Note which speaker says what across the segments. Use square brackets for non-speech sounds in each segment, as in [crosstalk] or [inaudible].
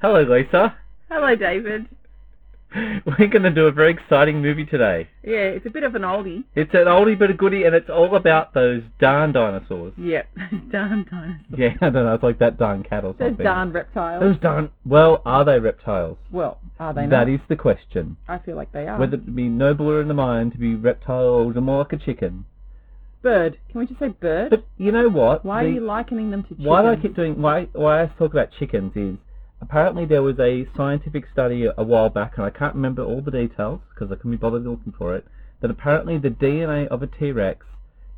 Speaker 1: Hello, Lisa. [laughs]
Speaker 2: Hello, David.
Speaker 1: We're going to do a very exciting movie today.
Speaker 2: Yeah, it's a bit of an oldie.
Speaker 1: It's an oldie but a goodie, and it's all about those darn dinosaurs. [laughs]
Speaker 2: Yep. darn dinosaur.
Speaker 1: Yeah, I don't know. It's like that darn cat or
Speaker 2: Those
Speaker 1: something.
Speaker 2: darn reptiles.
Speaker 1: Those darn. Well, are they reptiles?
Speaker 2: Well, are they not? Oh.
Speaker 1: That is the question.
Speaker 2: I feel like they are.
Speaker 1: Whether it be nobler in the mind to be reptile or more like a chicken.
Speaker 2: bird. Can we just say bird?
Speaker 1: But you know what?
Speaker 2: why
Speaker 1: The-
Speaker 2: are you likening them to chickens?
Speaker 1: why I keep doing why why I talk about chickens is apparently there was a scientific study a while back and I can't remember all the details because I couldn't be bothered looking for it that apparently the DNA of a T-Rex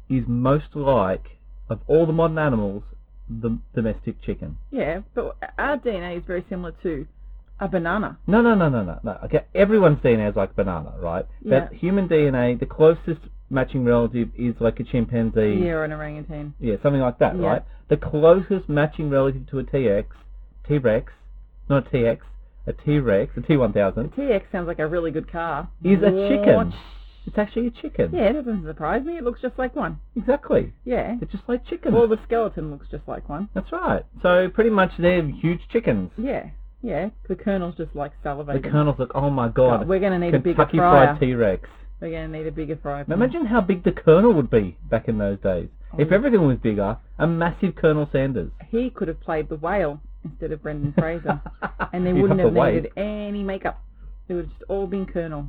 Speaker 1: is most like of all the modern animals the domestic chicken.
Speaker 2: Yeah, but our DNA is very similar to a banana.
Speaker 1: No, no, no, no, no, no. Okay, everyone's DNA is like banana, right? But human DNA, the closest matching relative is like a chimpanzee.
Speaker 2: Yeah, or an orangutan.
Speaker 1: Yeah, something like that,
Speaker 2: Yeah.
Speaker 1: right? The closest matching relative to a TX, T Rex, not a TX, a T Rex, a T one
Speaker 2: The
Speaker 1: thousand,
Speaker 2: TX sounds like a really good car.
Speaker 1: is a chicken.
Speaker 2: Watch.
Speaker 1: It's actually a chicken.
Speaker 2: Yeah, it doesn't surprise me. It looks just like one.
Speaker 1: Exactly.
Speaker 2: Yeah.
Speaker 1: They're just like chickens.
Speaker 2: Well, the skeleton looks just like one.
Speaker 1: That's right. So pretty much they're huge chickens.
Speaker 2: Yeah. Yeah. The colonel's just like salivating.
Speaker 1: The colonel's like, oh my
Speaker 2: Oh,
Speaker 1: god,
Speaker 2: we're going to need a bigger
Speaker 1: Kentucky
Speaker 2: fryer.
Speaker 1: Fried T Rex.
Speaker 2: We're going to need a bigger fryer. pan.
Speaker 1: Imagine how big the colonel would be back in those days. If
Speaker 2: Oh.
Speaker 1: everything was bigger, a massive Colonel Sanders.
Speaker 2: he could have played the whale instead of
Speaker 1: [laughs]
Speaker 2: Brendan Fraser, and they
Speaker 1: You'd
Speaker 2: wouldn't have
Speaker 1: to wait.
Speaker 2: needed any makeup. It would have just all been Colonel.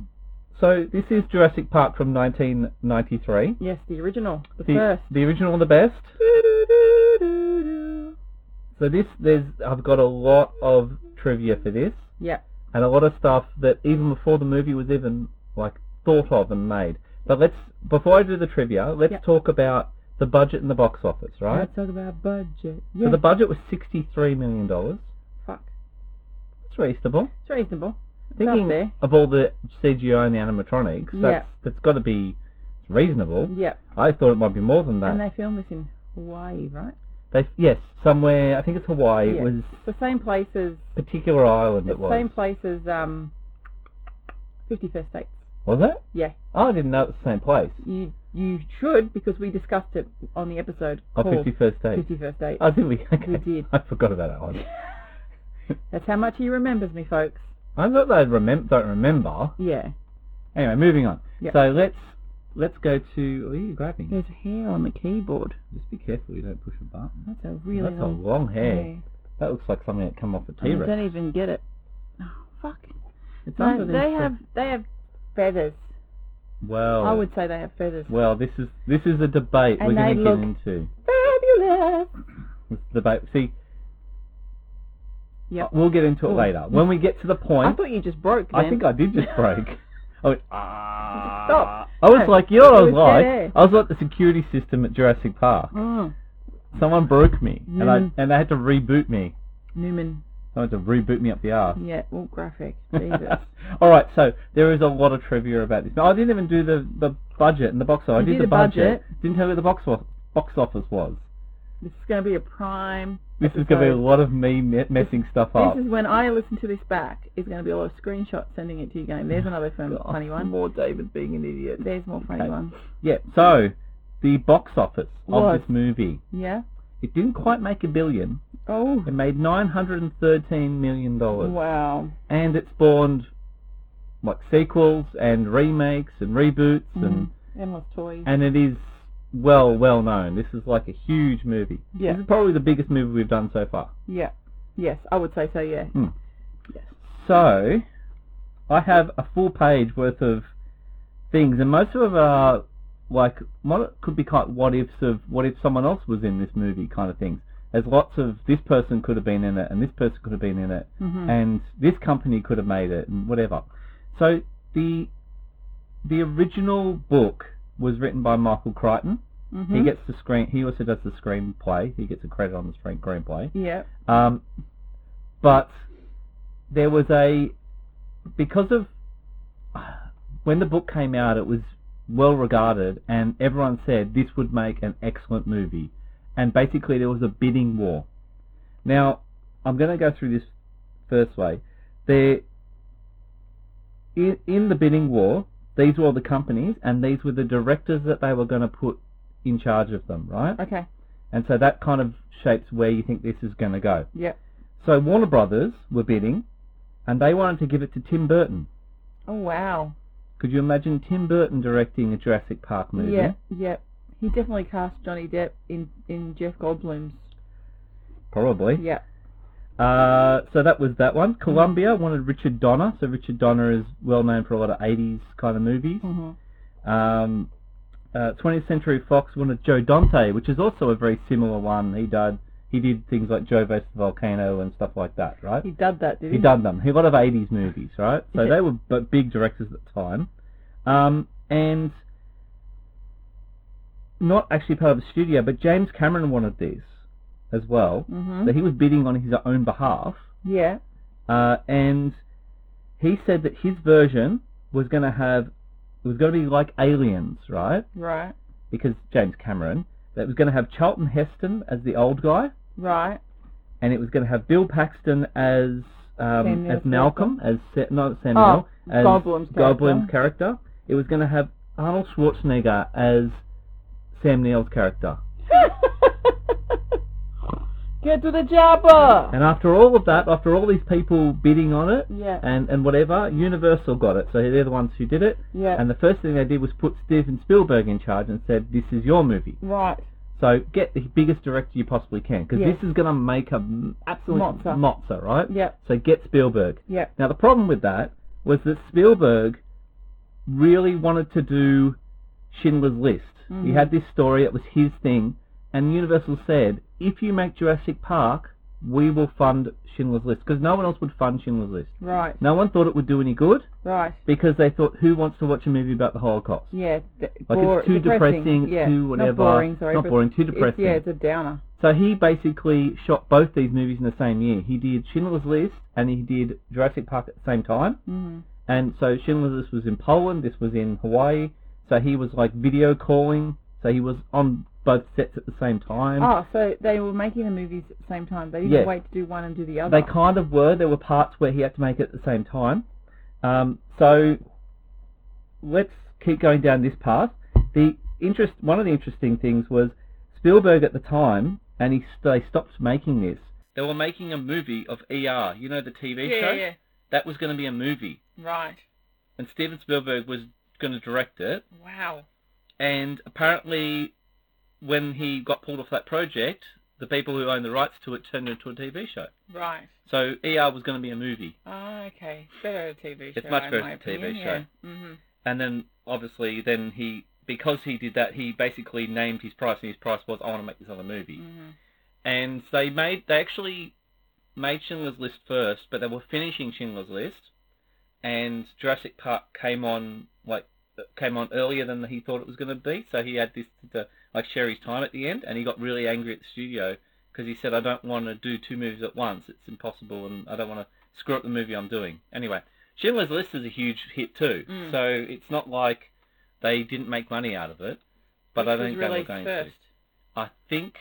Speaker 1: So this is Jurassic Park from 1993.
Speaker 2: Yes, the original, the,
Speaker 1: The,
Speaker 2: first.
Speaker 1: the original and the best. So this, there's, I've got a lot of trivia for this,
Speaker 2: Yep.
Speaker 1: and a lot of stuff that even before the movie was even like thought of and made. But let's, before I do the trivia, let's
Speaker 2: Yeah.
Speaker 1: talk about the budget and the box office, right?
Speaker 2: Let's talk about budget.
Speaker 1: So
Speaker 2: Yeah.
Speaker 1: the budget was sixty-three million dollars.
Speaker 2: Fuck.
Speaker 1: It's reasonable.
Speaker 2: It's reasonable. It's up
Speaker 1: Thinking
Speaker 2: there.
Speaker 1: of all the CGI and the animatronics,
Speaker 2: Yeah.
Speaker 1: that's that's got to be reasonable.
Speaker 2: Yep.
Speaker 1: I thought it might be more than that.
Speaker 2: And they filmed this in Hawaii, right?
Speaker 1: They, yes, somewhere I think it's Hawaii.
Speaker 2: Yeah.
Speaker 1: It was
Speaker 2: It's the same place as
Speaker 1: a particular island.
Speaker 2: it's
Speaker 1: It
Speaker 2: the
Speaker 1: was.
Speaker 2: same place as um, Fifty First Dates.
Speaker 1: Was it?
Speaker 2: Yeah.
Speaker 1: Oh, I didn't know it was the same place.
Speaker 2: You you should because we discussed it on the episode
Speaker 1: Oh,
Speaker 2: called
Speaker 1: 51st Date.
Speaker 2: Fifty First Dates.
Speaker 1: Oh, did we? Okay.
Speaker 2: We did.
Speaker 1: [laughs] I forgot about that one.
Speaker 2: That's how much he remembers me, folks.
Speaker 1: I thought they remem- don't remember.
Speaker 2: Yeah.
Speaker 1: Anyway, moving on.
Speaker 2: Yeah.
Speaker 1: So let's let's go to. Oh, you grabbing?
Speaker 2: There's hair on the keyboard.
Speaker 1: Just be careful you don't push a button.
Speaker 2: That's a really
Speaker 1: That's
Speaker 2: long
Speaker 1: a long hair.
Speaker 2: hair.
Speaker 1: That looks like something that come off a
Speaker 2: And
Speaker 1: T
Speaker 2: I
Speaker 1: Rex.
Speaker 2: don't even get it. Oh, fuck.
Speaker 1: It's
Speaker 2: No,
Speaker 1: underneath
Speaker 2: they
Speaker 1: the-
Speaker 2: have they have feathers.
Speaker 1: Well,
Speaker 2: I would say they have feathers.
Speaker 1: well, this is this is a debate
Speaker 2: And
Speaker 1: we're
Speaker 2: they
Speaker 1: going to
Speaker 2: look-
Speaker 1: get into.
Speaker 2: Fabulous.
Speaker 1: This debate. See,
Speaker 2: Yep.
Speaker 1: we'll get into it
Speaker 2: Ooh.
Speaker 1: later when we get to the point.
Speaker 2: I thought you just broke.
Speaker 1: I
Speaker 2: then.
Speaker 1: think I did just break.
Speaker 2: [laughs]
Speaker 1: I went, ah.
Speaker 2: Stop.
Speaker 1: I was
Speaker 2: No,
Speaker 1: like, you know what I
Speaker 2: it
Speaker 1: was
Speaker 2: was
Speaker 1: like?
Speaker 2: dead air.
Speaker 1: I was like the security system at Jurassic Park.
Speaker 2: Mm.
Speaker 1: Someone broke me, and I
Speaker 2: Mm.
Speaker 1: and they had to reboot me.
Speaker 2: Newman.
Speaker 1: Someone had to reboot me up the arse.
Speaker 2: Yeah. All
Speaker 1: [laughs]
Speaker 2: graphic. Jesus.
Speaker 1: All right, so there is a lot of trivia about this. Now, I didn't even do the, the budget and the box office. I
Speaker 2: You
Speaker 1: did,
Speaker 2: did
Speaker 1: the
Speaker 2: a budget.
Speaker 1: Didn't tell you what the box wa- box office was.
Speaker 2: this is going to be a prime.
Speaker 1: This is going to be a
Speaker 2: episode.
Speaker 1: lot of me me- messing stuff up.
Speaker 2: This is when I listen to this back. Is going to be a lot of screenshots sending it to you. Going, there's another fun,
Speaker 1: Oh God,
Speaker 2: funny one.
Speaker 1: More David being an idiot.
Speaker 2: There's more funny
Speaker 1: Okay.
Speaker 2: ones.
Speaker 1: Yeah. So the box office
Speaker 2: Was.
Speaker 1: of this movie.
Speaker 2: Yeah.
Speaker 1: It didn't quite make a billion.
Speaker 2: Oh.
Speaker 1: It made nine hundred and thirteen million dollars,
Speaker 2: Wow.
Speaker 1: and it spawned like sequels and remakes and reboots, and
Speaker 2: Mm. Endless toys.
Speaker 1: and it is well well known. This is like a huge movie.
Speaker 2: Yeah.
Speaker 1: This is probably the biggest movie we've done so far.
Speaker 2: Yeah. Yes, I would say so. Yeah.
Speaker 1: So I have a full page worth of things, and most of them are like what could be quite what ifs of what if someone else was in this movie kind of things. There's lots of this person could have been in it, and this person could have been in it,
Speaker 2: Mm-hmm.
Speaker 1: and this company could have made it and whatever. So the the original book was written by Michael Crichton.
Speaker 2: mm-hmm.
Speaker 1: He gets the screen. He also does the screenplay. He gets a credit on the screen screenplay.
Speaker 2: Yeah.
Speaker 1: Um, but there was a because of when the book came out, it was well regarded, and everyone said this would make an excellent movie. And basically, there was a bidding war. Now, I'm going to go through this first way. There, in, in the bidding war, these were all the companies, and these were the directors that they were going to put in charge of them, right?
Speaker 2: Okay.
Speaker 1: And so that kind of shapes where you think this is going to go.
Speaker 2: Yeah.
Speaker 1: So Warner Brothers were bidding, and they wanted to give it to Tim Burton.
Speaker 2: Oh wow.
Speaker 1: Could you imagine Tim Burton directing a Jurassic Park movie?
Speaker 2: Yeah, yeah. He definitely cast Johnny Depp in in Jeff Goldblum's.
Speaker 1: Probably.
Speaker 2: Yeah.
Speaker 1: Uh, so that was that one. Columbia wanted Richard Donner. So Richard Donner is well known for a lot of 80s kind of movies.
Speaker 2: Mm-hmm.
Speaker 1: Um, uh, 20th Century Fox wanted Joe Dante, which is also a very similar one. He died. He did things like Joe versus the Volcano and stuff like that, right?
Speaker 2: He did that, did he?
Speaker 1: He done them. He a lot of '80s movies, right? So
Speaker 2: Yeah.
Speaker 1: they were b- big directors at the time, um, and not actually part of the studio. But James Cameron wanted this as well,
Speaker 2: Mm-hmm.
Speaker 1: so he was bidding on his own behalf,
Speaker 2: Yeah.
Speaker 1: uh, and he said that his version was going to have it was going to be like Aliens, right?
Speaker 2: Right.
Speaker 1: Because James Cameron that it was going to have Charlton Heston as the old guy,
Speaker 2: Right. [laughs]
Speaker 1: and it was going to have Bill Paxton as um,
Speaker 2: Samuel
Speaker 1: as Malcolm, as Sa- not
Speaker 2: Oh,
Speaker 1: Samuel, as
Speaker 2: Goldblum's character.
Speaker 1: Goldblum's character. It was going to have Arnold Schwarzenegger as Sam Neill's character.
Speaker 2: Get to the chopper.
Speaker 1: And after all of that, after all these people bidding on it
Speaker 2: Yeah.
Speaker 1: and, and whatever, Universal got it. So they're the ones who did it.
Speaker 2: Yeah.
Speaker 1: And the first thing they did was put Steven Spielberg in charge and said, "This is your movie."
Speaker 2: right.
Speaker 1: So get the biggest director you possibly can because
Speaker 2: Yeah.
Speaker 1: this is going to make a m- absolute
Speaker 2: Mozza.
Speaker 1: mozza, right?
Speaker 2: Yeah.
Speaker 1: So get Spielberg.
Speaker 2: Yeah.
Speaker 1: Now, the problem with that was that Spielberg really wanted to do Schindler's List. He
Speaker 2: Mhm.
Speaker 1: had this story, it was his thing, and Universal said, if you make Jurassic Park, we will fund Schindler's List, because no one else would fund Schindler's List.
Speaker 2: Right.
Speaker 1: No one thought it would do any good,
Speaker 2: Right.
Speaker 1: because they thought, who wants to watch a movie about the Holocaust?
Speaker 2: Yeah. th-
Speaker 1: Like,
Speaker 2: bore-
Speaker 1: it's too depressing, it's
Speaker 2: yeah.
Speaker 1: too whatever.
Speaker 2: Not boring. Sorry.
Speaker 1: Not
Speaker 2: but
Speaker 1: boring, too
Speaker 2: it's-
Speaker 1: depressing.
Speaker 2: yeah, it's a downer.
Speaker 1: So he basically shot both these movies in the same year. He did Schindler's List and he did Jurassic Park at the same time.
Speaker 2: Mm-hmm.
Speaker 1: And so Schindler's List was in Poland, this was in Hawaii. So he was like video calling. So he was on both sets at the same time.
Speaker 2: Oh, so they were making the movies at the same time. They didn't
Speaker 1: Yeah.
Speaker 2: wait to do one and do the other.
Speaker 1: they kind of were. There were parts where he had to make it at the same time. Um, so let's keep going down this path. The interest, one of the interesting things was Spielberg at the time, and he they stopped making this. They were making a movie of ER, you know the TV show. That was going to be a movie,
Speaker 2: Right.
Speaker 1: and Steven Spielberg was going to direct it.
Speaker 2: Wow.
Speaker 1: and apparently when he got pulled off that project, the people who owned the rights to it turned it into a TV show.
Speaker 2: Right.
Speaker 1: So ER was going to be a movie,
Speaker 2: Ah, okay. Better TV
Speaker 1: It's show, much in better my as a TV opinion, show.
Speaker 2: Mm-hmm.
Speaker 1: and then obviously then he because he did that he basically named his price, and his price was I want to make this other movie.
Speaker 2: Mm-hmm.
Speaker 1: And they made they actually made Schindler's List first, but they were finishing Schindler's List, and Jurassic Park came on like came on earlier than he thought it was going to be. So he had this to like share his time at the end, and he got really angry at the studio because he said, "I don't want to do two movies at once. It's impossible, and I don't want to screw up the movie I'm doing." Anyway, Schindler's List is a huge hit too,
Speaker 2: Mm.
Speaker 1: so it's not like they didn't make money out of it. But I don't think they were going to. I think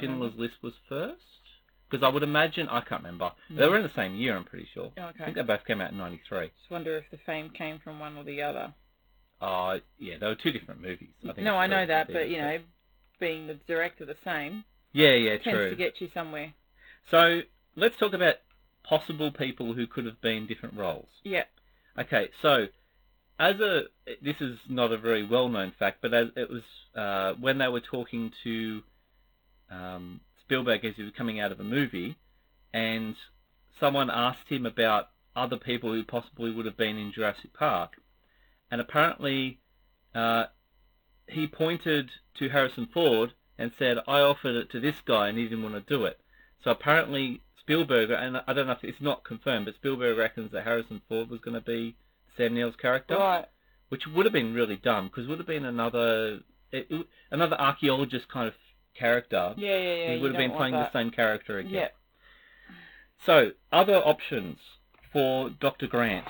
Speaker 1: Schindler's List was first? Because I would imagine, I can't remember. They
Speaker 2: Mm.
Speaker 1: were in the same year, I'm pretty sure. I
Speaker 2: Oh, Okay.
Speaker 1: think they both came out in 93.
Speaker 2: Just wonder if the fame came from one or the other.
Speaker 1: Uh, yeah, they were two different movies. I think
Speaker 2: no,
Speaker 1: it's
Speaker 2: I know
Speaker 1: very
Speaker 2: that, but
Speaker 1: confusing.
Speaker 2: you know, being the director the same
Speaker 1: Yeah, yeah,
Speaker 2: tends
Speaker 1: true.
Speaker 2: to get you somewhere.
Speaker 1: So let's talk about possible people who could have been different roles.
Speaker 2: Yeah.
Speaker 1: Okay, so as a this is not a very well known fact, but as it was uh, when they were talking to um, Spielberg as he was coming out of a movie, and someone asked him about other people who possibly would have been in Jurassic Park, and apparently uh, he pointed to Harrison Ford and said, "I offered it to this guy and he didn't want to do it." So apparently Spielberg, and I don't know if it's not confirmed, but Spielberg reckons that Harrison Ford was going to be Sam Neill's character, [laughs]
Speaker 2: Right.
Speaker 1: which would have been really dumb because would have been another it, it- another archaeologist kind of character.
Speaker 2: Yeah, yeah, yeah.
Speaker 1: he would have been playing the same character again.
Speaker 2: Yeah.
Speaker 1: So other options for Dr. Grant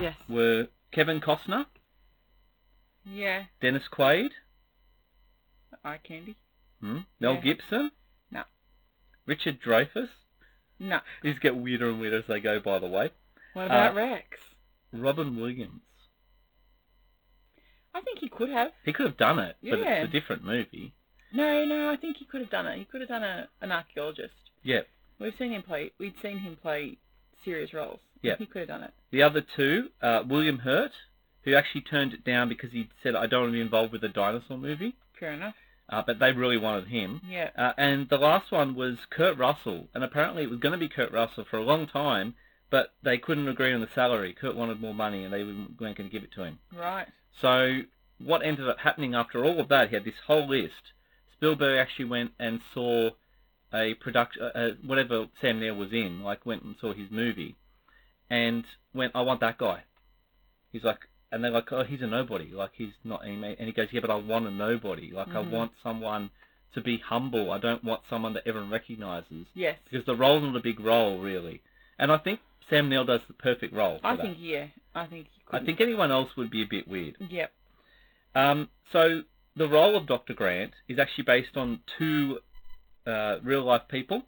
Speaker 2: Yes.
Speaker 1: were Kevin Costner,
Speaker 2: Yeah.
Speaker 1: Dennis Quaid,
Speaker 2: Eye candy.
Speaker 1: hmm, Mel
Speaker 2: Yeah.
Speaker 1: Gibson,
Speaker 2: No.
Speaker 1: Richard Dreyfuss.
Speaker 2: No.
Speaker 1: These get weirder and weirder as they go, by the way.
Speaker 2: What
Speaker 1: Uh,
Speaker 2: about Rex?
Speaker 1: Robin Williams.
Speaker 2: I think he could have.
Speaker 1: He could have done it, but
Speaker 2: Yeah.
Speaker 1: it's a different movie.
Speaker 2: No, no. I think he could have done it. He could have done a, an archaeologist.
Speaker 1: Yeah.
Speaker 2: We've seen him play. We'd seen him play serious roles.
Speaker 1: Yeah.
Speaker 2: He could have done it.
Speaker 1: The other two, uh, William Hurt, who actually turned it down because he said, I don't want to be involved with a dinosaur movie,
Speaker 2: Fair enough.
Speaker 1: uh, but they really wanted him.
Speaker 2: Yeah.
Speaker 1: Uh, and the last one was Kurt Russell, and apparently it was going to be Kurt Russell for a long time, but they couldn't agree on the salary. Kurt wanted more money, and they weren't going to give it to him.
Speaker 2: Right.
Speaker 1: So what ended up happening after all of that, he had this whole list. Spielberg actually went and saw a production, uh, uh, whatever Sam Neill was in, like went and saw his movie, and went, I want that guy. He's like, and they're like, oh, he's a nobody. Like he's not any, ma-" and he goes, yeah, but I want a nobody. Like
Speaker 2: Mhm.
Speaker 1: I want someone to be humble. I don't want someone that everyone recognizes
Speaker 2: Yes.
Speaker 1: because the role's not a big role really. And I think Sam Neill does the perfect role. For
Speaker 2: I
Speaker 1: that.
Speaker 2: think yeah. I think. He
Speaker 1: I
Speaker 2: could
Speaker 1: think anyone else would be a bit weird.
Speaker 2: Yep.
Speaker 1: Um, so the role of Dr. Grant is actually based on two uh, real life people.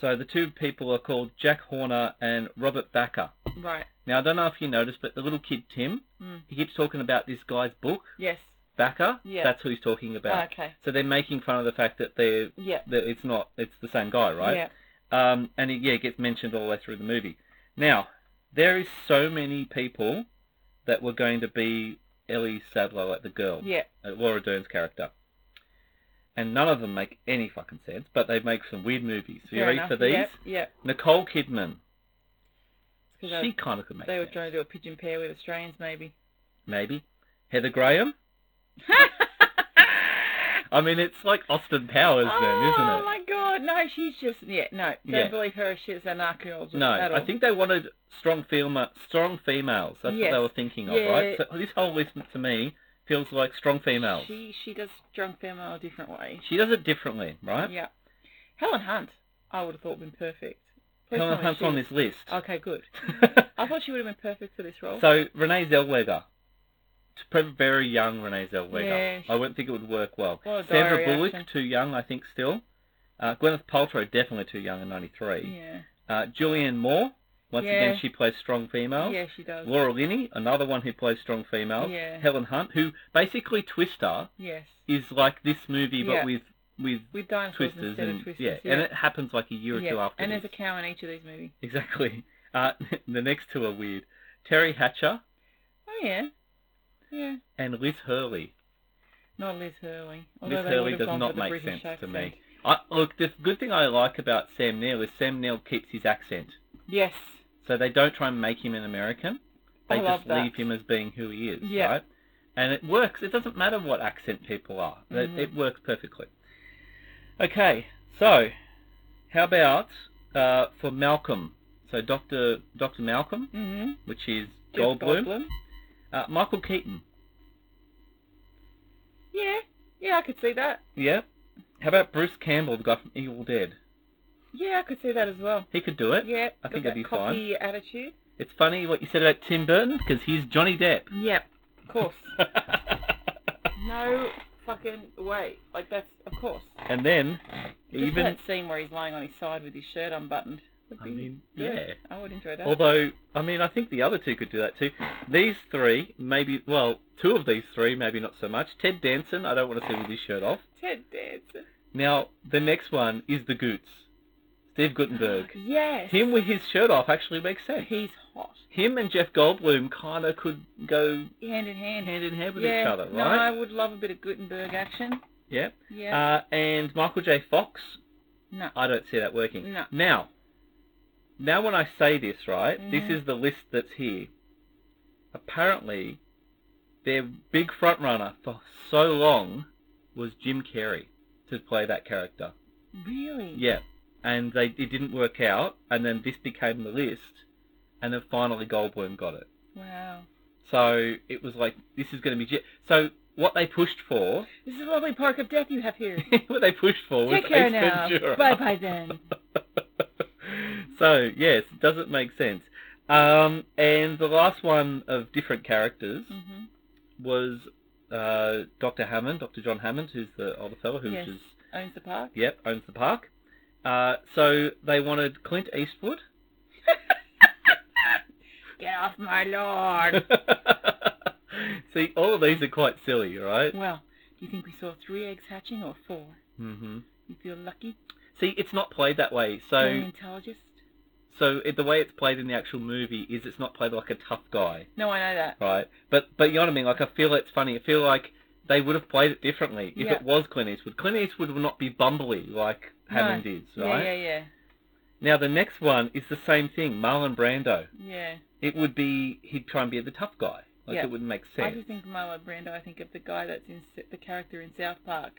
Speaker 1: So the two people are called Jack Horner and Robert Backer.
Speaker 2: Right.
Speaker 1: Now I don't know if you noticed, but the little kid Tim,
Speaker 2: Mm.
Speaker 1: he keeps talking about this guy's book,
Speaker 2: Yes.
Speaker 1: Backer.
Speaker 2: Yeah.
Speaker 1: That's who he's talking about.
Speaker 2: Okay.
Speaker 1: So they're making fun of the fact that they're
Speaker 2: Yeah.
Speaker 1: that it's not it's the same guy, right?
Speaker 2: Yeah.
Speaker 1: Um, and it, yeah, it gets mentioned all the way through the movie. Now, there is so many people that were going to be Ellie Sadlow, like the girl,
Speaker 2: Yeah.
Speaker 1: uh, Laura Dern's character. And none of them make any fucking sense, but they make some weird movies. So you
Speaker 2: Fair
Speaker 1: ready
Speaker 2: enough.
Speaker 1: for these?
Speaker 2: Yep. Yep.
Speaker 1: Nicole Kidman.
Speaker 2: 'Cause
Speaker 1: She kind of could
Speaker 2: they,
Speaker 1: make
Speaker 2: they were
Speaker 1: sense.
Speaker 2: trying to do a pigeon pair with Australians, maybe.
Speaker 1: Maybe. Heather
Speaker 2: [laughs]
Speaker 1: Graham. I mean, it's like Austin Powers then, isn't
Speaker 2: Oh
Speaker 1: it?
Speaker 2: my god, no, she's just yeah, no, don't
Speaker 1: Yeah.
Speaker 2: believe her. She's an archaeologist.
Speaker 1: No,
Speaker 2: at
Speaker 1: I
Speaker 2: all.
Speaker 1: think they wanted strong female, strong females. That's
Speaker 2: Yes.
Speaker 1: what they were thinking of,
Speaker 2: Yeah.
Speaker 1: right? So this whole list to me feels like strong females. She,
Speaker 2: she she does drunk female a different way.
Speaker 1: does it differently, right?
Speaker 2: Yeah, Helen Hunt, I would have thought been perfect. Please tell
Speaker 1: Helen
Speaker 2: me
Speaker 1: Hunt's
Speaker 2: she-
Speaker 1: on this list. [laughs]
Speaker 2: Okay, good. I thought she would have been perfect for this role.
Speaker 1: so Renee Zellweger, T- probably very young Renee Zellweger.
Speaker 2: Yeah, she-
Speaker 1: I wouldn't think it would work well.
Speaker 2: What a
Speaker 1: Sandra
Speaker 2: diary
Speaker 1: Bullock,
Speaker 2: action.
Speaker 1: too young, I think still. Uh, Gwyneth Paltrow definitely too young in '93.
Speaker 2: yeah,
Speaker 1: Uh, Julianne Moore, once
Speaker 2: Yeah.
Speaker 1: again she plays strong females.
Speaker 2: yeah, she does.
Speaker 1: Laura Linney, another one who plays strong females.
Speaker 2: Yeah.
Speaker 1: Helen Hunt, who basically Twister
Speaker 2: Yes,
Speaker 1: is like this movie but
Speaker 2: Yeah.
Speaker 1: with with
Speaker 2: with dinosaurs
Speaker 1: twisters
Speaker 2: instead
Speaker 1: and
Speaker 2: of twisters.
Speaker 1: yeah. and it happens like a year or
Speaker 2: Yeah,
Speaker 1: two after.
Speaker 2: and there's
Speaker 1: this.
Speaker 2: a cow in each of these movies.
Speaker 1: exactly. [laughs] Uh, the next two are weird. Terry Hatcher
Speaker 2: Oh yeah, yeah.
Speaker 1: and Liz Hurley.
Speaker 2: Not Liz Hurley. Although
Speaker 1: Liz
Speaker 2: they would
Speaker 1: Hurley
Speaker 2: have
Speaker 1: does
Speaker 2: gone
Speaker 1: not
Speaker 2: for the
Speaker 1: make
Speaker 2: British
Speaker 1: sense to me.
Speaker 2: accent.
Speaker 1: I, look, the good thing I like about Sam Neill is Sam Neill keeps his accent,
Speaker 2: Yes.
Speaker 1: so they don't try and make him an American. They
Speaker 2: I love
Speaker 1: just
Speaker 2: that.
Speaker 1: leave him as being who he is,
Speaker 2: Yeah.
Speaker 1: right? And it works. It doesn't matter what accent people are. It,
Speaker 2: Mhm.
Speaker 1: it works perfectly. Okay, so how about uh, for Malcolm? So Doctor Doctor Malcolm,
Speaker 2: Mm-hmm.
Speaker 1: which is
Speaker 2: Jeff
Speaker 1: Goldblum,
Speaker 2: Goldblum.
Speaker 1: Uh, Michael Keaton.
Speaker 2: Yeah, yeah, I could see that.
Speaker 1: Yeah. How about Bruce Campbell, the guy from Evil Dead?
Speaker 2: Yeah, I could see that as well.
Speaker 1: He could do it.
Speaker 2: Yeah,
Speaker 1: I think
Speaker 2: got
Speaker 1: that'd be
Speaker 2: that copy attitude.
Speaker 1: It's funny what you said about Tim Burton because he's Johnny Depp.
Speaker 2: [laughs] Yep,
Speaker 1: [laughs]
Speaker 2: of course. no fucking way. Like that's of course.
Speaker 1: and then
Speaker 2: Just
Speaker 1: even
Speaker 2: [laughs] that scene where he's lying on his side with his shirt unbuttoned. Would
Speaker 1: I
Speaker 2: be
Speaker 1: mean,
Speaker 2: good.
Speaker 1: yeah.
Speaker 2: I would enjoy that.
Speaker 1: Although, I mean, I think the other two could do that too. These three, maybe, well, two of these three, maybe not so much. Ted Danson, I don't want to see with his shirt off.
Speaker 2: Ted Danson.
Speaker 1: Now, the next one is the Goots, Steve Guttenberg.
Speaker 2: Oh, Yes.
Speaker 1: Him with his shirt off actually makes sense.
Speaker 2: He's hot.
Speaker 1: Him and Jeff Goldblum kind of could go
Speaker 2: Hand in hand.
Speaker 1: hand in hand with
Speaker 2: yeah.
Speaker 1: each other,
Speaker 2: No,
Speaker 1: right?
Speaker 2: I would love a bit of Gutenberg action.
Speaker 1: Yeah.
Speaker 2: Yeah.
Speaker 1: Uh, and Michael J. Fox,
Speaker 2: no.
Speaker 1: I don't see that working.
Speaker 2: No.
Speaker 1: Now, now when I say this, right,
Speaker 2: Mhm.
Speaker 1: this is the list that's here. Apparently, their big front runner for so long was Jim Carrey to play that character.
Speaker 2: Really?
Speaker 1: Yeah, and they it didn't work out, and then this became the list, and then finally Goldblum got it.
Speaker 2: Wow.
Speaker 1: So it was like this is going to be. J- so what they pushed for, [laughs]
Speaker 2: This is a lovely park of death you have here.
Speaker 1: what they pushed for was
Speaker 2: Take care
Speaker 1: Ace
Speaker 2: now.
Speaker 1: Ventura.
Speaker 2: Bye bye
Speaker 1: [laughs]
Speaker 2: then.
Speaker 1: so yes, it doesn't make sense. Um, and the last one of different characters
Speaker 2: hmm
Speaker 1: was uh, Dr. Hammond, Dr. John Hammond, who's the older fellow who
Speaker 2: Yes.
Speaker 1: is
Speaker 2: Owns the park.
Speaker 1: yep owns the park. Uh, so they wanted Clint Eastwood. [laughs]
Speaker 2: Get off
Speaker 1: [laughs]
Speaker 2: my lord.
Speaker 1: See, all of these are quite silly, right?
Speaker 2: well, do you think we saw three eggs hatching or four?
Speaker 1: hmm
Speaker 2: You feel lucky?
Speaker 1: See, it's not played that way. So
Speaker 2: Mm. Paleontologist?
Speaker 1: so it, the way it's played in the actual movie is it's not played like a tough guy,
Speaker 2: No, I know that.
Speaker 1: right? But but you know what I mean? Like I feel it's funny. I feel like they would have played it differently if
Speaker 2: Yeah.
Speaker 1: it was Clint Eastwood. Clint Eastwood would not be bumbly like
Speaker 2: No.
Speaker 1: Hammond is, right?
Speaker 2: Yeah, yeah,
Speaker 1: Now the next one is the same thing. Marlon Brando.
Speaker 2: yeah. Yeah.
Speaker 1: It would be he'd try and be the tough guy. Like
Speaker 2: Yeah.
Speaker 1: it wouldn't make
Speaker 2: I
Speaker 1: sense.
Speaker 2: just think of Marlon Brando. I think of the guy that's in S- the character in South
Speaker 1: [laughs]
Speaker 2: Park.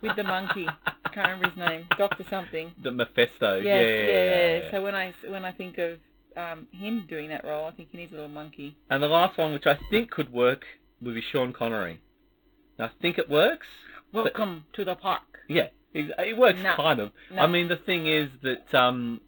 Speaker 2: with the monkey. I can't remember his name. Doctor something.
Speaker 1: The Mephisto.
Speaker 2: Yes,
Speaker 1: yeah,
Speaker 2: yeah,
Speaker 1: yeah, Oh, yeah.
Speaker 2: So when I when I think of um, him doing that role, I think he needs a little monkey.
Speaker 1: And the last one, which I think could work, would be Sean Connery. And I think it works.
Speaker 2: Welcome to the park.
Speaker 1: Yeah, it, it works
Speaker 2: No.
Speaker 1: kind of.
Speaker 2: No.
Speaker 1: I mean, the thing is that um,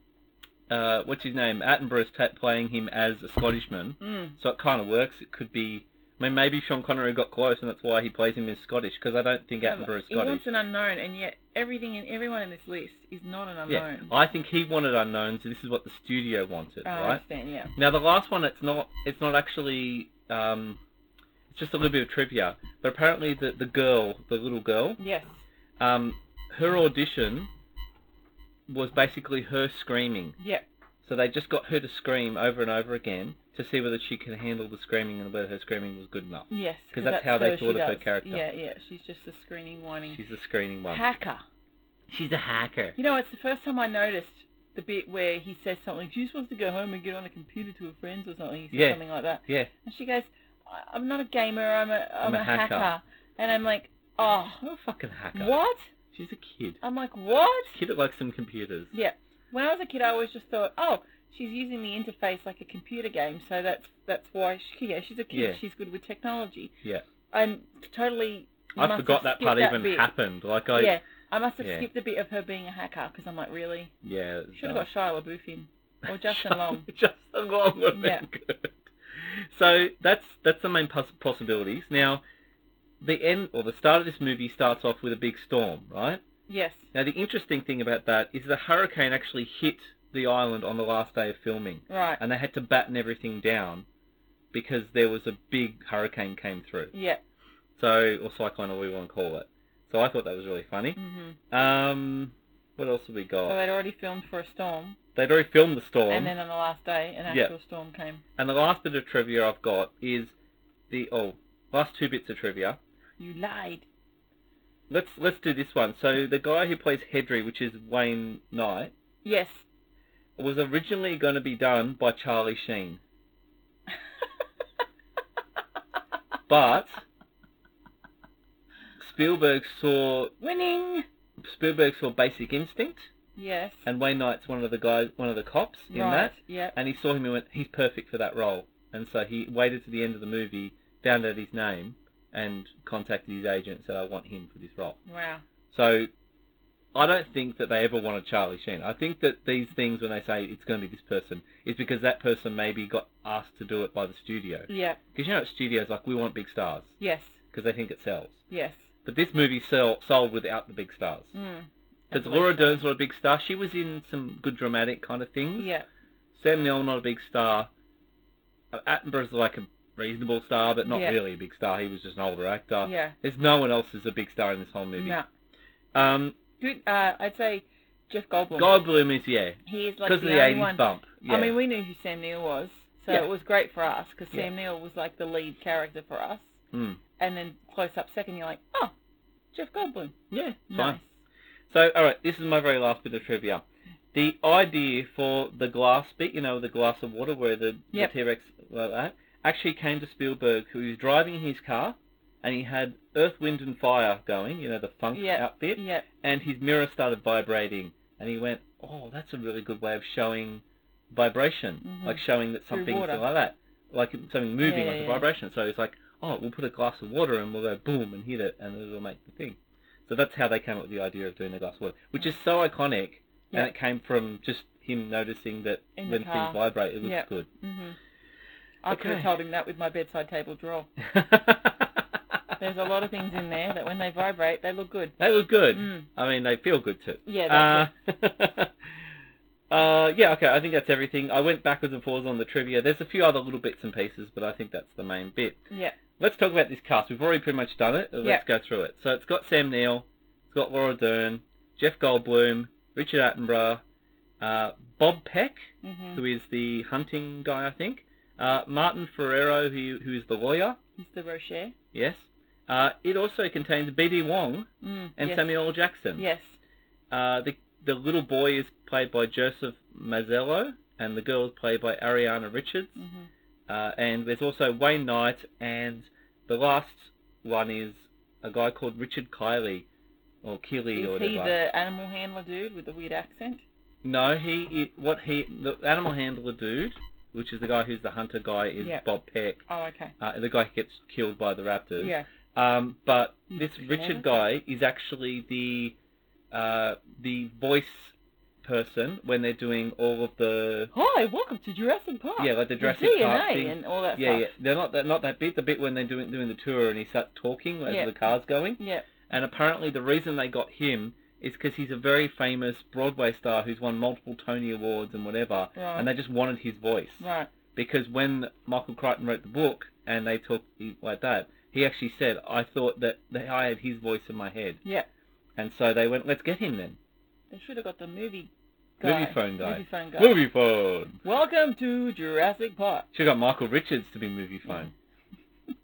Speaker 1: uh, what's his name? Attenborough's ta- playing him as a Scottishman,
Speaker 2: Mm.
Speaker 1: so it kind of works. It could be. I mean, maybe Sean Connery got close, and that's why he plays him as Scottish, because I don't think Attenborough's
Speaker 2: He
Speaker 1: Scottish.
Speaker 2: wants an unknown, and yet everything and everyone in this list is not an
Speaker 1: Yeah,
Speaker 2: unknown.
Speaker 1: I think he wanted unknowns, and this is what the studio wanted,
Speaker 2: I
Speaker 1: right?
Speaker 2: understand. Yeah.
Speaker 1: Now the last one, it's not it's not actually um, it's just a little bit of trivia. But apparently the the girl, the little girl,
Speaker 2: Yes.
Speaker 1: um, her audition was basically her screaming.
Speaker 2: Yeah.
Speaker 1: So they just got her to scream over and over again to see whether she could handle the screaming and whether her screaming was good enough.
Speaker 2: Yes.
Speaker 1: 'Cause that's how they
Speaker 2: her, she
Speaker 1: thought of her
Speaker 2: does.
Speaker 1: character.
Speaker 2: Yeah, yeah. She's just a screaming, whining
Speaker 1: She's a screaming one.
Speaker 2: hacker.
Speaker 1: She's a hacker.
Speaker 2: You know, it's the first time I noticed the bit where he says something. She just wants to go home and get on a computer to her friends or something. He says
Speaker 1: Yeah.
Speaker 2: something like that.
Speaker 1: Yeah.
Speaker 2: And she goes, "I- I'm not a gamer, I'm a, I'm
Speaker 1: I'm a
Speaker 2: a hacker.
Speaker 1: hacker."
Speaker 2: And I'm like, oh,
Speaker 1: I'm a fucking hacker.
Speaker 2: what?
Speaker 1: She's a kid.
Speaker 2: I'm like, what?
Speaker 1: Kid that likes some computers.
Speaker 2: Yeah. When I was a kid, I always just thought, oh, she's using the interface like a computer game, so that's that's why she, yeah, she's a kid.
Speaker 1: Yeah.
Speaker 2: She's good with technology.
Speaker 1: Yeah.
Speaker 2: I'm totally. must
Speaker 1: I
Speaker 2: have
Speaker 1: forgot that
Speaker 2: skipped
Speaker 1: part
Speaker 2: that
Speaker 1: even
Speaker 2: bit.
Speaker 1: happened. Like I
Speaker 2: yeah. I must have
Speaker 1: Yeah.
Speaker 2: skipped the bit of her being a hacker because I'm like, really?
Speaker 1: yeah it was
Speaker 2: Should have
Speaker 1: dumb. [laughs]
Speaker 2: got Shia LaBeouf in. Or Justin Long.
Speaker 1: Justin Long would have
Speaker 2: Yeah.
Speaker 1: been good. [laughs] So that's that's the main poss- possibilities. Now, the end or the start of this movie starts off with a big storm, right?
Speaker 2: Yes.
Speaker 1: Now the interesting thing about that is the hurricane actually hit the island on the last day of filming,
Speaker 2: Right.
Speaker 1: and they had to batten everything down because there was a big hurricane came through.
Speaker 2: Yeah.
Speaker 1: So or cyclone, or whatever you want to call it. So I thought that was really funny.
Speaker 2: hmm
Speaker 1: Um, what else have we
Speaker 2: So
Speaker 1: got?
Speaker 2: they'd already filmed for a storm.
Speaker 1: They'd already filmed the storm.
Speaker 2: And then on the last day, an
Speaker 1: Yeah.
Speaker 2: actual storm came.
Speaker 1: And the last bit of trivia I've got is the oh last two bits of trivia.
Speaker 2: You lied.
Speaker 1: Let's let's do this one. So the guy who plays Hedry, which is Wayne Knight,
Speaker 2: Yes.
Speaker 1: was originally going to be done by Charlie
Speaker 2: [laughs]
Speaker 1: Sheen, but Spielberg saw
Speaker 2: Winning.
Speaker 1: Spielberg saw Basic Instinct,
Speaker 2: Yes.
Speaker 1: and Wayne Knight's one of the guys, one of the cops in
Speaker 2: right.
Speaker 1: that,
Speaker 2: Yeah.
Speaker 1: and he saw him and went, he's perfect for that role, and so he waited to the end of the movie, found out his name, and contacted his agent and said, I want him for this role.
Speaker 2: Wow.
Speaker 1: So I don't think that they ever wanted Charlie Sheen. I think that these things, when they say it's going to be this person, is because that person maybe got asked to do it by the studio.
Speaker 2: Yeah.
Speaker 1: Because you know, at studios, like, we want big stars
Speaker 2: Yes.
Speaker 1: because they think it sells.
Speaker 2: Yes.
Speaker 1: But this movie sell, sold without the big stars.
Speaker 2: Mm.
Speaker 1: Because Laura Dern's not a big star. She was in some good dramatic kind of things.
Speaker 2: Yeah.
Speaker 1: Sam Neill, not a big star. Uh, Attenborough's like a reasonable star, but not
Speaker 2: Yeah.
Speaker 1: really a big star. He was just an older actor.
Speaker 2: Yeah.
Speaker 1: There's no one else who's a big star in this whole movie.
Speaker 2: No.
Speaker 1: Um,
Speaker 2: Good. Uh, I'd say Jeff Goldblum.
Speaker 1: Goldblum is, yeah,
Speaker 2: He is like
Speaker 1: because
Speaker 2: the,
Speaker 1: of the
Speaker 2: only
Speaker 1: 80s
Speaker 2: one.
Speaker 1: bump. Yeah.
Speaker 2: I mean, we knew who Sam Neill was, so
Speaker 1: Yeah.
Speaker 2: it was great for us because
Speaker 1: Yeah.
Speaker 2: Sam Neill was like the lead character for us.
Speaker 1: Mm.
Speaker 2: And then close up second, you're like, oh, Jeff Goldblum.
Speaker 1: Yeah, it's
Speaker 2: Nice.
Speaker 1: fine. So, all right, this is my very last bit of trivia. The idea for the glass bit, you know, the glass of water where the,
Speaker 2: Yep.
Speaker 1: the T-Rex, like that, actually came to Spielberg, who was driving his car, and he had Earth, Wind, and Fire going, you know, the funk
Speaker 2: Yep.
Speaker 1: outfit,
Speaker 2: Yeah.
Speaker 1: and his mirror started vibrating, and he went, oh, that's a really good way of showing vibration,
Speaker 2: Mhm.
Speaker 1: like showing that
Speaker 2: Through
Speaker 1: something's
Speaker 2: water.
Speaker 1: like that, like something moving,
Speaker 2: Yeah,
Speaker 1: like
Speaker 2: yeah,
Speaker 1: a
Speaker 2: yeah.
Speaker 1: vibration. So it's like, oh, we'll put a glass of water and we'll go boom and hit it, and it'll make the thing. So that's how they came up with the idea of doing the glass of water, which is so iconic,
Speaker 2: Yeah.
Speaker 1: and it came from just him noticing that
Speaker 2: In the
Speaker 1: when
Speaker 2: car.
Speaker 1: things vibrate, it looks
Speaker 2: Yeah.
Speaker 1: good. [laughs]
Speaker 2: hmm I could
Speaker 1: Okay.
Speaker 2: have told him that with my bedside table drawer. There's a lot of things in there that when they vibrate, they look good.
Speaker 1: They look good.
Speaker 2: Mm.
Speaker 1: I mean, they feel good too.
Speaker 2: Yeah, that's
Speaker 1: Uh, [laughs] uh, yeah, okay, I think that's everything. I went backwards and forwards on the trivia. There's a few other little bits and pieces, but I think that's the main bit.
Speaker 2: it. Yeah.
Speaker 1: Let's talk about this cast. We've already pretty much done it. Let's go through it. So it's got Sam Neill, it's got Laura Dern, Jeff Goldblum, Richard Attenborough, uh, Bob Peck,
Speaker 2: hmm
Speaker 1: who is the hunting guy, I think, uh, Martin Ferrero, who, who is the lawyer,
Speaker 2: Mr. Rocher.
Speaker 1: yes. Uh, it also contains B.D. Wong
Speaker 2: Mm,
Speaker 1: and
Speaker 2: yes.
Speaker 1: Samuel L. Jackson.
Speaker 2: Yes.
Speaker 1: Uh, the, the little boy is played by Joseph Mazzello, and the girl is played by Ariana Richards.
Speaker 2: hmm
Speaker 1: Uh, and there's also Wayne Knight, and the last one is a guy called Richard Kiley, or Keeley, or
Speaker 2: Is he
Speaker 1: whatever.
Speaker 2: the animal handler dude with the weird accent?
Speaker 1: No, he, he what he the animal handler dude, which is the guy who's the hunter guy, is
Speaker 2: Yeah.
Speaker 1: Bob Peck,
Speaker 2: Oh, okay.
Speaker 1: uh, the guy who gets killed by the raptors.
Speaker 2: Yeah.
Speaker 1: Um, but
Speaker 2: Mm,
Speaker 1: this
Speaker 2: okay.
Speaker 1: Richard guy is actually the uh, the voice person when they're doing all of the
Speaker 2: Hi, welcome to Jurassic Park.
Speaker 1: yeah like the
Speaker 2: The
Speaker 1: Jurassic
Speaker 2: DNA
Speaker 1: Park thing.
Speaker 2: and all that
Speaker 1: Yeah, yeah.
Speaker 2: stuff.
Speaker 1: They're not they're not that bit. The bit when they're doing doing the tour and he starts talking as
Speaker 2: Yeah.
Speaker 1: the car's going.
Speaker 2: Yeah.
Speaker 1: And apparently the reason they got him is because he's a very famous Broadway star who's won multiple Tony awards and whatever.
Speaker 2: Right.
Speaker 1: And they just wanted his voice
Speaker 2: Right.
Speaker 1: because when Michael Crichton wrote the book and they talked like that, he actually said, "I thought that that I had his voice in my head."
Speaker 2: Yeah.
Speaker 1: And so they went, "Let's get him then."
Speaker 2: They should have got the movie guy.
Speaker 1: Movie phone guy.
Speaker 2: Movie phone guy.
Speaker 1: Movie phone.
Speaker 2: Welcome to Jurassic Park.
Speaker 1: Should have got Michael Richards to be movie phone. [laughs]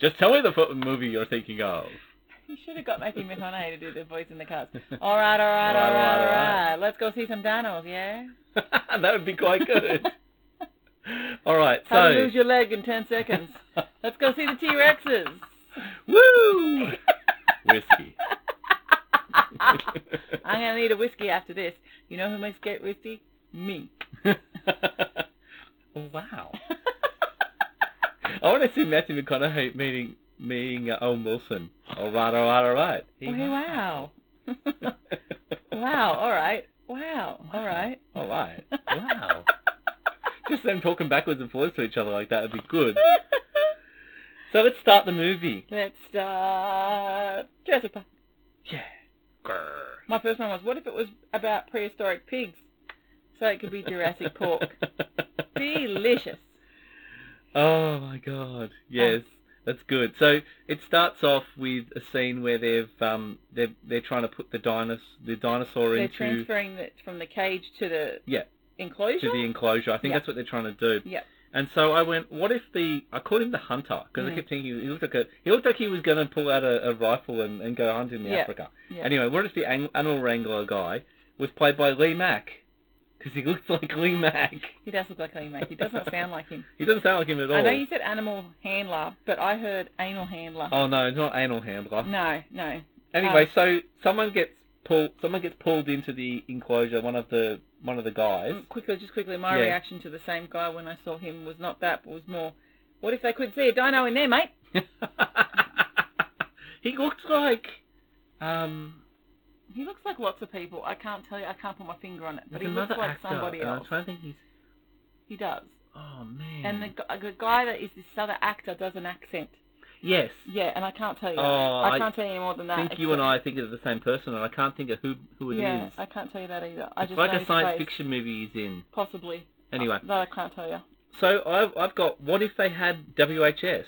Speaker 1: Just tell me the fo- movie you're thinking of.
Speaker 2: You should have got Matthew McConaughey to do the voice in the cast. All right, all right, all right, all right. Let's go see some dinos, yeah?
Speaker 1: [laughs] that would be quite [laughs] good. All right,
Speaker 2: How to
Speaker 1: so
Speaker 2: lose your leg in 10 seconds. Let's go see the T-Rexes.
Speaker 1: woo [laughs] whiskey.
Speaker 2: [laughs] I'm going to need a whiskey after this. You know who makes great whiskey? Me.
Speaker 1: Oh, [laughs] wow. I want to see Matthew McConaughey meeting meeting uh, Owen Wilson. All right, all right, all right. Oh, He-
Speaker 2: Hey, wow. wow, all right. Wow, all right.
Speaker 1: all
Speaker 2: [laughs]
Speaker 1: right. Wow. Just them talking backwards and forwards to each other like that would be good. So let's start the movie.
Speaker 2: Let's start Jurassic Park.
Speaker 1: Yeah. Grrr.
Speaker 2: My first one was, what if it was about prehistoric pigs? So it could be Jurassic pork. Delicious.
Speaker 1: Oh my god. Yes.
Speaker 2: Oh.
Speaker 1: That's good. So it starts off with a scene where they've um they're they're trying to put the dinos the dinosaur
Speaker 2: They're
Speaker 1: into
Speaker 2: transferring it from the cage to the
Speaker 1: Yeah.
Speaker 2: enclosure.
Speaker 1: to the enclosure. I think
Speaker 2: Yeah.
Speaker 1: that's what they're trying to do.
Speaker 2: Yeah.
Speaker 1: And so I went, what if the I called him the hunter because I
Speaker 2: Mm.
Speaker 1: kept thinking he looked like a he looked like he was going to pull out a, a rifle and, and go hunting in
Speaker 2: Yeah.
Speaker 1: Africa.
Speaker 2: Yeah.
Speaker 1: Anyway, what if the ang- animal wrangler guy was played by Lee Mack? Because he looks [laughs] like Lee Mack.
Speaker 2: He does look like him, mate. He does not sound like him.
Speaker 1: He doesn't sound like him [laughs] at all.
Speaker 2: I know you said animal handler, but I heard anal handler.
Speaker 1: Oh no, not anal handler.
Speaker 2: No, no.
Speaker 1: Anyway,
Speaker 2: Um,
Speaker 1: so someone gets pulled. Someone gets pulled into the enclosure. One of the one of the guys. [laughs]
Speaker 2: Mm, Quickly, just quickly, my
Speaker 1: Yeah.
Speaker 2: reaction to the same guy when I saw him was not that, but was more, what if they could see a dino in there, mate?
Speaker 1: he looks like um.
Speaker 2: He looks like lots of people. I can't tell you. I can't put my finger on it, but
Speaker 1: there's
Speaker 2: he looks
Speaker 1: another
Speaker 2: like
Speaker 1: actor,
Speaker 2: somebody
Speaker 1: and
Speaker 2: else.
Speaker 1: I'm trying to think. He's
Speaker 2: He does.
Speaker 1: oh man.
Speaker 2: And the, gu- the guy that is this other actor does an accent.
Speaker 1: yes.
Speaker 2: Yeah, and I can't tell you.
Speaker 1: Oh,
Speaker 2: I
Speaker 1: I
Speaker 2: can't tell you more than that.
Speaker 1: think you and I think of the same person, and I can't think of who who it is.
Speaker 2: Yeah, I can't tell you that either. I
Speaker 1: it's
Speaker 2: just
Speaker 1: like
Speaker 2: know
Speaker 1: a
Speaker 2: his
Speaker 1: science
Speaker 2: face.
Speaker 1: fiction movie he's in.
Speaker 2: Possibly.
Speaker 1: Anyway,
Speaker 2: That I can't tell you.
Speaker 1: so I've I've got what if they had WHS?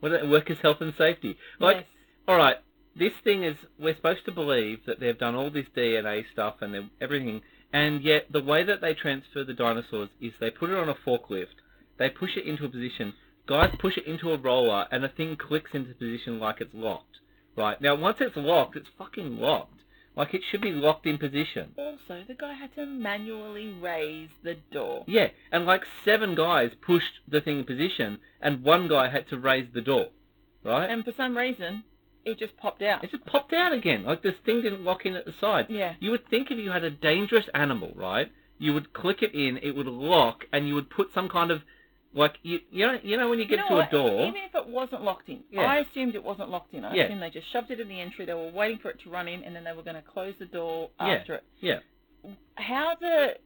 Speaker 1: what are- workers' health and safety? Like
Speaker 2: yes.
Speaker 1: all right, this thing is we're supposed to believe that they've done all this DNA stuff and they're- everything, and yet the way that they transfer the dinosaurs is they put it on a forklift, they push it into a position, guys push it into a roller, and the thing clicks into position like it's locked. Right now, once it's locked, it's fucking locked. Like it should be locked in position.
Speaker 2: Also, the guy had to manually raise the door.
Speaker 1: Yeah, and like seven guys pushed the thing in position, and one guy had to raise the door, right?
Speaker 2: And for some reason, it just popped out.
Speaker 1: It just popped out again. Like this thing didn't lock in at the side.
Speaker 2: Yeah.
Speaker 1: You would think if you had a dangerous animal, right? You would click it in, it would lock, and you would put some kind of like you you know you know when you get
Speaker 2: You know
Speaker 1: to
Speaker 2: what?
Speaker 1: a door.
Speaker 2: Even if it wasn't locked in,
Speaker 1: Yeah.
Speaker 2: I assumed it wasn't locked in. I
Speaker 1: Yeah.
Speaker 2: assumed they just shoved it in the entry. They were waiting for it to run in, and then they were going to close the door
Speaker 1: Yeah.
Speaker 2: after it.
Speaker 1: Yeah.
Speaker 2: How the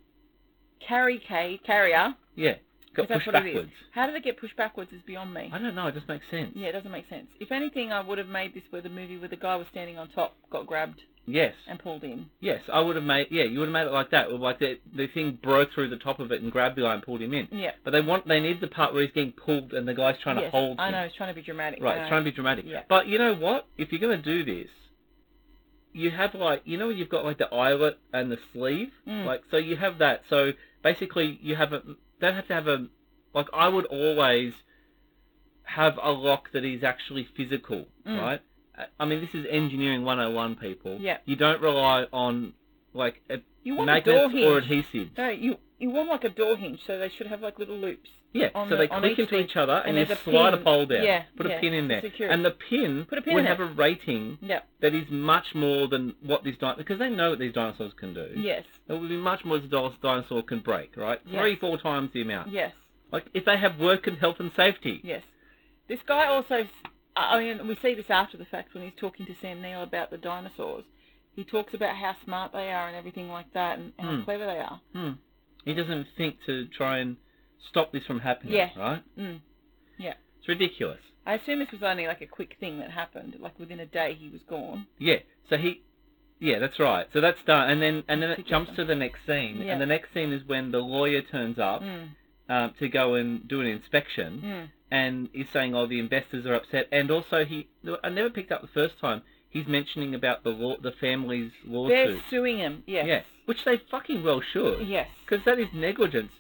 Speaker 2: carry ca- carrier?
Speaker 1: Yeah, got
Speaker 2: 'cause that's
Speaker 1: pushed
Speaker 2: what it
Speaker 1: backwards.
Speaker 2: is. How did it get pushed backwards? Is beyond me.
Speaker 1: I don't know. It just makes sense.
Speaker 2: Yeah, it doesn't make sense. If anything, I would have made this where the movie where the guy was standing on top got grabbed
Speaker 1: Yes.
Speaker 2: and pulled in.
Speaker 1: Yes, I would have made. Yeah, you would have made it like that. or Like the the thing broke through the top of it and grabbed the guy and pulled him in.
Speaker 2: Yeah.
Speaker 1: But they want they need the part where he's getting pulled and the guy's trying
Speaker 2: yes,
Speaker 1: to hold.
Speaker 2: I
Speaker 1: him.
Speaker 2: know, it's trying to be dramatic.
Speaker 1: Right,
Speaker 2: I
Speaker 1: it's
Speaker 2: know.
Speaker 1: trying to be dramatic.
Speaker 2: Yeah.
Speaker 1: But you know what? If you're going to do this, you have like you know you've got like the eyelet and the sleeve
Speaker 2: Mm.
Speaker 1: like so you have that so basically you have a don't have to have a like I would always have a lock that is actually physical
Speaker 2: Mm.
Speaker 1: right I- I mean this is engineering 101 people
Speaker 2: Yeah.
Speaker 1: you don't rely on like a
Speaker 2: You want a door
Speaker 1: magnets
Speaker 2: hinge.
Speaker 1: or adhesives
Speaker 2: No, you you want like a door hinge, so they should have like little loops.
Speaker 1: yeah
Speaker 2: on
Speaker 1: so
Speaker 2: the-
Speaker 1: they
Speaker 2: on
Speaker 1: click
Speaker 2: each
Speaker 1: into
Speaker 2: thing.
Speaker 1: each other and,
Speaker 2: And
Speaker 1: they
Speaker 2: there's a
Speaker 1: slide a
Speaker 2: pin.
Speaker 1: pole down
Speaker 2: Yeah,
Speaker 1: put
Speaker 2: yeah,
Speaker 1: a pin in there
Speaker 2: secure it.
Speaker 1: and the pin,
Speaker 2: Put a pin
Speaker 1: would
Speaker 2: in
Speaker 1: have a rating
Speaker 2: Yeah.
Speaker 1: that is much more than what these dinosaurs, because they know what these dinosaurs can do.
Speaker 2: Yes.
Speaker 1: It would be much more than a dinosaur can break, right?
Speaker 2: Yes.
Speaker 1: Three, four times the amount.
Speaker 2: Yes.
Speaker 1: Like, if they have work and health and safety.
Speaker 2: Yes. This guy also, s- I I mean, we see this after the fact when he's talking to Sam Neill about the dinosaurs. He talks about how smart they are and everything like that and how
Speaker 1: Mm.
Speaker 2: clever they are.
Speaker 1: Hmm. He doesn't think to try and stop this from happening,
Speaker 2: Yeah.
Speaker 1: right?
Speaker 2: Mm.
Speaker 1: It's ridiculous.
Speaker 2: I assume this was only like a quick thing that happened. Like within a day, he was gone.
Speaker 1: Yeah. So he, yeah, that's right. So that's done, and then and then it
Speaker 2: Ridiculous.
Speaker 1: jumps to the next scene,
Speaker 2: Yeah.
Speaker 1: and the next scene is when the lawyer turns up
Speaker 2: Mm.
Speaker 1: um, to go and do an inspection,
Speaker 2: Mm.
Speaker 1: and is saying, "Oh, the investors are upset," and also he, I never picked up the first time. He's mentioning about the law, the family's
Speaker 2: They're
Speaker 1: lawsuit.
Speaker 2: suing him. Yes.
Speaker 1: Yeah, which they fucking well should,
Speaker 2: Yes.
Speaker 1: because that is negligence.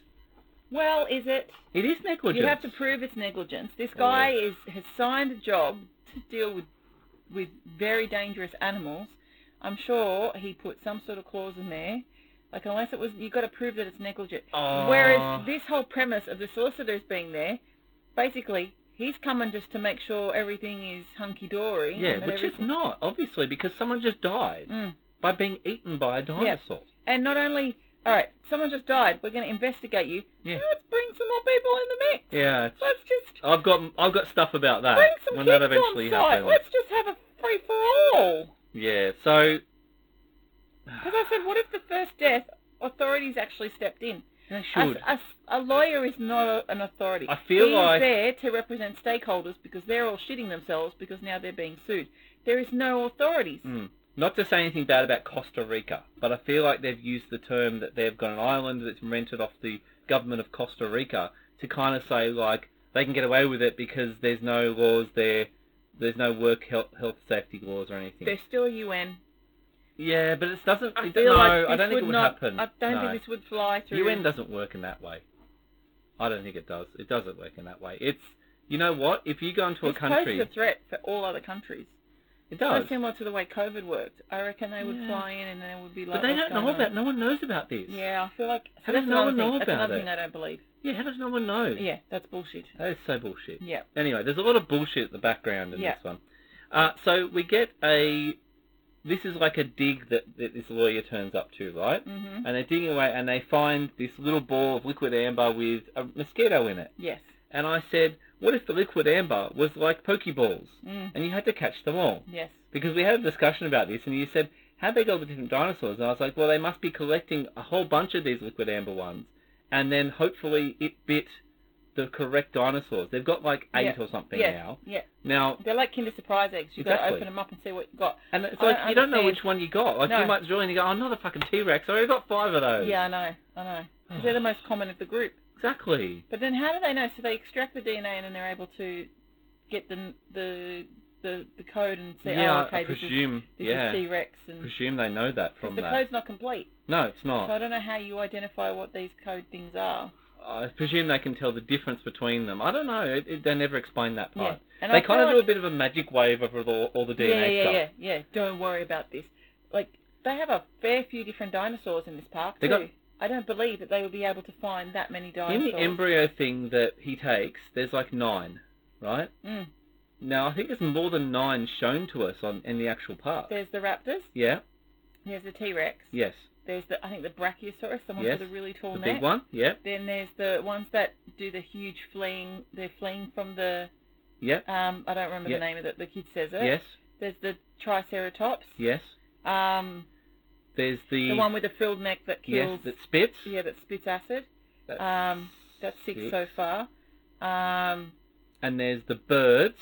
Speaker 2: Well, is it?
Speaker 1: It is negligence.
Speaker 2: You have to prove it's negligence. This guy is has signed a job to deal with with very dangerous animals. I'm sure he put some sort of clause in there, like unless it was you got to prove that it's negligent.
Speaker 1: Oh.
Speaker 2: Whereas this whole premise of the solicitors being there, basically he's coming just to make sure everything is hunky dory.
Speaker 1: yeah, which is not obviously because someone just died
Speaker 2: Mm.
Speaker 1: by being eaten by a dinosaur.
Speaker 2: And not only, all right, someone just died. We're going to investigate you.
Speaker 1: Yeah.
Speaker 2: Let's bring some more people in the mix.
Speaker 1: Yeah, it's-
Speaker 2: Let's just
Speaker 1: I've got I've got stuff about that
Speaker 2: Bring some
Speaker 1: when
Speaker 2: kids
Speaker 1: that eventually
Speaker 2: on site.
Speaker 1: happens.
Speaker 2: Let's just have a free for all.
Speaker 1: Yeah, so [sighs]
Speaker 2: Because I said, what if the first death authorities actually stepped in?
Speaker 1: they
Speaker 2: A,
Speaker 1: should.
Speaker 2: a- a lawyer is not a, an authority.
Speaker 1: I feel
Speaker 2: he
Speaker 1: like-
Speaker 2: is there to represent stakeholders because they're all shitting themselves because now they're being sued. There is no authorities.
Speaker 1: Mm. Not to say anything bad about Costa Rica, but I feel like they've used the term that they've got an island that's rented off the government of Costa Rica to kind of say like they can get away with it because there's no laws there, there's no work health, health safety laws or anything.
Speaker 2: There's still a UN.
Speaker 1: Yeah, but it doesn't.
Speaker 2: I
Speaker 1: it-
Speaker 2: feel
Speaker 1: no,
Speaker 2: like
Speaker 1: I
Speaker 2: this
Speaker 1: don't think it would
Speaker 2: not,
Speaker 1: happen.
Speaker 2: I don't
Speaker 1: no.
Speaker 2: think this would fly through.
Speaker 1: UN doesn't work in that way. I don't think it does. It doesn't work in that way. It's you know what? If you go into
Speaker 2: this
Speaker 1: a country,
Speaker 2: poses a threat for all other countries.
Speaker 1: it
Speaker 2: So
Speaker 1: does.
Speaker 2: similar to the way COVID worked. I reckon they would
Speaker 1: Yeah.
Speaker 2: fly in and then it would be
Speaker 1: But
Speaker 2: like.
Speaker 1: they
Speaker 2: what's
Speaker 1: don't know
Speaker 2: going on?
Speaker 1: about. No one knows about this.
Speaker 2: Yeah, I feel like
Speaker 1: How
Speaker 2: so
Speaker 1: does
Speaker 2: that's
Speaker 1: no one
Speaker 2: another
Speaker 1: know
Speaker 2: thing.
Speaker 1: about
Speaker 2: That's another
Speaker 1: it?
Speaker 2: thing I don't believe.
Speaker 1: Yeah. How does no one know?
Speaker 2: Yeah, that's bullshit.
Speaker 1: That is so bullshit.
Speaker 2: Yeah.
Speaker 1: Anyway, there's a lot of bullshit in the background in
Speaker 2: Yeah.
Speaker 1: this one. Uh, so we get a. This is like a dig that, that this lawyer turns up to, right?
Speaker 2: Mhm.
Speaker 1: And they're digging away, and they find this little ball of liquid amber with a mosquito in it.
Speaker 2: Yes.
Speaker 1: And I said, what if the liquid amber was like pokeballs,
Speaker 2: Mm.
Speaker 1: and you had to catch them all?
Speaker 2: Yes.
Speaker 1: Because we had a discussion about this, and you said, how'd they get all the different dinosaurs? And I was like, well, they must be collecting a whole bunch of these liquid amber ones, and then hopefully it bit the correct dinosaurs. They've got like eight
Speaker 2: Yeah.
Speaker 1: or something
Speaker 2: yes.
Speaker 1: now.
Speaker 2: Yeah.
Speaker 1: Now,
Speaker 2: They're like Kinder Surprise eggs. You've got to
Speaker 1: Exactly.
Speaker 2: open them up and see what you got.
Speaker 1: and it's
Speaker 2: I
Speaker 1: like,
Speaker 2: don't
Speaker 1: you don't know
Speaker 2: understand.
Speaker 1: which one you got. Like, you
Speaker 2: No.
Speaker 1: might join and you go, oh, another fucking T-Rex. I already got five of those. Oh,
Speaker 2: Yeah, I know. I
Speaker 1: [sighs]
Speaker 2: know. 'Cause they're the most common of the group.
Speaker 1: Exactly.
Speaker 2: But then how do they know? So they extract the DNA and then they're able to get the the the, the code and say,
Speaker 1: yeah,
Speaker 2: oh, okay,
Speaker 1: I
Speaker 2: this is
Speaker 1: presume.
Speaker 2: this
Speaker 1: yeah.
Speaker 2: is T Rex and
Speaker 1: presume they know that
Speaker 2: 'cause
Speaker 1: from
Speaker 2: the
Speaker 1: that.
Speaker 2: code's not complete.
Speaker 1: No, it's not.
Speaker 2: So I don't know how you identify what these code things are.
Speaker 1: I presume they can tell the difference between them. I don't know. It, it, they never explain that
Speaker 2: Yeah.
Speaker 1: part.
Speaker 2: And
Speaker 1: They
Speaker 2: I
Speaker 1: kind of
Speaker 2: feel
Speaker 1: do a
Speaker 2: like-
Speaker 1: bit of a magic wave over the, all the DNA
Speaker 2: yeah, yeah,
Speaker 1: stuff.
Speaker 2: yeah, yeah. Don't worry about this. Like they have a fair few different dinosaurs in this park
Speaker 1: They
Speaker 2: too.
Speaker 1: got-
Speaker 2: I don't believe that they would be able to find that many
Speaker 1: In
Speaker 2: dinosaurs.
Speaker 1: the embryo thing that he takes, there's like nine, right?
Speaker 2: Mm.
Speaker 1: Now I think there's more than nine shown to us on in the actual park.
Speaker 2: There's the raptors.
Speaker 1: Yeah.
Speaker 2: There's the T Rex.
Speaker 1: Yes.
Speaker 2: There's the I think the Brachiosaurus, the one
Speaker 1: Yes.
Speaker 2: with a really tall
Speaker 1: the
Speaker 2: neck.
Speaker 1: big one. Yeah.
Speaker 2: Then there's the ones that do the huge fleeing. They're fleeing from the.
Speaker 1: Yeah.
Speaker 2: Um, I don't remember
Speaker 1: Yeah.
Speaker 2: the name of it. The kid says it.
Speaker 1: Yes.
Speaker 2: There's the Triceratops.
Speaker 1: Yes.
Speaker 2: Um,
Speaker 1: There's the,
Speaker 2: the one with the frilled neck that
Speaker 1: yes
Speaker 2: kills.
Speaker 1: that spits.
Speaker 2: yeah, that spits acid.
Speaker 1: That's
Speaker 2: um, That's six, so far. Um,
Speaker 1: And there's the birds.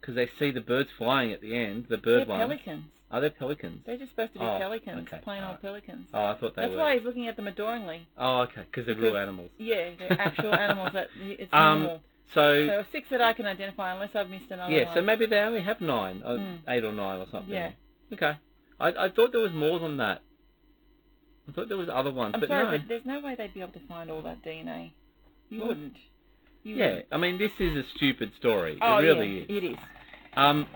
Speaker 1: Because they see the birds flying at the end, the bird
Speaker 2: they're
Speaker 1: ones.
Speaker 2: pelicans.
Speaker 1: Are they pelicans?
Speaker 2: They're just supposed to be
Speaker 1: Oh,
Speaker 2: pelicans,
Speaker 1: okay,
Speaker 2: plain
Speaker 1: alright.
Speaker 2: old pelicans.
Speaker 1: Oh, I thought they
Speaker 2: That's
Speaker 1: were.
Speaker 2: why he's looking at them adoringly.
Speaker 1: Oh, okay, because they're real
Speaker 2: Because-
Speaker 1: animals.
Speaker 2: Yeah,
Speaker 1: [laughs]
Speaker 2: they're actual animals. That it's
Speaker 1: Um,
Speaker 2: normal.
Speaker 1: So,
Speaker 2: So six that I can identify, unless I've missed another
Speaker 1: yeah,
Speaker 2: one.
Speaker 1: so maybe they only have nine, or
Speaker 2: Mm.
Speaker 1: eight or nine or something.
Speaker 2: Yeah.
Speaker 1: Okay. I, I thought there was more than that. I thought there was other ones,
Speaker 2: I'm
Speaker 1: but
Speaker 2: sorry,
Speaker 1: no.
Speaker 2: but there's no way they'd be able to find all that DNA. You
Speaker 1: Well,
Speaker 2: wouldn't. You
Speaker 1: yeah,
Speaker 2: wouldn't.
Speaker 1: I mean, this is a stupid story.
Speaker 2: Oh,
Speaker 1: it really
Speaker 2: yeah,
Speaker 1: is.
Speaker 2: It is.
Speaker 1: Um,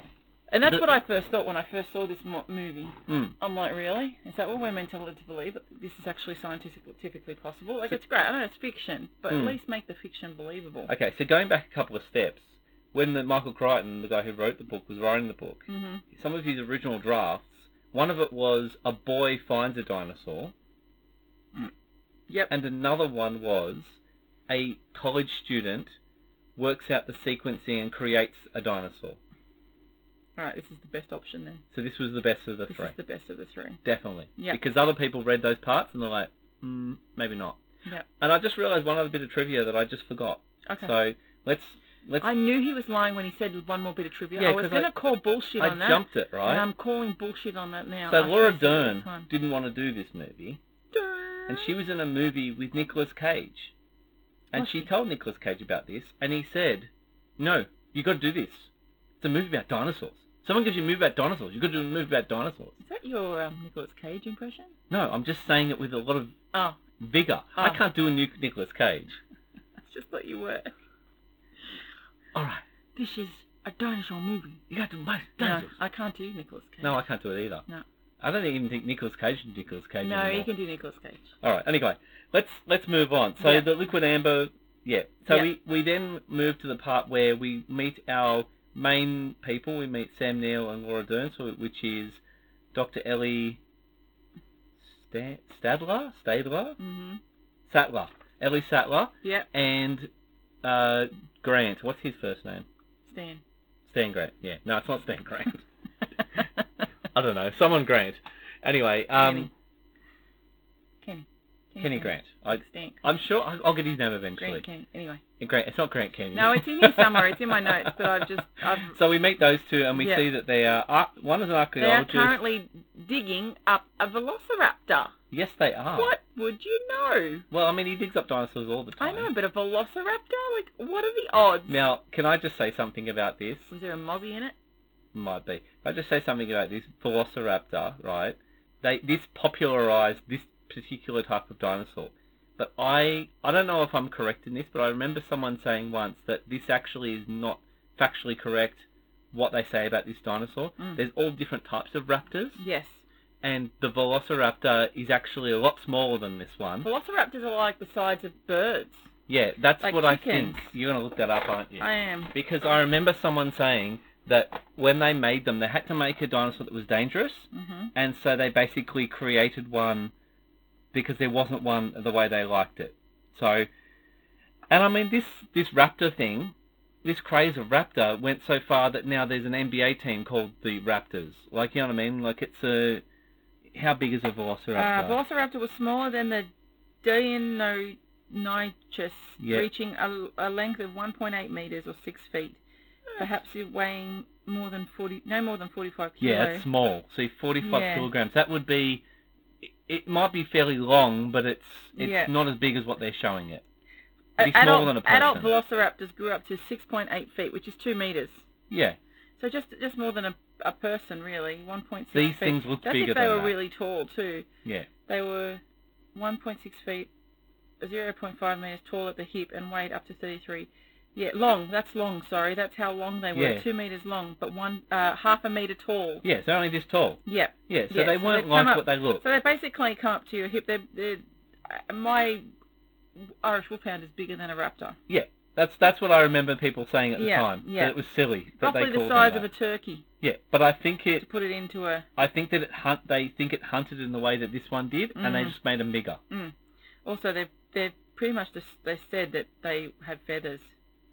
Speaker 2: And that's
Speaker 1: The-
Speaker 2: what I first thought when I first saw this mo- movie.
Speaker 1: mm.
Speaker 2: I'm like, really? Is that what we're meant to lead to believe? That this is actually scientifically possible? Like, it's great. I know it's fiction, but
Speaker 1: Hmm.
Speaker 2: at least make the fiction believable.
Speaker 1: Okay, so going back a couple of steps, when the Michael Crichton, the guy who wrote the book, was writing the book,
Speaker 2: hmm
Speaker 1: some of his original drafts, one of it was a boy finds a dinosaur.
Speaker 2: Mm. Yep.
Speaker 1: And another one was a college student works out the sequencing and creates a dinosaur.
Speaker 2: All right, this is the best option then.
Speaker 1: So this was the best of the
Speaker 2: this
Speaker 1: three.
Speaker 2: is the best of the three.
Speaker 1: Definitely.
Speaker 2: Yeah.
Speaker 1: Because other people read those parts and they're like, mm, maybe not.
Speaker 2: Yeah.
Speaker 1: And I just realised one other bit of trivia that I just forgot.
Speaker 2: Okay.
Speaker 1: So let's let's.
Speaker 2: I knew he was lying when he said one more bit of trivia.
Speaker 1: Yeah,
Speaker 2: I was
Speaker 1: 'cause I-
Speaker 2: going to call bullshit
Speaker 1: I
Speaker 2: on that,
Speaker 1: jumped it right.
Speaker 2: and I'm calling bullshit on that now.
Speaker 1: so
Speaker 2: I
Speaker 1: Laura
Speaker 2: should've said it at the
Speaker 1: Dern
Speaker 2: time.
Speaker 1: didn't want to do this movie,
Speaker 2: Dern.
Speaker 1: and she was in a movie with Nicolas Cage, and
Speaker 2: Was
Speaker 1: she
Speaker 2: she?
Speaker 1: told Nicolas Cage about this, and he said, "No, you got to do this. It's a movie about dinosaurs. Someone gives you a movie about dinosaurs. You got to do a movie about dinosaurs."
Speaker 2: Is that your um, Nicolas Cage impression?
Speaker 1: No, I'm just saying it with a lot of
Speaker 2: Oh,
Speaker 1: vigor. I
Speaker 2: Oh.
Speaker 1: can't do a new Nicolas Cage.
Speaker 2: I just thought you were.
Speaker 1: All right,
Speaker 2: This is a dinosaur movie.
Speaker 1: you got to do most
Speaker 2: No,
Speaker 1: dinosaurs.
Speaker 2: I can't do Nicolas Cage.
Speaker 1: No, I can't do it either.
Speaker 2: No.
Speaker 1: I don't even think Nicolas Cage is Nicolas Cage
Speaker 2: No,
Speaker 1: anymore.
Speaker 2: you can do Nicolas Cage.
Speaker 1: All right. Anyway, let's let's move on. So
Speaker 2: Yeah.
Speaker 1: the liquid amber. Yeah. So
Speaker 2: Yeah.
Speaker 1: we we then move to the part where we meet our main people. We meet Sam Neill and Laura Dern, so which is Dr. Ellie Sta- Stadler, Stadler,
Speaker 2: Mm-hmm.
Speaker 1: Sattler, Ellie Sattler,
Speaker 2: Yep.
Speaker 1: and uh, Grant. What's his first name?
Speaker 2: Stan.
Speaker 1: Stan Grant. Yeah. No, it's not Stan Grant. [laughs] I don't know. Someone Grant. Anyway, um,
Speaker 2: Kenny.
Speaker 1: Kenny Grant. I,
Speaker 2: Stan.
Speaker 1: I'm sure I- I'll get his name eventually.
Speaker 2: Grant Kenny. Anyway.
Speaker 1: Grant, it's not Grant Canyon. [laughs]
Speaker 2: No, it's in here somewhere. It's in my notes, but I've just- I've-
Speaker 1: So we meet those two, and we
Speaker 2: Yeah.
Speaker 1: see that they are ar- one is an
Speaker 2: They are
Speaker 1: archaeologist.
Speaker 2: currently digging up a velociraptor.
Speaker 1: Yes, they are.
Speaker 2: What would you know?
Speaker 1: Well, I mean, he digs up dinosaurs all the
Speaker 2: I
Speaker 1: time.
Speaker 2: know, but a velociraptor? Like, what are the odds?
Speaker 1: Now, can I just say something about this?
Speaker 2: Was there a mozzie in it?
Speaker 1: Might be. Can I just say something about this Velociraptor, right? They this popularized this particular type of dinosaur. But I I don't know if I'm correct in this, but I remember someone saying once that this actually is not factually correct. What they say about this dinosaur.
Speaker 2: Mm.
Speaker 1: There's all different types of raptors.
Speaker 2: Yes.
Speaker 1: and the Velociraptor is actually a lot smaller than this one.
Speaker 2: Velociraptors are like the size of birds.
Speaker 1: Yeah, that's
Speaker 2: Like
Speaker 1: what
Speaker 2: chickens.
Speaker 1: I think. You're gonna look that up, aren't you?
Speaker 2: I am.
Speaker 1: Because I remember someone saying that when they made them, they had to make a dinosaur that was dangerous,
Speaker 2: hmm
Speaker 1: and so they basically created one because there wasn't one the way they liked it. So, and I mean this this raptor thing, this craze of raptor went so far that now there's an NBA team called the Raptors. Like you know what I mean? Like it's a how big is a
Speaker 2: Uh,
Speaker 1: velociraptor?
Speaker 2: Velociraptor was smaller than the Deinonychus,
Speaker 1: Yeah.
Speaker 2: reaching a, a length of 1.8 meters or six feet, perhaps weighing more than 40, no more than 45 kilos.
Speaker 1: Yeah, it's small. So 45
Speaker 2: Yeah.
Speaker 1: kilograms. That would be. it- It might be fairly long, but it's it's
Speaker 2: Yeah.
Speaker 1: not as big as what they're showing it.
Speaker 2: A-
Speaker 1: It'd be smaller
Speaker 2: adult,
Speaker 1: than a
Speaker 2: adult
Speaker 1: person.
Speaker 2: velociraptors grew up to 6.8 feet, which is two meters.
Speaker 1: Yeah,
Speaker 2: So just just more than a, a person, really. 1.6
Speaker 1: these
Speaker 2: feet.
Speaker 1: things look
Speaker 2: That's
Speaker 1: bigger
Speaker 2: if they
Speaker 1: than
Speaker 2: were
Speaker 1: that.
Speaker 2: really tall too.
Speaker 1: Yeah,
Speaker 2: They were 1.6 feet, 0.5 meters tall at the hip, and weighed up to 33. Yeah, long. That's long. Sorry, that's how long they were.
Speaker 1: Yeah.
Speaker 2: Two meters long, but one uh, half a meter tall.
Speaker 1: yeah. So only this tall.
Speaker 2: Yeah.
Speaker 1: Yeah, so
Speaker 2: Yeah,
Speaker 1: they
Speaker 2: so
Speaker 1: weren't
Speaker 2: they've
Speaker 1: like
Speaker 2: come up-
Speaker 1: what they look.
Speaker 2: So they basically come up to your hip. They're, they're, uh, my Irish Wolfhound is bigger than a raptor.
Speaker 1: That's that's what I remember people saying at the
Speaker 2: Yeah,
Speaker 1: time. that
Speaker 2: yeah.
Speaker 1: it was silly that
Speaker 2: Roughly
Speaker 1: they
Speaker 2: the
Speaker 1: called
Speaker 2: size
Speaker 1: them
Speaker 2: of a
Speaker 1: that.
Speaker 2: turkey.
Speaker 1: Yeah, but I think
Speaker 2: To
Speaker 1: it
Speaker 2: put it into a
Speaker 1: I think that it hunt they think it hunted in the way that this one did, and they
Speaker 2: Mhm.
Speaker 1: just made them bigger.
Speaker 2: Also, they've they've pretty much just they said that they had feathers.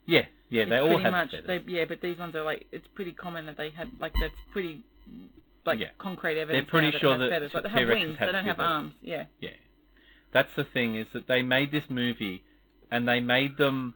Speaker 1: Yeah, yeah.
Speaker 2: It's
Speaker 1: they all
Speaker 2: pretty
Speaker 1: have
Speaker 2: much,
Speaker 1: feathers.
Speaker 2: They, yeah, but these ones are like it's pretty common that they had like that's pretty like
Speaker 1: Yeah.
Speaker 2: concrete evidence. now
Speaker 1: pretty
Speaker 2: that it
Speaker 1: sure
Speaker 2: has
Speaker 1: that
Speaker 2: feathers. Like, they have
Speaker 1: T-Rexes
Speaker 2: wings.
Speaker 1: have
Speaker 2: they don't have
Speaker 1: feathers.
Speaker 2: arms. Yeah.
Speaker 1: Yeah. That's the thing is that they made this movie and they made them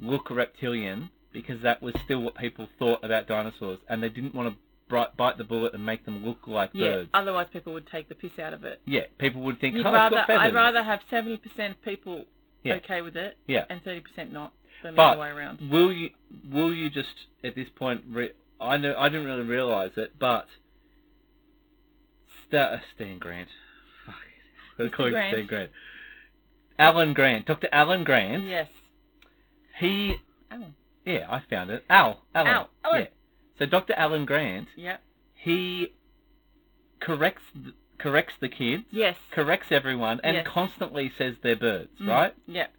Speaker 1: look reptilian because that was still what people thought about dinosaurs and they didn't want to bri- bite the bullet and make them look like
Speaker 2: Yeah.
Speaker 1: birds.
Speaker 2: Otherwise, people would take the piss out of it.
Speaker 1: Yeah, people would think,
Speaker 2: You'd
Speaker 1: oh, it's
Speaker 2: rather
Speaker 1: got feathers.
Speaker 2: I'd rather have seventy percent of people
Speaker 1: Yeah.
Speaker 2: okay with it
Speaker 1: Yeah.
Speaker 2: and thirty percent not than the
Speaker 1: But-
Speaker 2: other way around.
Speaker 1: Will you will you just at this point? Re- I know I didn't really realize it, but Sta- uh, Stan Grant. Fuck. [laughs] I was
Speaker 2: Mr.
Speaker 1: calling him
Speaker 2: Grant.
Speaker 1: Stan Grant. Alan Grant. Dr. Alan Grant.
Speaker 2: Yes. Oh,
Speaker 1: He,
Speaker 2: Alan.
Speaker 1: yeah, I found it. Al. Alan.
Speaker 2: Al, Alan.
Speaker 1: Yeah. So Dr. Alan Grant,
Speaker 2: Yep.
Speaker 1: he corrects th- corrects the kids,
Speaker 2: Yes.
Speaker 1: corrects everyone, and
Speaker 2: Yes.
Speaker 1: constantly says they're birds,
Speaker 2: Mm.
Speaker 1: right?
Speaker 2: Yep.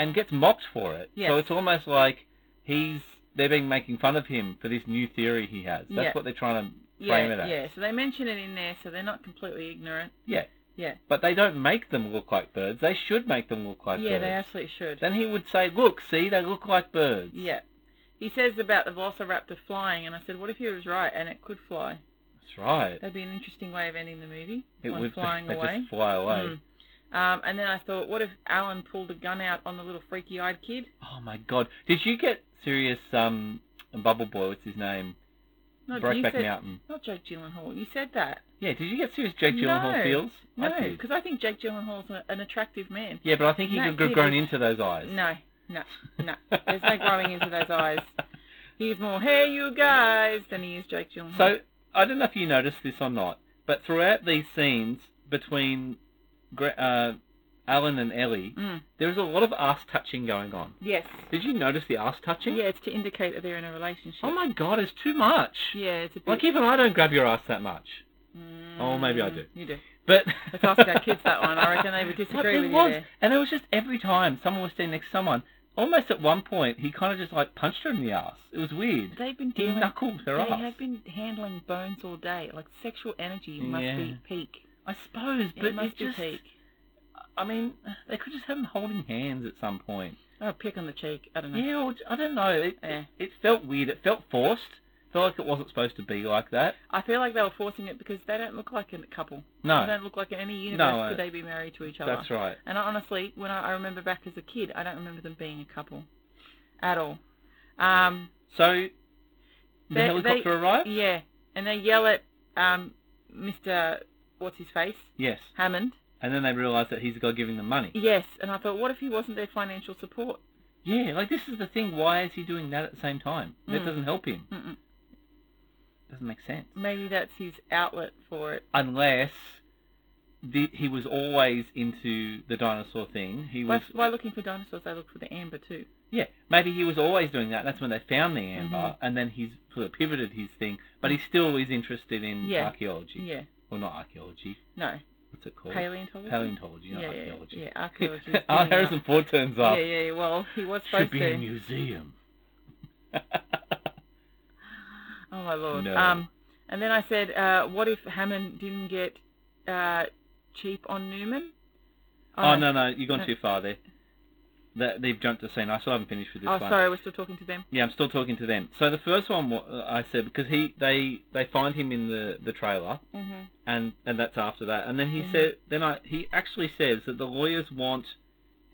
Speaker 1: and gets mocked for it.
Speaker 2: Yes.
Speaker 1: So it's almost like he's they've been making fun of him for this new theory he has. That's
Speaker 2: Yeah.
Speaker 1: what they're trying to
Speaker 2: Yeah.
Speaker 1: frame it at.
Speaker 2: Yeah. So they mention it in there, so they're not completely ignorant.
Speaker 1: Yeah.
Speaker 2: Yeah.
Speaker 1: But they don't make them look like birds. They should make them look like
Speaker 2: yeah,
Speaker 1: birds.
Speaker 2: they absolutely should.
Speaker 1: Then he would say, "Look, see, they look like birds."
Speaker 2: Yeah. He says about the Velociraptor flying, and I said, what if he was right and it could fly?
Speaker 1: That's right.
Speaker 2: That'd be an interesting way of ending the movie.
Speaker 1: It
Speaker 2: one
Speaker 1: would
Speaker 2: flying
Speaker 1: they
Speaker 2: away.
Speaker 1: just fly away.
Speaker 2: Mm. Um, and then I thought, what if Alan pulled a gun out on the little freaky-eyed kid?
Speaker 1: Oh my god! Did you get serious? Um, Bubble Boy, what's his name?
Speaker 2: No, you
Speaker 1: Brokeback
Speaker 2: said
Speaker 1: Mountain.
Speaker 2: not Jake Gyllenhaal. You said that.
Speaker 1: Yeah. Did you get serious? Jake
Speaker 2: No.
Speaker 1: Gyllenhaal feels.
Speaker 2: No,
Speaker 1: I did.
Speaker 2: because I think Jake Gyllenhaal's a, an attractive man.
Speaker 1: Yeah, but I think he
Speaker 2: That
Speaker 1: could have
Speaker 2: kid
Speaker 1: grown
Speaker 2: is-
Speaker 1: into those eyes. [laughs]
Speaker 2: No, no, no. There's no growing into those eyes. He's more, hey, you guys, than he is Jake Gyllenhaal.
Speaker 1: So I don't know if you noticed this or not, but throughout these scenes between Gra- uh, Alan and Ellie,
Speaker 2: Mm,
Speaker 1: there is a lot of ass touching going on.
Speaker 2: yes.
Speaker 1: Did you notice the ass touching?
Speaker 2: Yeah, it's to indicate that they're in a relationship.
Speaker 1: Oh my god, it's too much.
Speaker 2: Yeah, it's a bit...
Speaker 1: Like even I don't grab your ass that much. Oh, maybe I
Speaker 2: Mm,
Speaker 1: do.
Speaker 2: You do.
Speaker 1: But
Speaker 2: Let's ask our kids that
Speaker 1: [laughs]
Speaker 2: one. I reckon they would disagree
Speaker 1: But there
Speaker 2: with you
Speaker 1: was,
Speaker 2: there.
Speaker 1: and it was just every time someone was standing next to someone. Almost at one point, he kind of just like punched her in the ass. It was weird.
Speaker 2: They've been
Speaker 1: He
Speaker 2: dealing.
Speaker 1: knuckled her
Speaker 2: they
Speaker 1: ass.
Speaker 2: have been handling bones all day. Like sexual energy must
Speaker 1: Yeah.
Speaker 2: be peak.
Speaker 1: I suppose, but
Speaker 2: it must
Speaker 1: it's
Speaker 2: be
Speaker 1: just.
Speaker 2: peak.
Speaker 1: I mean, they could just have them holding hands at some point.
Speaker 2: Oh, pick on the cheek. I don't know.
Speaker 1: Yeah, well, I don't know. It,
Speaker 2: Yeah.
Speaker 1: it felt weird. It felt forced. felt like it wasn't supposed to be like that.
Speaker 2: I feel like they were forcing it because they don't look like a couple. They
Speaker 1: No,
Speaker 2: don't look like in any universe
Speaker 1: No, uh,
Speaker 2: could they be married to each other.
Speaker 1: that's right.
Speaker 2: And I honestly, when I, I remember back as a kid, I don't remember them being a couple at all. Um,
Speaker 1: So the
Speaker 2: They-
Speaker 1: helicopter
Speaker 2: they-
Speaker 1: arrived.
Speaker 2: yeah, and they yell at um, Mr. What's his face
Speaker 1: Yes,
Speaker 2: Hammond.
Speaker 1: and then they realised that he's the guy giving them money.
Speaker 2: Yes, and I thought, what if he wasn't their financial support?
Speaker 1: Yeah, like this is the thing. Why is he doing that at the same time? That
Speaker 2: Mm.
Speaker 1: doesn't help him.
Speaker 2: Mm-mm.
Speaker 1: Doesn't make sense.
Speaker 2: Maybe that's his outlet for it.
Speaker 1: Unless the, he was always into the dinosaur thing. He was.
Speaker 2: By, by looking for dinosaurs, they look for the amber too.
Speaker 1: Yeah, maybe he was always doing that. That's when they found the amber,
Speaker 2: Mhm.
Speaker 1: and then he's sort of pivoted his thing. But he still is interested in
Speaker 2: Mm. Yeah.
Speaker 1: archaeology.
Speaker 2: Yeah.
Speaker 1: Well, not archaeology.
Speaker 2: No.
Speaker 1: What's it called?
Speaker 2: Paleontology.
Speaker 1: Paleontology, not
Speaker 2: yeah, yeah,
Speaker 1: archaeology. [laughs]
Speaker 2: yeah, archaeology.
Speaker 1: Oh, Harrison Ford turns
Speaker 2: Yeah,
Speaker 1: up.
Speaker 2: yeah, yeah. Well, he was
Speaker 1: Should
Speaker 2: supposed
Speaker 1: be
Speaker 2: to.
Speaker 1: in a museum.
Speaker 2: Oh my lord.
Speaker 1: No.
Speaker 2: Um, and then I said, uh, what if Hammond didn't get uh, cheap on Newman?
Speaker 1: oh no, no, you've gone
Speaker 2: no.
Speaker 1: too far there. That they've jumped a scene. I still haven't finished with this
Speaker 2: Oh,
Speaker 1: one.
Speaker 2: sorry, we're still talking to them.
Speaker 1: Yeah, I'm still talking to them. So the first one wa- uh, I said because he they they find him in the the trailer.
Speaker 2: Mm-hmm.
Speaker 1: and and that's after that. And then he
Speaker 2: Mhm.
Speaker 1: said, then I he actually says that the lawyers want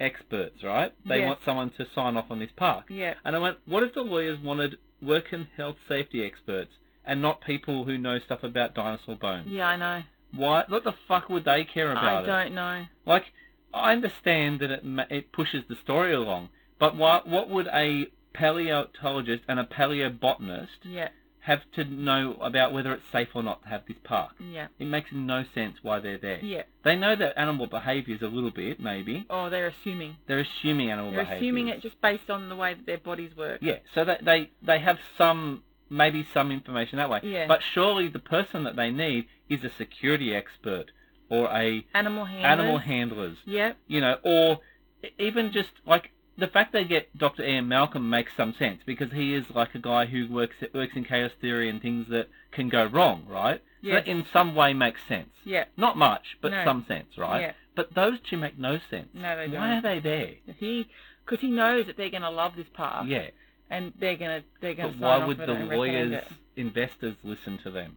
Speaker 1: experts, right? They
Speaker 2: Yes.
Speaker 1: want someone to sign off on this park.
Speaker 2: Yeah.
Speaker 1: And I went, what if the lawyers wanted work and health safety experts and not people who know stuff about dinosaur bones?
Speaker 2: Yeah, I know.
Speaker 1: Why? What the fuck would they care
Speaker 2: I
Speaker 1: about it?
Speaker 2: don't know.
Speaker 1: Like, I understand that it ma- it pushes the story along, but why, what would a paleontologist and a paleobotanist
Speaker 2: Yeah,
Speaker 1: have to know about whether it's safe or not to have this park?
Speaker 2: yeah,
Speaker 1: It makes no sense why they're there.
Speaker 2: yeah.
Speaker 1: They know that animal behaviours a little bit, maybe.
Speaker 2: Oh, they're assuming.
Speaker 1: They're assuming animal
Speaker 2: They're
Speaker 1: behaviours.
Speaker 2: assuming it just based on the way that their bodies work.
Speaker 1: Yeah, so that they they have some maybe some information that way.
Speaker 2: Yeah.
Speaker 1: But surely the person that they need is a security expert or a
Speaker 2: Animal handlers.
Speaker 1: animal handlers,
Speaker 2: Yeah,
Speaker 1: you know, or e- even just like the fact they get Dr. Ian Malcolm makes some sense because he is like a guy who works works in chaos theory and things that can go wrong, right? So
Speaker 2: Yes.
Speaker 1: that in some way makes sense.
Speaker 2: yeah,
Speaker 1: Not much, but
Speaker 2: No.
Speaker 1: some sense, right?
Speaker 2: yeah.
Speaker 1: But those two make no sense.
Speaker 2: No, they
Speaker 1: Why are
Speaker 2: don't.
Speaker 1: they there?
Speaker 2: He, because he knows that they're going to love this park.
Speaker 1: yeah,
Speaker 2: And they're going to, they're
Speaker 1: but
Speaker 2: going to.
Speaker 1: why would the
Speaker 2: it and recommend
Speaker 1: lawyers,
Speaker 2: it.
Speaker 1: investors listen to them?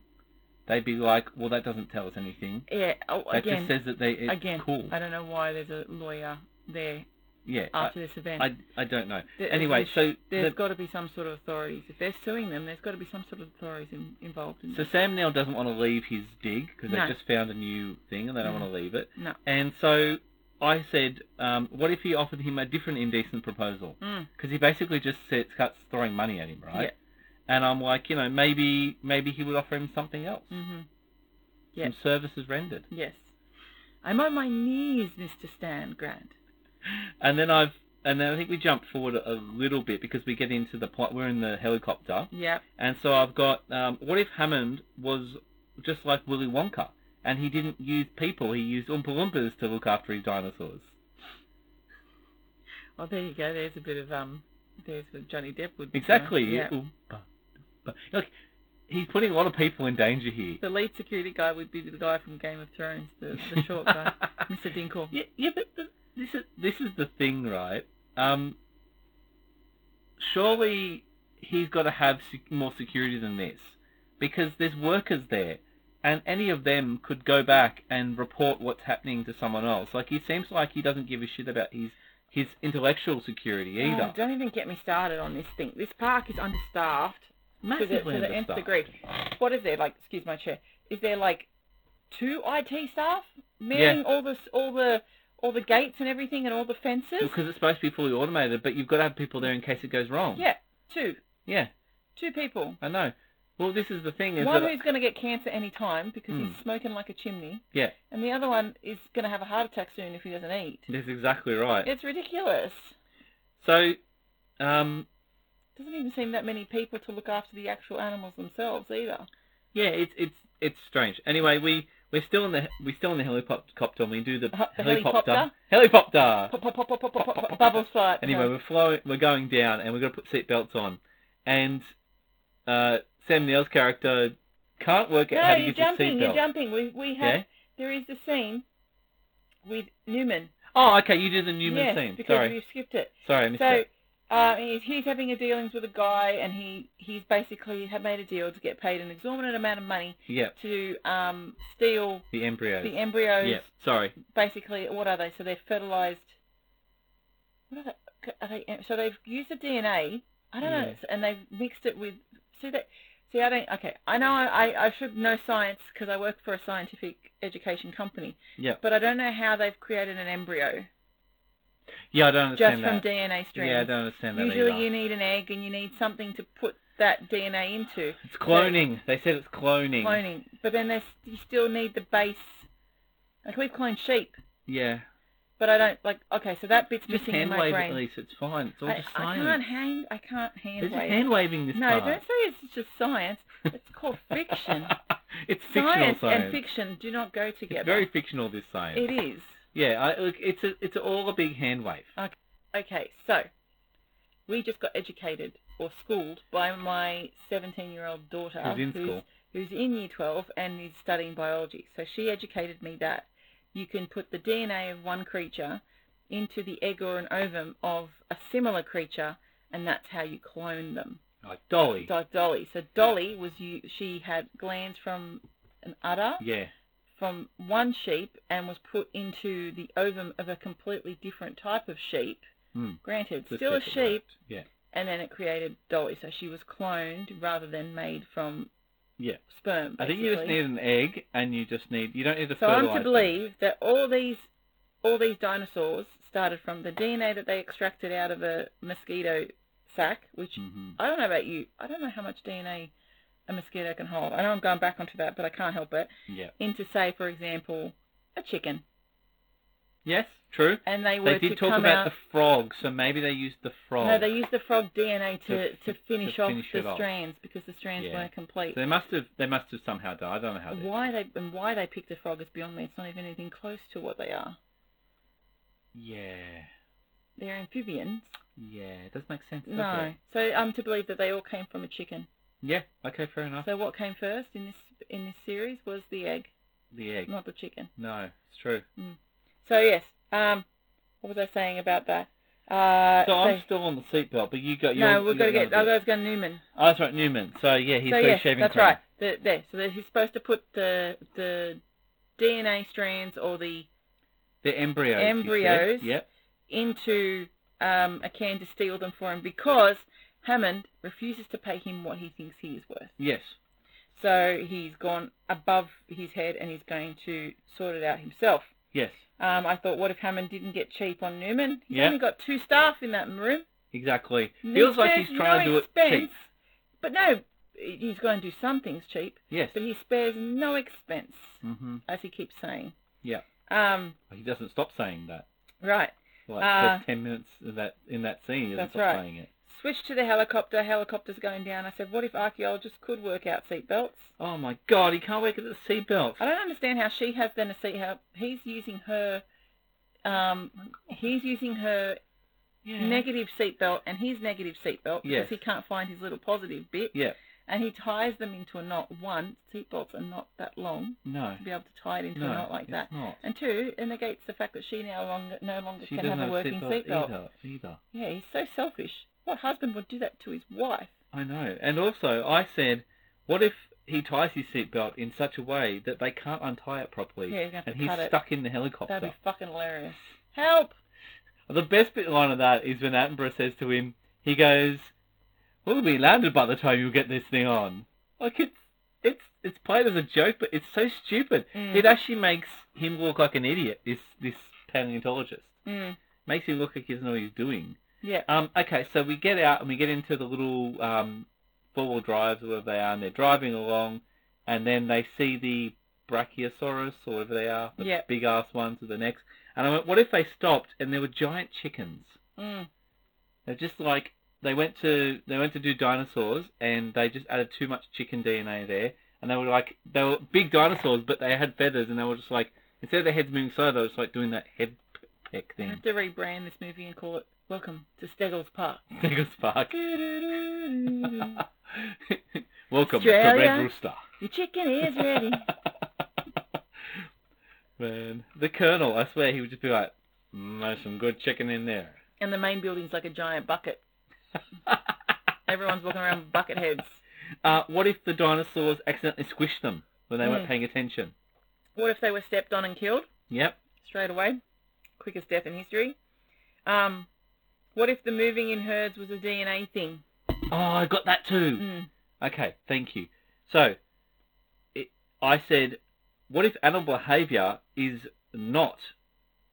Speaker 1: They'd be like, well, that doesn't tell us anything.
Speaker 2: Yeah. Oh,
Speaker 1: That just
Speaker 2: again,
Speaker 1: says that they it's
Speaker 2: again,
Speaker 1: cool.
Speaker 2: I Ah, don't know why there's a lawyer there
Speaker 1: yeah, I,
Speaker 2: after this event.
Speaker 1: I, I don't know.
Speaker 2: There-
Speaker 1: anyway,
Speaker 2: there's-
Speaker 1: so
Speaker 2: there's
Speaker 1: the-
Speaker 2: got to be some sort of authorities. If they're suing them, there's got to be some sort of authorities in, involved in
Speaker 1: so
Speaker 2: this.
Speaker 1: Sam Neill doesn't want to leave his dig because
Speaker 2: No.
Speaker 1: they just found a new thing and they don't
Speaker 2: Mhm.
Speaker 1: want to leave it.
Speaker 2: No.
Speaker 1: And so I said, um, what if he offered him a different indecent proposal?
Speaker 2: Mm.
Speaker 1: because he basically just sits, starts throwing money at him, right?
Speaker 2: Yeah.
Speaker 1: And I'm like, you know, maybe maybe he would offer him something else.
Speaker 2: hmm Mm, Yeah.
Speaker 1: Some services rendered.
Speaker 2: Yes. I'm on my knees, Mr. Stan Grant.
Speaker 1: And then I've and then I think we jump forward a a little bit because we get into the plot. We're in the helicopter,
Speaker 2: Yep.
Speaker 1: and so I've got um, what if Hammond was just like Willy Wonka, and he didn't use people; he used Oompa Loompas to look after his dinosaurs.
Speaker 2: Well, there you go. There's a bit of um. There's what Johnny Depp would do.
Speaker 1: Exactly.
Speaker 2: Yeah.
Speaker 1: Oompa, Loompa. Look, he's putting a lot of people in danger here.
Speaker 2: The lead security guy would be the guy from Game of Thrones, the, the
Speaker 1: [laughs]
Speaker 2: short guy, Mr. Dinkle.
Speaker 1: Yeah, yeah, but the, this is this is the thing, right? Um, surely he's got to have sec- more security than this because there's workers there, and any of them could go back and report what's happening to someone else. Like he seems like he doesn't give a shit about his his intellectual security
Speaker 2: Oh,
Speaker 1: either.
Speaker 2: [sighs] don't even get me started on this thing. This park is understaffed to the, to
Speaker 1: Massively
Speaker 2: the nth
Speaker 1: understaffed.
Speaker 2: degree. What is there? Like, excuse my chair. Is there like two IT staff manning all this, all the, all the gates and everything, and all the fences?
Speaker 1: Because it's supposed to be fully automated, but you've got to have people there in case it goes wrong.
Speaker 2: Yeah, two,
Speaker 1: Yeah,
Speaker 2: two people.
Speaker 1: I know. Well, this is the thing. Is
Speaker 2: One
Speaker 1: that,
Speaker 2: who's going to get cancer any time because
Speaker 1: Hmm.
Speaker 2: he's smoking like a chimney,
Speaker 1: yeah,
Speaker 2: and the other one is going to have a heart attack soon if he doesn't eat.
Speaker 1: that's exactly right.
Speaker 2: It's ridiculous.
Speaker 1: So, um,
Speaker 2: Doesn't even seem that many people to look after the actual animals themselves either.
Speaker 1: yeah, it's it's it's strange. Anyway, we we're still in the we're still in the helicopter. and We do the
Speaker 2: Hel-
Speaker 1: helicopter
Speaker 2: helicopter?
Speaker 1: helicopter.
Speaker 2: Pop, pop, pop, pop, pop, pop, pop, pop, Bubbles flight.
Speaker 1: Anyway, we're flowing, we're going down, and we've got to put seatbelts on. And uh, Sam Neill's character can't work out
Speaker 2: no,
Speaker 1: how to
Speaker 2: you're
Speaker 1: use the
Speaker 2: jumping. You're
Speaker 1: seatbelt.
Speaker 2: jumping. We we have
Speaker 1: Yeah.
Speaker 2: there is the scene with Newman.
Speaker 1: Oh, okay, you do the Newman
Speaker 2: yes,
Speaker 1: scene.
Speaker 2: because
Speaker 1: Sorry,
Speaker 2: we skipped it.
Speaker 1: sorry, I missed
Speaker 2: So
Speaker 1: that.
Speaker 2: uh, he's, he's having a dealings with a guy, and he he's basically had made a deal to get paid an exorbitant amount of money
Speaker 1: Yeah,
Speaker 2: to um, steal
Speaker 1: the embryos.
Speaker 2: the embryos.
Speaker 1: yeah, sorry.
Speaker 2: Basically, what are they? So they're fertilized. What are they? Are they so they've used the DNA. I don't know,
Speaker 1: Yeah.
Speaker 2: and they've mixed it with. See that? See, I don't. Okay, I know I, I should know science because I work for a scientific education company,
Speaker 1: Yeah,
Speaker 2: but I don't know how they've created an embryo
Speaker 1: yeah, I don't
Speaker 2: just
Speaker 1: understand
Speaker 2: from
Speaker 1: that.
Speaker 2: DNA strands.
Speaker 1: yeah, I don't understand that
Speaker 2: Usually,
Speaker 1: either.
Speaker 2: you need an egg and you need something to put that DNA into.
Speaker 1: It's cloning. They said it's cloning.
Speaker 2: cloning. But then there's, you still need the base. Like we've cloned sheep,
Speaker 1: Yeah.
Speaker 2: but I don't like. Okay, so that bit's
Speaker 1: Just
Speaker 2: missing in
Speaker 1: hand
Speaker 2: my
Speaker 1: wave at
Speaker 2: brain.
Speaker 1: least. It's fine. It's all
Speaker 2: I,
Speaker 1: just
Speaker 2: I
Speaker 1: science.
Speaker 2: can't hand. I can't hand
Speaker 1: They're just
Speaker 2: wave.
Speaker 1: hand waving this
Speaker 2: no, don't
Speaker 1: part.
Speaker 2: say it's just science. It's
Speaker 1: [laughs]
Speaker 2: called fiction.
Speaker 1: it's fictional science.
Speaker 2: and fiction do not go together.
Speaker 1: It's very fictional. This science.
Speaker 2: It is.
Speaker 1: Yeah. I, look, it's a, it's all a big hand wave.
Speaker 2: Okay, so we just got educated or schooled by my 17-year-old daughter,
Speaker 1: Who's in school?
Speaker 2: who's in Year 12 and is studying biology. So she educated me that you can put the DNA of one creature into the egg or an ovum of a similar creature, and that's how you clone them.
Speaker 1: Like Oh, Dolly.
Speaker 2: Like Dolly. So Dolly was you. She had glands from an udder
Speaker 1: Yeah.
Speaker 2: from one sheep and was put into the ovum of a completely different type of sheep.
Speaker 1: Hmm.
Speaker 2: Granted,
Speaker 1: It's
Speaker 2: still a
Speaker 1: separate
Speaker 2: sheep,
Speaker 1: work. Yeah.
Speaker 2: and then it created Dolly. So she was cloned rather than made from
Speaker 1: Yeah.
Speaker 2: sperm.
Speaker 1: I think you just
Speaker 2: basically.
Speaker 1: need an egg, and you just need you don't need the
Speaker 2: So I'm
Speaker 1: fertilizer.
Speaker 2: to believe that all these all these dinosaurs started from the DNA that they extracted out of a mosquito sac, which
Speaker 1: Mhm.
Speaker 2: I don't know about you. I don't know how much DNA a mosquito can hold. I know I'm going back onto that, but I can't help it.
Speaker 1: Yeah.
Speaker 2: Into say, for example, a chicken,
Speaker 1: Yes. True.
Speaker 2: and they were
Speaker 1: They did
Speaker 2: to
Speaker 1: talk
Speaker 2: come
Speaker 1: about
Speaker 2: out.
Speaker 1: the frog, so maybe they used the frog.
Speaker 2: No, they used the frog DNA
Speaker 1: To-
Speaker 2: to, to, finish
Speaker 1: to
Speaker 2: off
Speaker 1: finish it
Speaker 2: the
Speaker 1: off.
Speaker 2: strands because the strands
Speaker 1: Yeah.
Speaker 2: weren't
Speaker 1: so
Speaker 2: complete.
Speaker 1: they must have they must have somehow died. I don't know how. They
Speaker 2: why they and why they picked a frog is beyond me. It's not even anything close to what they are.
Speaker 1: Yeah.
Speaker 2: They're amphibians.
Speaker 1: Yeah. It does make sense. does
Speaker 2: No,
Speaker 1: it?
Speaker 2: so I'm to believe that they all came from a chicken.
Speaker 1: Yeah. Okay. Fair enough.
Speaker 2: So what came first in this in this series was the egg,
Speaker 1: the egg.
Speaker 2: not the chicken.
Speaker 1: No, it's true.
Speaker 2: So yes, um, what was I saying about that? Uh,
Speaker 1: So I'm
Speaker 2: so-
Speaker 1: still on the seatbelt, but you got your.
Speaker 2: no, we've got to get. I was going Newman.
Speaker 1: Oh, that's right, Newman. So yeah, he's
Speaker 2: so
Speaker 1: got his
Speaker 2: yes,
Speaker 1: shaving
Speaker 2: that's
Speaker 1: cream.
Speaker 2: right. The, there, so that he's supposed to put the the DNA strands or the
Speaker 1: The embryos. you
Speaker 2: Embryos.
Speaker 1: said. Yep.
Speaker 2: into um, a can to steal them for him because Hammond refuses to pay him what he thinks he is worth.
Speaker 1: Yes.
Speaker 2: So he's gone above his head and he's going to sort it out himself.
Speaker 1: Yes.
Speaker 2: Um, I thought, what if Hammond didn't get cheap on Newman? He's
Speaker 1: Yeah.
Speaker 2: only got two staff in that room.
Speaker 1: Exactly.
Speaker 2: And
Speaker 1: Feels
Speaker 2: he
Speaker 1: like
Speaker 2: spares
Speaker 1: he's trying
Speaker 2: no
Speaker 1: to do it
Speaker 2: expense,
Speaker 1: cheap.
Speaker 2: But no, he's going to do some things cheap,
Speaker 1: Yes.
Speaker 2: but he spares no expense,
Speaker 1: hmm
Speaker 2: as he keeps saying.
Speaker 1: Yeah.
Speaker 2: Um,
Speaker 1: He doesn't stop saying that.
Speaker 2: right.
Speaker 1: Like
Speaker 2: Uh,
Speaker 1: for ten minutes of that in that scene, he doesn't
Speaker 2: That's
Speaker 1: stop
Speaker 2: right.
Speaker 1: saying it.
Speaker 2: Switch to the helicopter. Helicopter's going down. I said, what if archaeologists could work out seatbelts?
Speaker 1: Oh my god, he can't work at the seatbelt.
Speaker 2: I don't understand how she has then a seat. How he's using her, um, he's using her negative seatbelt and his negative seatbelt because
Speaker 1: Yes.
Speaker 2: he can't find his little positive bit.
Speaker 1: Yeah.
Speaker 2: And he ties them into a knot. One, seatbelts are not that long
Speaker 1: No.
Speaker 2: to be able to tie it into
Speaker 1: No.
Speaker 2: a knot like
Speaker 1: it's
Speaker 2: that.
Speaker 1: Not.
Speaker 2: And two, it negates the fact that she now longer, no longer
Speaker 1: She
Speaker 2: can
Speaker 1: doesn't
Speaker 2: have a
Speaker 1: have
Speaker 2: working
Speaker 1: seatbelt
Speaker 2: seatbelt.
Speaker 1: either. Either.
Speaker 2: Yeah, he's so selfish. What husband would do that to his wife?
Speaker 1: I know. And also, I said, what if he ties his seatbelt in such a way that they can't untie it properly?
Speaker 2: Yeah, you're gonna have
Speaker 1: and
Speaker 2: to
Speaker 1: he's
Speaker 2: cut it.
Speaker 1: stuck in the helicopter.
Speaker 2: That'd be fucking hilarious. Help!
Speaker 1: The best bit line of that is when Attenborough says to him, he goes, "We'll be landed by the time you get this thing on." Like it's it's it's played as a joke, but it's so stupid.
Speaker 2: Mm.
Speaker 1: It actually makes him look like an idiot. This this paleontologist
Speaker 2: Mm.
Speaker 1: makes him look like he doesn't know what he's doing.
Speaker 2: Yeah.
Speaker 1: Um, okay, so we get out and we get into the little um, four-wheel drives or whatever they are, and they're driving along, and then they see the Brachiosaurus or whatever they are, the
Speaker 2: Yeah.
Speaker 1: big-ass ones with the necks. And I went, what if they stopped and there were giant chickens?
Speaker 2: Mm.
Speaker 1: They're just like they went to they went to do dinosaurs, and they just added too much chicken DNA there, and they were like they were big dinosaurs, but they had feathers, and they were just like instead of their heads moving so, they were just like doing that head p- peck
Speaker 2: I [laughs]
Speaker 1: thing. [laughs]
Speaker 2: have to rebrand this movie and call it Welcome to Steggles Park. [laughs]
Speaker 1: Sega Spark.
Speaker 2: Your
Speaker 1: Welcome to Red
Speaker 2: Australia.
Speaker 1: Rooster.
Speaker 2: chicken is ready.
Speaker 1: Man, the Colonel, I swear he would just be like, mm, there's some good chicken in there.
Speaker 2: And the main building's like a giant
Speaker 1: [laughs]
Speaker 2: bucket. Everyone's walking around with bucket heads.
Speaker 1: Uh, what if the dinosaurs accidentally squished them when they
Speaker 2: Mm.
Speaker 1: weren't paying attention?
Speaker 2: What if they were stepped on and killed
Speaker 1: Yep.
Speaker 2: straight away? Quickest death in history. Um, what if the moving in herds was a DNA thing?
Speaker 1: Oh, I got that too.
Speaker 2: Mm.
Speaker 1: Okay, thank you. So, it, I said, what if animal behaviour is not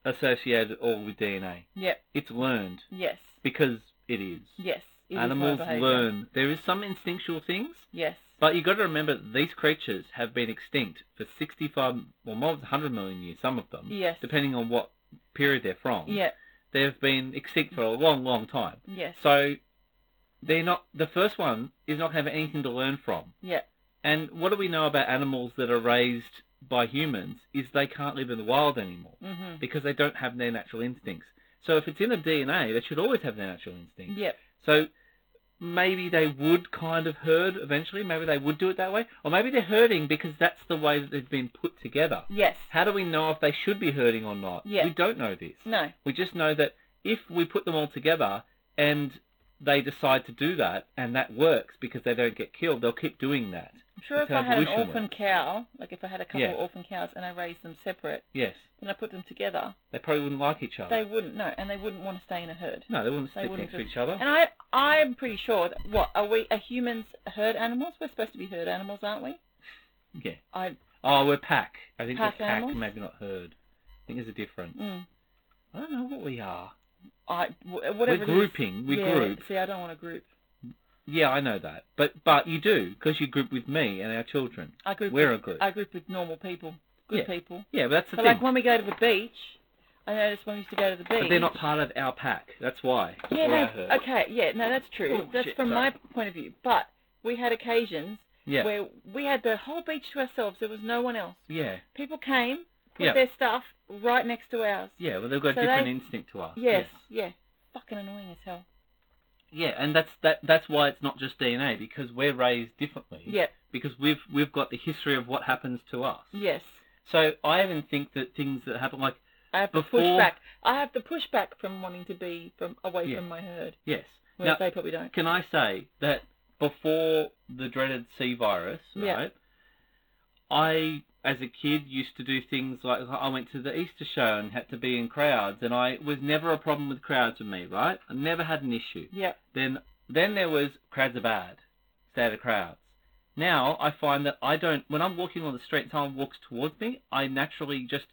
Speaker 1: associated at all with DNA?
Speaker 2: Yep.
Speaker 1: It's learned
Speaker 2: Yes.
Speaker 1: because it is.
Speaker 2: Yes. it is
Speaker 1: Animals
Speaker 2: my behaviour.
Speaker 1: learn. There is some instinctual things,
Speaker 2: Yes.
Speaker 1: but you got to remember that these creatures have been extinct for 65 or more than 100 million years. Some of them,
Speaker 2: Yes.
Speaker 1: depending on what period they're from,
Speaker 2: Yeah.
Speaker 1: they've been extinct for a long, long time.
Speaker 2: Yes.
Speaker 1: So they're not. The first one is not going to have anything to learn from.
Speaker 2: Yeah.
Speaker 1: And what do we know about animals that are raised by humans is they can't live in the wild anymore
Speaker 2: Mhm.
Speaker 1: because they don't have their natural instincts. So if it's in the DNA, they should always have their natural instincts.
Speaker 2: Yep.
Speaker 1: So maybe they would kind of herd eventually. Maybe they would do it that way. Or maybe they're herding because that's the way that they've been put together.
Speaker 2: Yes.
Speaker 1: How do we know if they should be herding or not?
Speaker 2: Yeah.
Speaker 1: We don't know this.
Speaker 2: No.
Speaker 1: We just know that if we put them all together and they decide to do that and that works because they don't get killed, they'll keep doing that.
Speaker 2: I'm sure if
Speaker 1: That's
Speaker 2: I
Speaker 1: how
Speaker 2: had an
Speaker 1: evolution
Speaker 2: orphan
Speaker 1: works.
Speaker 2: cow, like if I had a couple
Speaker 1: Yeah.
Speaker 2: of orphan cows and I raised them separate,
Speaker 1: Yes.
Speaker 2: then I put them together,
Speaker 1: They probably wouldn't like each other.
Speaker 2: they wouldn't know, and they wouldn't want to stay in a herd.
Speaker 1: no, they wouldn't
Speaker 2: they
Speaker 1: stick
Speaker 2: wouldn't
Speaker 1: next to
Speaker 2: just-
Speaker 1: each other.
Speaker 2: And I, I'm pretty sure that what are we? Are humans herd animals? We're supposed to be herd animals, aren't we?
Speaker 1: Yeah.
Speaker 2: I,
Speaker 1: Oh, we're pack. I think
Speaker 2: Pack
Speaker 1: we're pack,
Speaker 2: animals?
Speaker 1: maybe not herd. I think there's a difference.
Speaker 2: mm,
Speaker 1: I don't know what we are.
Speaker 2: I, wh- whatever.
Speaker 1: we're
Speaker 2: it is-
Speaker 1: grouping. We
Speaker 2: yeah,
Speaker 1: group.
Speaker 2: See, I don't want to group.
Speaker 1: Yeah, I know that. But but you do because you group with me and our children.
Speaker 2: I group.
Speaker 1: We're
Speaker 2: with,
Speaker 1: a group.
Speaker 2: I group with normal people, good
Speaker 1: Yeah.
Speaker 2: people.
Speaker 1: Yeah, but that's the
Speaker 2: But
Speaker 1: thing.
Speaker 2: like when we go to the beach, I noticed when we used to go to the beach.
Speaker 1: but they're not part of our pack. That's why. We're
Speaker 2: Yeah, no,
Speaker 1: our herd.
Speaker 2: okay, yeah, no, that's true.
Speaker 1: Oh,
Speaker 2: that's
Speaker 1: shit,
Speaker 2: from
Speaker 1: sorry.
Speaker 2: my point of view. But we had occasions
Speaker 1: Yeah.
Speaker 2: where we had the whole beach to ourselves. There was no one else.
Speaker 1: Yeah.
Speaker 2: People came, put
Speaker 1: Yeah.
Speaker 2: their stuff right next to ours.
Speaker 1: Yeah. Well, they've got
Speaker 2: So
Speaker 1: a different
Speaker 2: they-
Speaker 1: instinct to us.
Speaker 2: Yes,
Speaker 1: Yes.
Speaker 2: yeah. Fucking annoying as hell.
Speaker 1: Yeah, and that's that. That's why it's not just DNA because we're raised differently.
Speaker 2: Yeah,
Speaker 1: Because we've we've got the history of what happens to us.
Speaker 2: yes.
Speaker 1: So I even think that things that happen like
Speaker 2: I have to push
Speaker 1: Before-
Speaker 2: back. I have to push back from wanting to be from away
Speaker 1: Yeah.
Speaker 2: from my herd,
Speaker 1: yes.
Speaker 2: whereas
Speaker 1: now,
Speaker 2: they probably don't.
Speaker 1: can I say that before the dreaded C virus,
Speaker 2: Yeah.
Speaker 1: right? I as a kid used to do things like I went to the Easter show and had to be in crowds, and I it was never a problem with crowds with me, right? I never had an issue.
Speaker 2: Yeah,
Speaker 1: Then then there was crowds are bad, stay out of crowds. Now I find that I don't when I'm walking on the street, someone walks towards me, I naturally just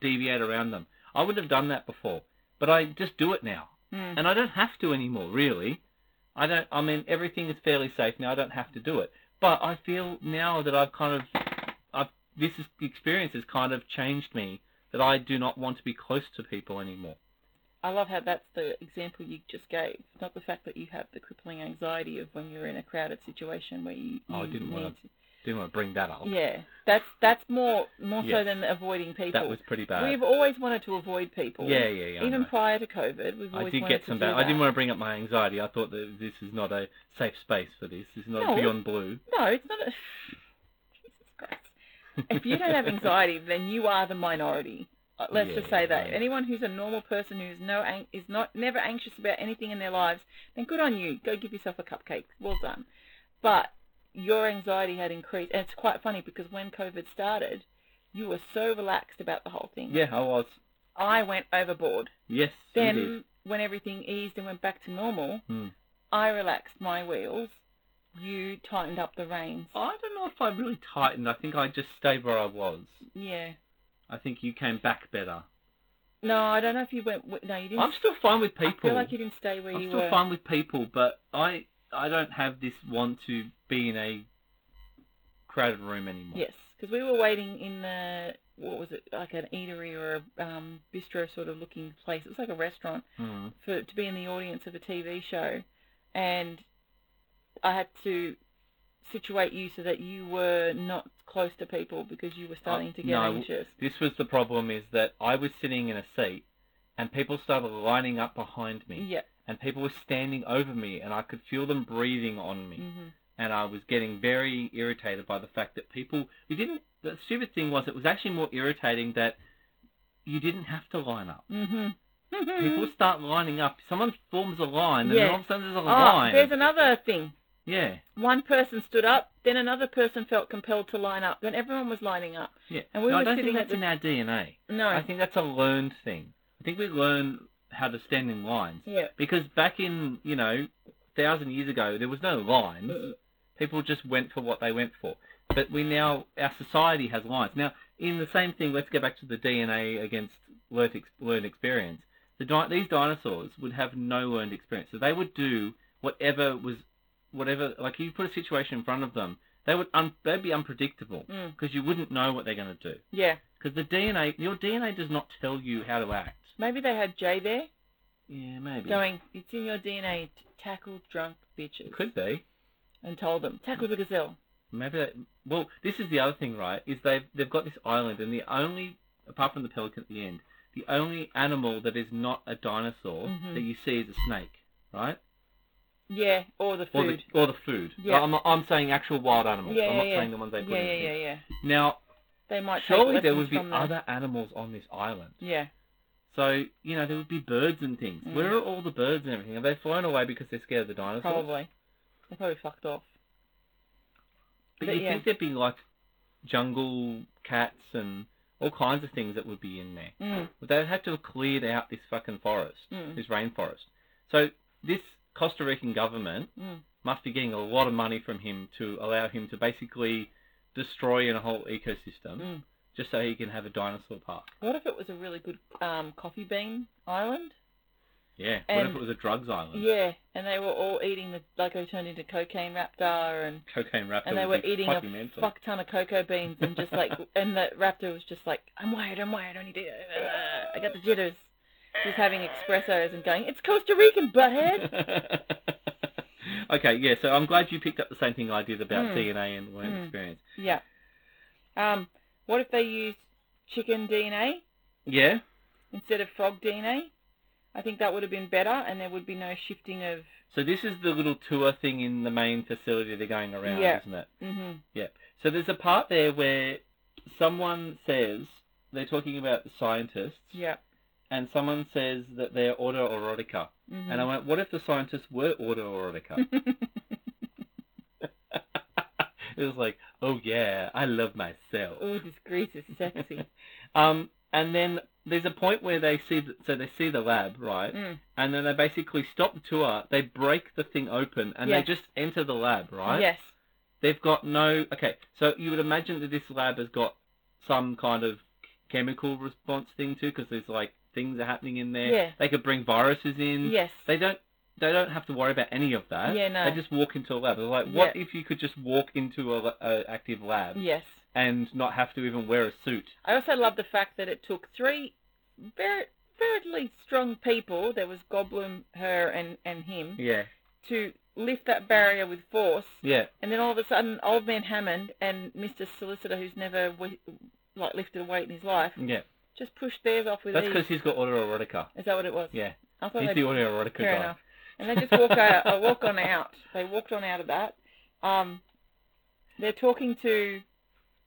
Speaker 1: deviate around them. I wouldn't have done that before, but I just do it now,
Speaker 2: mm.
Speaker 1: and I don't have to anymore. Really, I don't. I mean, everything is fairly safe now. I don't have to do it. But I feel now that I've kind of, I've, this is, the experience has kind of changed me that I do not want to be close to people anymore.
Speaker 2: I love how that's the example you just gave, not the fact that you have the crippling anxiety of when you're in a crowded situation where you, you
Speaker 1: Oh, I didn't
Speaker 2: need
Speaker 1: wanna-
Speaker 2: to-
Speaker 1: Didn't want to bring that up.
Speaker 2: Yeah, that's that's more more so
Speaker 1: Yes.
Speaker 2: than avoiding people.
Speaker 1: that was pretty bad.
Speaker 2: We've always wanted to avoid people.
Speaker 1: yeah, yeah, yeah. I
Speaker 2: Even
Speaker 1: know.
Speaker 2: prior to COVID, we've always
Speaker 1: I did
Speaker 2: wanted
Speaker 1: get some
Speaker 2: to do
Speaker 1: bad. I didn't
Speaker 2: that.
Speaker 1: want to bring up my anxiety. I thought that this is not a safe space for this. This is not
Speaker 2: No.
Speaker 1: beyond blue.
Speaker 2: No, it's not a. Jesus Christ. If you don't have anxiety, then you are the minority. Uh, Let's just say
Speaker 1: Yeah,
Speaker 2: that.
Speaker 1: right.
Speaker 2: Anyone who's a normal person who's no ang- is not never anxious about anything in their lives, then good on you. Go give yourself a cupcake. Well done. But your anxiety had increased, and it's quite funny because when COVID started, you were so relaxed about the whole thing.
Speaker 1: yeah, I was.
Speaker 2: I went overboard.
Speaker 1: Yes, you
Speaker 2: Then
Speaker 1: did.
Speaker 2: when everything eased and went back to normal,
Speaker 1: Hmm.
Speaker 2: I relaxed my wheels. You tightened up the reins.
Speaker 1: I don't know if I really tightened. I think I just stayed where I was.
Speaker 2: Yeah.
Speaker 1: I think you came back better.
Speaker 2: No, I don't know if you went. wi- No, you didn't.
Speaker 1: I'm still fine with
Speaker 2: I
Speaker 1: people.
Speaker 2: feel like you didn't stay where
Speaker 1: I'm
Speaker 2: you
Speaker 1: still
Speaker 2: were.
Speaker 1: fine with people, but I I don't have this want to be in a crowded room anymore.
Speaker 2: Yes, because we were waiting in the what was it like an eatery or a um, bistro sort of looking place. It was like a restaurant
Speaker 1: Hmm.
Speaker 2: for to be in the audience of a TV show, and I had to situate you so that you were not close to people because you were starting to get
Speaker 1: Oh, no.
Speaker 2: anxious.
Speaker 1: This was the problem is that I was sitting in a seat and people started lining up behind me
Speaker 2: Yeah.
Speaker 1: and people were standing over me and I could feel them breathing on me.
Speaker 2: hmm
Speaker 1: and I was getting very irritated by the fact that people we didn't the stupid thing was it was actually more irritating that you didn't have to line up.
Speaker 2: hmm [laughs]
Speaker 1: People start lining up. Someone forms a line, and
Speaker 2: Yeah.
Speaker 1: then all of a sudden there's a
Speaker 2: oh,
Speaker 1: line.
Speaker 2: there's another thing.
Speaker 1: Yeah,
Speaker 2: one person stood up, then another person felt compelled to line up, then everyone was lining up.
Speaker 1: yeah.
Speaker 2: And we
Speaker 1: No,
Speaker 2: were
Speaker 1: I don't
Speaker 2: sitting
Speaker 1: think
Speaker 2: at
Speaker 1: that's in our DNA.
Speaker 2: No.
Speaker 1: I think that's a learned thing. I think we learn how to stand in lines
Speaker 2: yeah.
Speaker 1: because back in you know, thousand years ago there was no lines. People just went for what they went for. But we now, our society has lines. Now, in the same thing, let's go back to the DNA against learned, ex- learned experience. The di- these dinosaurs would have no learned experience, so they would do whatever was, whatever. Like you put a situation in front of them, they would un- they'd be unpredictable
Speaker 2: Mm.
Speaker 1: because you wouldn't know what they're going to do.
Speaker 2: Yeah.
Speaker 1: Because the DNA, your DNA does not tell you how to act.
Speaker 2: Maybe they had Jay there
Speaker 1: Yeah, maybe.
Speaker 2: going, it's in your DNA to tackle drunk bitches.
Speaker 1: Could be.
Speaker 2: And told them, tackle the gazelle.
Speaker 1: Maybe that. Well, this is the other thing, right? Is they've they've got this island, and the only apart from the pelican at the end, the only animal that is not a dinosaur
Speaker 2: Mhm.
Speaker 1: that you see is a snake, right?
Speaker 2: Yeah, or the
Speaker 1: Or the
Speaker 2: food.
Speaker 1: or the food.
Speaker 2: Yeah.
Speaker 1: I'm I'm saying actual wild animals.
Speaker 2: Yeah,
Speaker 1: I'm
Speaker 2: yeah,
Speaker 1: not
Speaker 2: yeah.
Speaker 1: saying the ones they put
Speaker 2: yeah,
Speaker 1: in.
Speaker 2: yeah,
Speaker 1: the
Speaker 2: yeah,
Speaker 1: thing.
Speaker 2: yeah.
Speaker 1: Now,
Speaker 2: They might take
Speaker 1: surely there
Speaker 2: lessons
Speaker 1: would be
Speaker 2: from the-
Speaker 1: other animals on this island.
Speaker 2: Yeah.
Speaker 1: So you know there would be birds and things.
Speaker 2: Mm.
Speaker 1: Where are all the birds and everything? Are they flown away because they're scared of the dinosaurs?
Speaker 2: Probably. They probably fucked off.
Speaker 1: But,
Speaker 2: But
Speaker 1: you
Speaker 2: yeah.
Speaker 1: think there'd be like jungle cats and all kinds of things that would be in there.
Speaker 2: Mm.
Speaker 1: But They'd have to have cleared out this fucking forest,
Speaker 2: Mm.
Speaker 1: this rainforest. So this Costa Rican government
Speaker 2: Mm.
Speaker 1: must be getting a lot of money from him to allow him to basically destroy a whole ecosystem
Speaker 2: Mm.
Speaker 1: just so he can have a dinosaur park.
Speaker 2: What if it was a really good um, coffee bean island?
Speaker 1: Yeah. what
Speaker 2: And-
Speaker 1: if it was a drugs island?
Speaker 2: Yeah, and they were all eating the like they turned into cocaine raptor and
Speaker 1: Cocaine raptor.
Speaker 2: and they were
Speaker 1: would be
Speaker 2: eating a
Speaker 1: fucking mental.
Speaker 2: fuck ton of cocoa beans and
Speaker 1: [laughs]
Speaker 2: just like and the raptor was just like I'm wired, I'm wired, I need to, uh, I got the jitters. Just having espressos and going, it's Costa Rican, butthead.
Speaker 1: [laughs] okay, yeah. So I'm glad you picked up the same thing I did about
Speaker 2: Mm.
Speaker 1: DNA and learning
Speaker 2: Mm.
Speaker 1: experience.
Speaker 2: yeah. Um, what if they used chicken DNA
Speaker 1: Yeah.
Speaker 2: instead of frog DNA? I think that would have been better, and there would be no shifting of.
Speaker 1: So this is the little tour thing in the main facility they're going around,
Speaker 2: Yeah.
Speaker 1: isn't it?
Speaker 2: hmm
Speaker 1: So there's a part there where someone says they're talking about the scientists,
Speaker 2: Yeah.
Speaker 1: and someone says that they're autoerotica.
Speaker 2: hmm
Speaker 1: And I went, what if the scientists were autoerotica? [laughs] it was like, oh yeah, I love myself.
Speaker 2: oh, this grease is
Speaker 1: [laughs]
Speaker 2: sexy.
Speaker 1: Um, and then there's a point where they see, the, so they see the lab, right?
Speaker 2: Mm.
Speaker 1: And then they basically stop the tour. They break the thing open, and
Speaker 2: Yes.
Speaker 1: they just enter the lab, right?
Speaker 2: Yes.
Speaker 1: They've got no. Okay, so you would imagine that this lab has got some kind of chemical response thing too, because there's like things are happening in there.
Speaker 2: Yeah.
Speaker 1: Mm. They could bring viruses in.
Speaker 2: Yes.
Speaker 1: They don't they don't have to worry about any of that.
Speaker 2: Yeah, no.
Speaker 1: They just walk into a lab. They're like, what if you could just walk into a, a active lab
Speaker 2: Yes.
Speaker 1: and not have to even wear a suit?
Speaker 2: I also love the fact that it took three very, fairly strong people, there was Goblin, her, and, and him,
Speaker 1: Yeah,
Speaker 2: to lift that barrier with force.
Speaker 1: yeah,
Speaker 2: And then all of a sudden, Old Man Hammond and Mr. Solicitor, who's never we- like lifted a weight in his life,
Speaker 1: yeah.
Speaker 2: just pushed theirs off with
Speaker 1: That's
Speaker 2: ease.
Speaker 1: because he's got autoerotica.
Speaker 2: Is that what it was?
Speaker 1: Yeah,
Speaker 2: I thought
Speaker 1: he's
Speaker 2: they
Speaker 1: the autoerotica
Speaker 2: Fair
Speaker 1: guy.
Speaker 2: enough. and they just walk out, uh, walk on out. They walked on out of that. Um, they're talking to.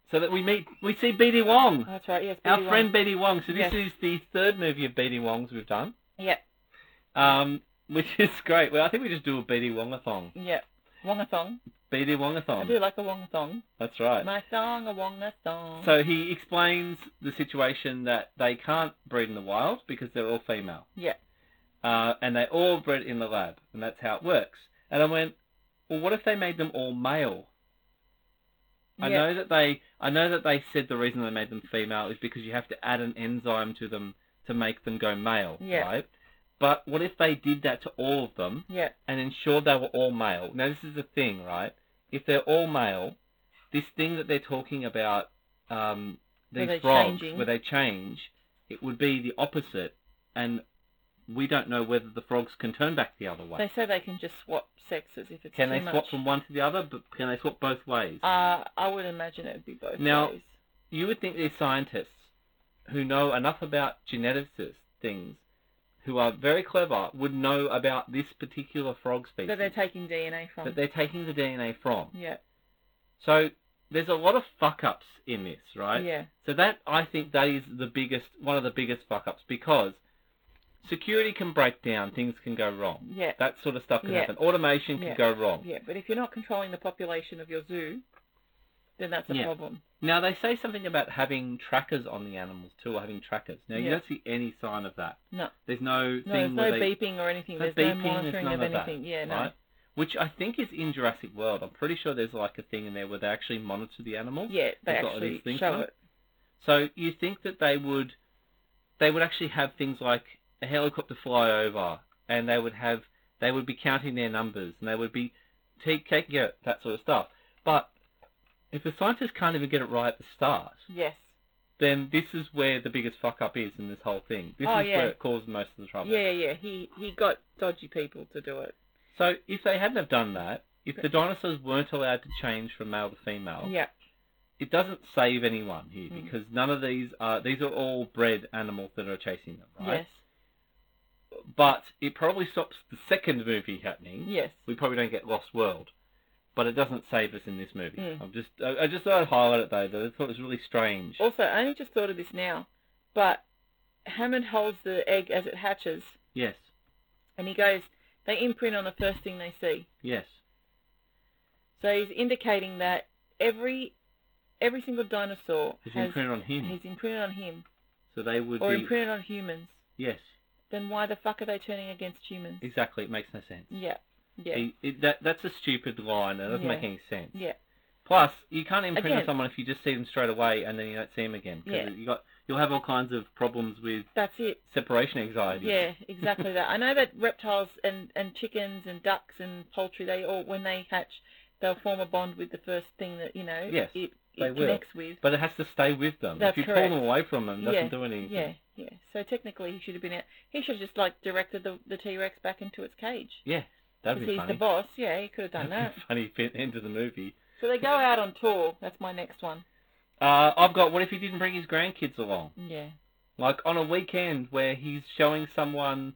Speaker 1: So that we meet, we see BD Wong,
Speaker 2: oh, that's right. Yes,
Speaker 1: our
Speaker 2: BD1.
Speaker 1: friend BD Wong. So this
Speaker 2: Yes.
Speaker 1: is the third movie of BD Wong's we've done,
Speaker 2: Yep.
Speaker 1: um, which [laughs] is great. Well, I think we just do a BD Wongathon.
Speaker 2: Yep. Wongathong.
Speaker 1: BD
Speaker 2: I do
Speaker 1: Wongathon.
Speaker 2: like a wongathong.
Speaker 1: That's right.
Speaker 2: My thong, a wongathong.
Speaker 1: So he explains the situation that they can't breed in the wild because they're all female.
Speaker 2: Yeah.
Speaker 1: Uh, and they all bred in the lab, and that's how it works. And I went, well, what if they made them all male? I
Speaker 2: Yep.
Speaker 1: know that they, I know that they said the reason they made them female is because you have to add an enzyme to them to make them go male,
Speaker 2: Yeah.
Speaker 1: right? But what if they did that to all of them
Speaker 2: Yep.
Speaker 1: and ensured they were all male? Now this is the thing, right? If they're all male, this thing that they're talking about, um,
Speaker 2: Where
Speaker 1: these
Speaker 2: they're
Speaker 1: frogs,
Speaker 2: changing.
Speaker 1: where they change, it would be the opposite, and we don't know whether the frogs can turn back the other way.
Speaker 2: They say they can just swap sexes if it's
Speaker 1: can
Speaker 2: too
Speaker 1: they
Speaker 2: much.
Speaker 1: swap from one to the other? But can they swap both ways?
Speaker 2: Uh, I would imagine it would be both
Speaker 1: Now-
Speaker 2: ways.
Speaker 1: you would think these scientists who know enough about geneticist things, who are very clever, would know about this particular frog species
Speaker 2: That they're taking DNA from.
Speaker 1: that they're taking the DNA from.
Speaker 2: yeah.
Speaker 1: So there's a lot of fuck ups in this, right?
Speaker 2: Yeah.
Speaker 1: So that I think that is the biggest, one of the biggest fuck ups because security can break down, things can go wrong.
Speaker 2: Yeah.
Speaker 1: That sort of stuff can
Speaker 2: Yeah.
Speaker 1: happen. Automation can
Speaker 2: Yeah.
Speaker 1: go wrong.
Speaker 2: Yeah. But if you're not controlling the population of your zoo, then that's a
Speaker 1: Yeah.
Speaker 2: problem.
Speaker 1: Now they say something about having trackers on the animals too, or having trackers. Now you
Speaker 2: Yeah.
Speaker 1: don't see any sign of that.
Speaker 2: No.
Speaker 1: There's no,
Speaker 2: No, there's
Speaker 1: thing
Speaker 2: no
Speaker 1: where they,
Speaker 2: beeping or anything.
Speaker 1: no
Speaker 2: There's
Speaker 1: beeping,
Speaker 2: no
Speaker 1: there's
Speaker 2: monitoring
Speaker 1: none
Speaker 2: of
Speaker 1: of that,
Speaker 2: anything. yeah, no.
Speaker 1: right? Which I think is in Jurassic World. I'm pretty sure there's like a thing in there where they actually monitor the animals.
Speaker 2: Yeah, they
Speaker 1: They've got all these
Speaker 2: actually
Speaker 1: things
Speaker 2: show
Speaker 1: on.
Speaker 2: it.
Speaker 1: So you think that they would, they would actually have things like a helicopter fly over, and they would have, they would be counting their numbers, and they would be take, taking out that sort of stuff. But if the scientists can't even get it right at the start,
Speaker 2: Yes.
Speaker 1: then this is where the biggest fuck up is in this whole thing. This
Speaker 2: Oh,
Speaker 1: is
Speaker 2: yeah.
Speaker 1: where it causes most of the trouble.
Speaker 2: Yeah, yeah. He he got dodgy people to do it.
Speaker 1: So if they hadn't have done that, if the dinosaurs weren't allowed to change from male to female,
Speaker 2: Yeah.
Speaker 1: it doesn't save anyone here
Speaker 2: Mm.
Speaker 1: because none of these are these are all bred animals that are chasing them, right?
Speaker 2: Yes.
Speaker 1: But it probably stops the second movie happening.
Speaker 2: Yes.
Speaker 1: We probably don't get Lost World, but it doesn't save us in this movie.
Speaker 2: Mm.
Speaker 1: I'm just I, I just thought I'd highlight it though. That I thought it was really strange.
Speaker 2: Also, I only just thought of this now, but Hammond holds the egg as it hatches,
Speaker 1: Yes,
Speaker 2: and he goes, they imprint on the first thing they see.
Speaker 1: yes,
Speaker 2: So he's indicating that every every single dinosaur
Speaker 1: it's
Speaker 2: has
Speaker 1: imprinted on him,
Speaker 2: he's imprinted on him
Speaker 1: so they would
Speaker 2: or
Speaker 1: be
Speaker 2: imprinted on humans.
Speaker 1: yes,
Speaker 2: Then why the fuck are they turning against humans?
Speaker 1: exactly. It makes no sense.
Speaker 2: Yeah. Yeah.
Speaker 1: It- it- that that's a stupid line. It doesn't
Speaker 2: Yeah.
Speaker 1: make any sense.
Speaker 2: yeah.
Speaker 1: Plus, you can't imprint on
Speaker 2: Again-
Speaker 1: someone if you just see them straight away and then you don't see them again. 'cause
Speaker 2: Yeah.
Speaker 1: You got you'll have all kinds of problems with
Speaker 2: That's it.
Speaker 1: separation [laughs] anxiety.
Speaker 2: Yeah, exactly that. I know that reptiles and, and chickens and ducks and poultry, they all when they hatch, they'll form a bond with the first thing that you know
Speaker 1: Yes,
Speaker 2: it,
Speaker 1: they
Speaker 2: it
Speaker 1: will.
Speaker 2: connects with.
Speaker 1: But it has to stay with them. if
Speaker 2: That's
Speaker 1: you
Speaker 2: correct.
Speaker 1: pull them away from them, it doesn't
Speaker 2: Yeah,
Speaker 1: do anything.
Speaker 2: Yeah, yeah. So technically, he should have been out. He should have just like directed the the T Rex back into its cage
Speaker 1: Yeah, That'd be
Speaker 2: he's
Speaker 1: funny.
Speaker 2: the boss. Yeah, he could have done
Speaker 1: That'd [laughs]
Speaker 2: that.
Speaker 1: be a funny fin- end to the movie.
Speaker 2: so they go out on tour. That's my next one.
Speaker 1: Uh, I've got. What if he didn't bring his grandkids along?
Speaker 2: Yeah.
Speaker 1: Like on a weekend where he's showing someone,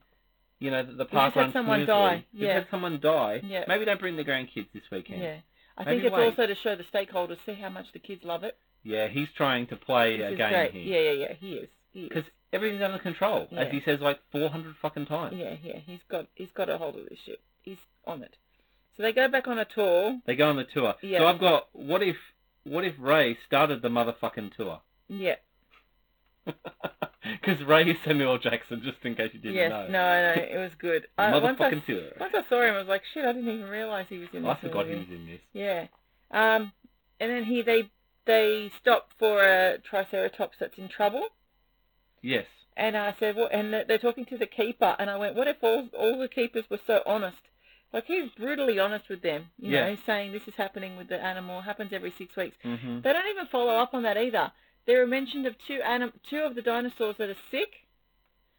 Speaker 1: you know, that the
Speaker 2: just
Speaker 1: park
Speaker 2: had
Speaker 1: runs
Speaker 2: someone
Speaker 1: smoothly.
Speaker 2: die,
Speaker 1: If
Speaker 2: yeah.
Speaker 1: you had someone die.
Speaker 2: Yeah.
Speaker 1: Maybe don't bring the grandkids this weekend.
Speaker 2: Yeah. I
Speaker 1: Maybe
Speaker 2: think it's
Speaker 1: wait.
Speaker 2: also to show the stakeholders see how much the kids love it.
Speaker 1: Yeah, he's trying to play
Speaker 2: This
Speaker 1: a
Speaker 2: is
Speaker 1: game
Speaker 2: great.
Speaker 1: here.
Speaker 2: Yeah, yeah, yeah. He is. He is.
Speaker 1: Because everything's under control, as
Speaker 2: Yeah.
Speaker 1: he says like 400 fucking times.
Speaker 2: Yeah, yeah, he's got he's got a hold of this shit. He's on it. So they go back on a tour.
Speaker 1: They go on the tour.
Speaker 2: Yeah.
Speaker 1: So I've got what if what if Ray started the motherfucking tour?
Speaker 2: Yeah.
Speaker 1: Because Ray is Samuel Jackson, just in case you didn't
Speaker 2: yes.
Speaker 1: know.
Speaker 2: No, no, it was good.
Speaker 1: [laughs] The
Speaker 2: I, once, I,
Speaker 1: motherfucking tour.
Speaker 2: once I saw him, I was like, shit, I didn't even realize he was in.
Speaker 1: I
Speaker 2: this
Speaker 1: forgot he
Speaker 2: movie.
Speaker 1: was in this.
Speaker 2: Yeah. Um, and then he they they stop for a triceratops that's in trouble,
Speaker 1: Yes.
Speaker 2: And I said, well, and they're talking to the keeper. And I went, what if all, all the keepers were so honest? Like he's brutally honest with them, you
Speaker 1: Yeah.
Speaker 2: know, saying this is happening with the animal, happens every six weeks.
Speaker 1: hmm
Speaker 2: They don't even follow up on that either. There are mentioned of two anim- two of the dinosaurs that are sick.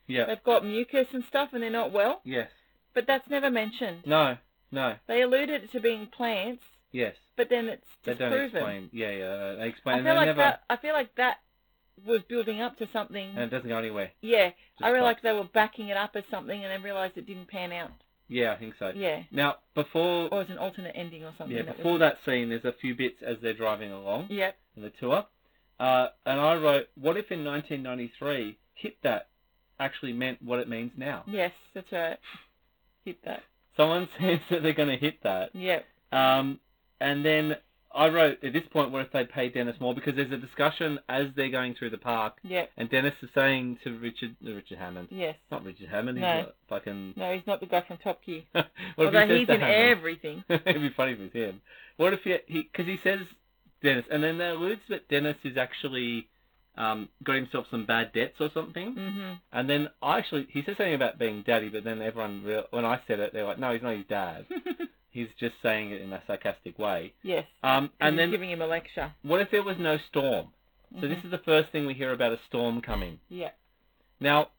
Speaker 1: Yeah.
Speaker 2: They've got mucus and stuff, and they're not well.
Speaker 1: Yes.
Speaker 2: But that's never mentioned.
Speaker 1: No. No.
Speaker 2: They alluded to being plants,
Speaker 1: Yes.
Speaker 2: but then it's
Speaker 1: They
Speaker 2: disproven.
Speaker 1: don't explain. Yeah, yeah. They explain.
Speaker 2: I
Speaker 1: and
Speaker 2: feel
Speaker 1: they
Speaker 2: like
Speaker 1: never.
Speaker 2: that. I feel like that was building up to something.
Speaker 1: And it doesn't go anywhere.
Speaker 2: yeah, I
Speaker 1: Just
Speaker 2: realised
Speaker 1: like-
Speaker 2: they were backing it up as something, and then realised it didn't pan out.
Speaker 1: Yeah, I think so.
Speaker 2: Yeah,
Speaker 1: Now, before
Speaker 2: or as an alternate ending or something.
Speaker 1: yeah,
Speaker 2: that was-
Speaker 1: before that scene, there's a few bits as they're driving along
Speaker 2: Yep.
Speaker 1: in the tour, uh, and I wrote, "What if in 1993 hit that actually meant what it means now?"
Speaker 2: Yes, that's right. Hit that.
Speaker 1: Someone [laughs] says that they're going to hit that,
Speaker 2: Yep.
Speaker 1: um, and then I wrote, "At this point, what if they pay Dennis more?" Because there's a discussion as they're going through the park,
Speaker 2: Yep.
Speaker 1: and Dennis is saying to Richard, uh, Richard Hammond,
Speaker 2: Yes.
Speaker 1: not Richard Hammond,
Speaker 2: No.
Speaker 1: he's a fucking. [laughs]
Speaker 2: No, he's not the guy from Top Gear.
Speaker 1: what if he
Speaker 2: Although
Speaker 1: says
Speaker 2: he's
Speaker 1: to
Speaker 2: in
Speaker 1: Hammond?
Speaker 2: everything.
Speaker 1: [laughs] It'd be funny if it was him. What if he because he, says Dennis, and then they alludes that Dennis is actually um, got himself some bad debts or something.
Speaker 2: [laughs] hmm
Speaker 1: And then I actually he says something about being daddy, but then everyone real, when I said it, they're like, no, he's not his dad. he's just saying it in a sarcastic way.
Speaker 2: yes.
Speaker 1: Um, and
Speaker 2: he's
Speaker 1: then
Speaker 2: giving him a lecture.
Speaker 1: what if there was no storm? So this
Speaker 2: Mhm.
Speaker 1: is the first thing we hear about a storm coming.
Speaker 2: Mm-hmm. Yeah.
Speaker 1: Now,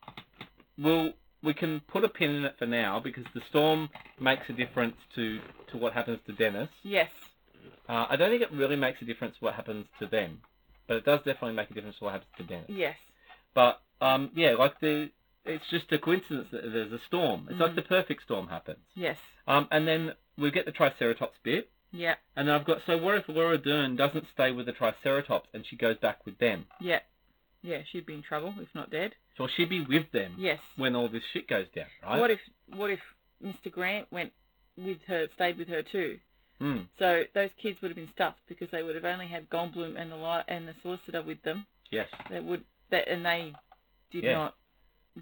Speaker 1: we'll, we can put a pin in it for now because the storm makes a difference to, to what happens to Dennis.
Speaker 2: Yes.
Speaker 1: Uh, I don't think it really makes a difference what happens to them, but it does definitely make a difference to what happens to Dennis.
Speaker 2: Yes.
Speaker 1: But um, yeah, like the it's just a coincidence that there's a storm. It's like
Speaker 2: Mhm.
Speaker 1: the perfect storm happens.
Speaker 2: Yes.
Speaker 1: Um, and then we get the Triceratops bit,
Speaker 2: Yeah.
Speaker 1: and then I've got so what if Laura Dern doesn't stay with the Triceratops and she goes back with them?
Speaker 2: Yeah. Yeah. She'd be in trouble if not dead.
Speaker 1: So she'd be with them
Speaker 2: Yes.
Speaker 1: when all this shit goes down, right?
Speaker 2: What if What if Mr. Grant went with her, stayed with her too?
Speaker 1: Hmm.
Speaker 2: So those kids would have been stuffed because they would have only had Goldblum and the li- and the solicitor with them.
Speaker 1: Yes.
Speaker 2: That would that and they did
Speaker 1: Yeah.
Speaker 2: not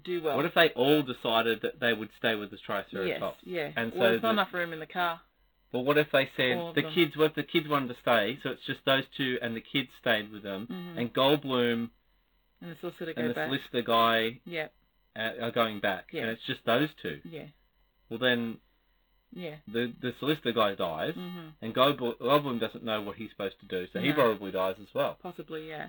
Speaker 2: do well.
Speaker 1: What if they all decided that they would stay with the
Speaker 2: yes.
Speaker 1: Triceratops?
Speaker 2: Yeah.
Speaker 1: And so
Speaker 2: well, there's not
Speaker 1: the-
Speaker 2: enough room in the car.
Speaker 1: Well, what if they said
Speaker 2: All of
Speaker 1: the
Speaker 2: them.
Speaker 1: kids? What if the kids wanted to stay? So it's just those two, and the kids stayed with them,
Speaker 2: Mhm.
Speaker 1: and Goldblum
Speaker 2: And the solicitor go
Speaker 1: and the
Speaker 2: back.
Speaker 1: solicitor guy
Speaker 2: Yeah.
Speaker 1: uh, are going back,
Speaker 2: Yeah.
Speaker 1: and it's just those two.
Speaker 2: Yeah.
Speaker 1: Well, then
Speaker 2: Yeah.
Speaker 1: the the solicitor guy dies,
Speaker 2: hmm
Speaker 1: and Goldblum, Goldblum doesn't know what he's supposed to do, so he
Speaker 2: No.
Speaker 1: probably dies as well.
Speaker 2: Possibly, yeah.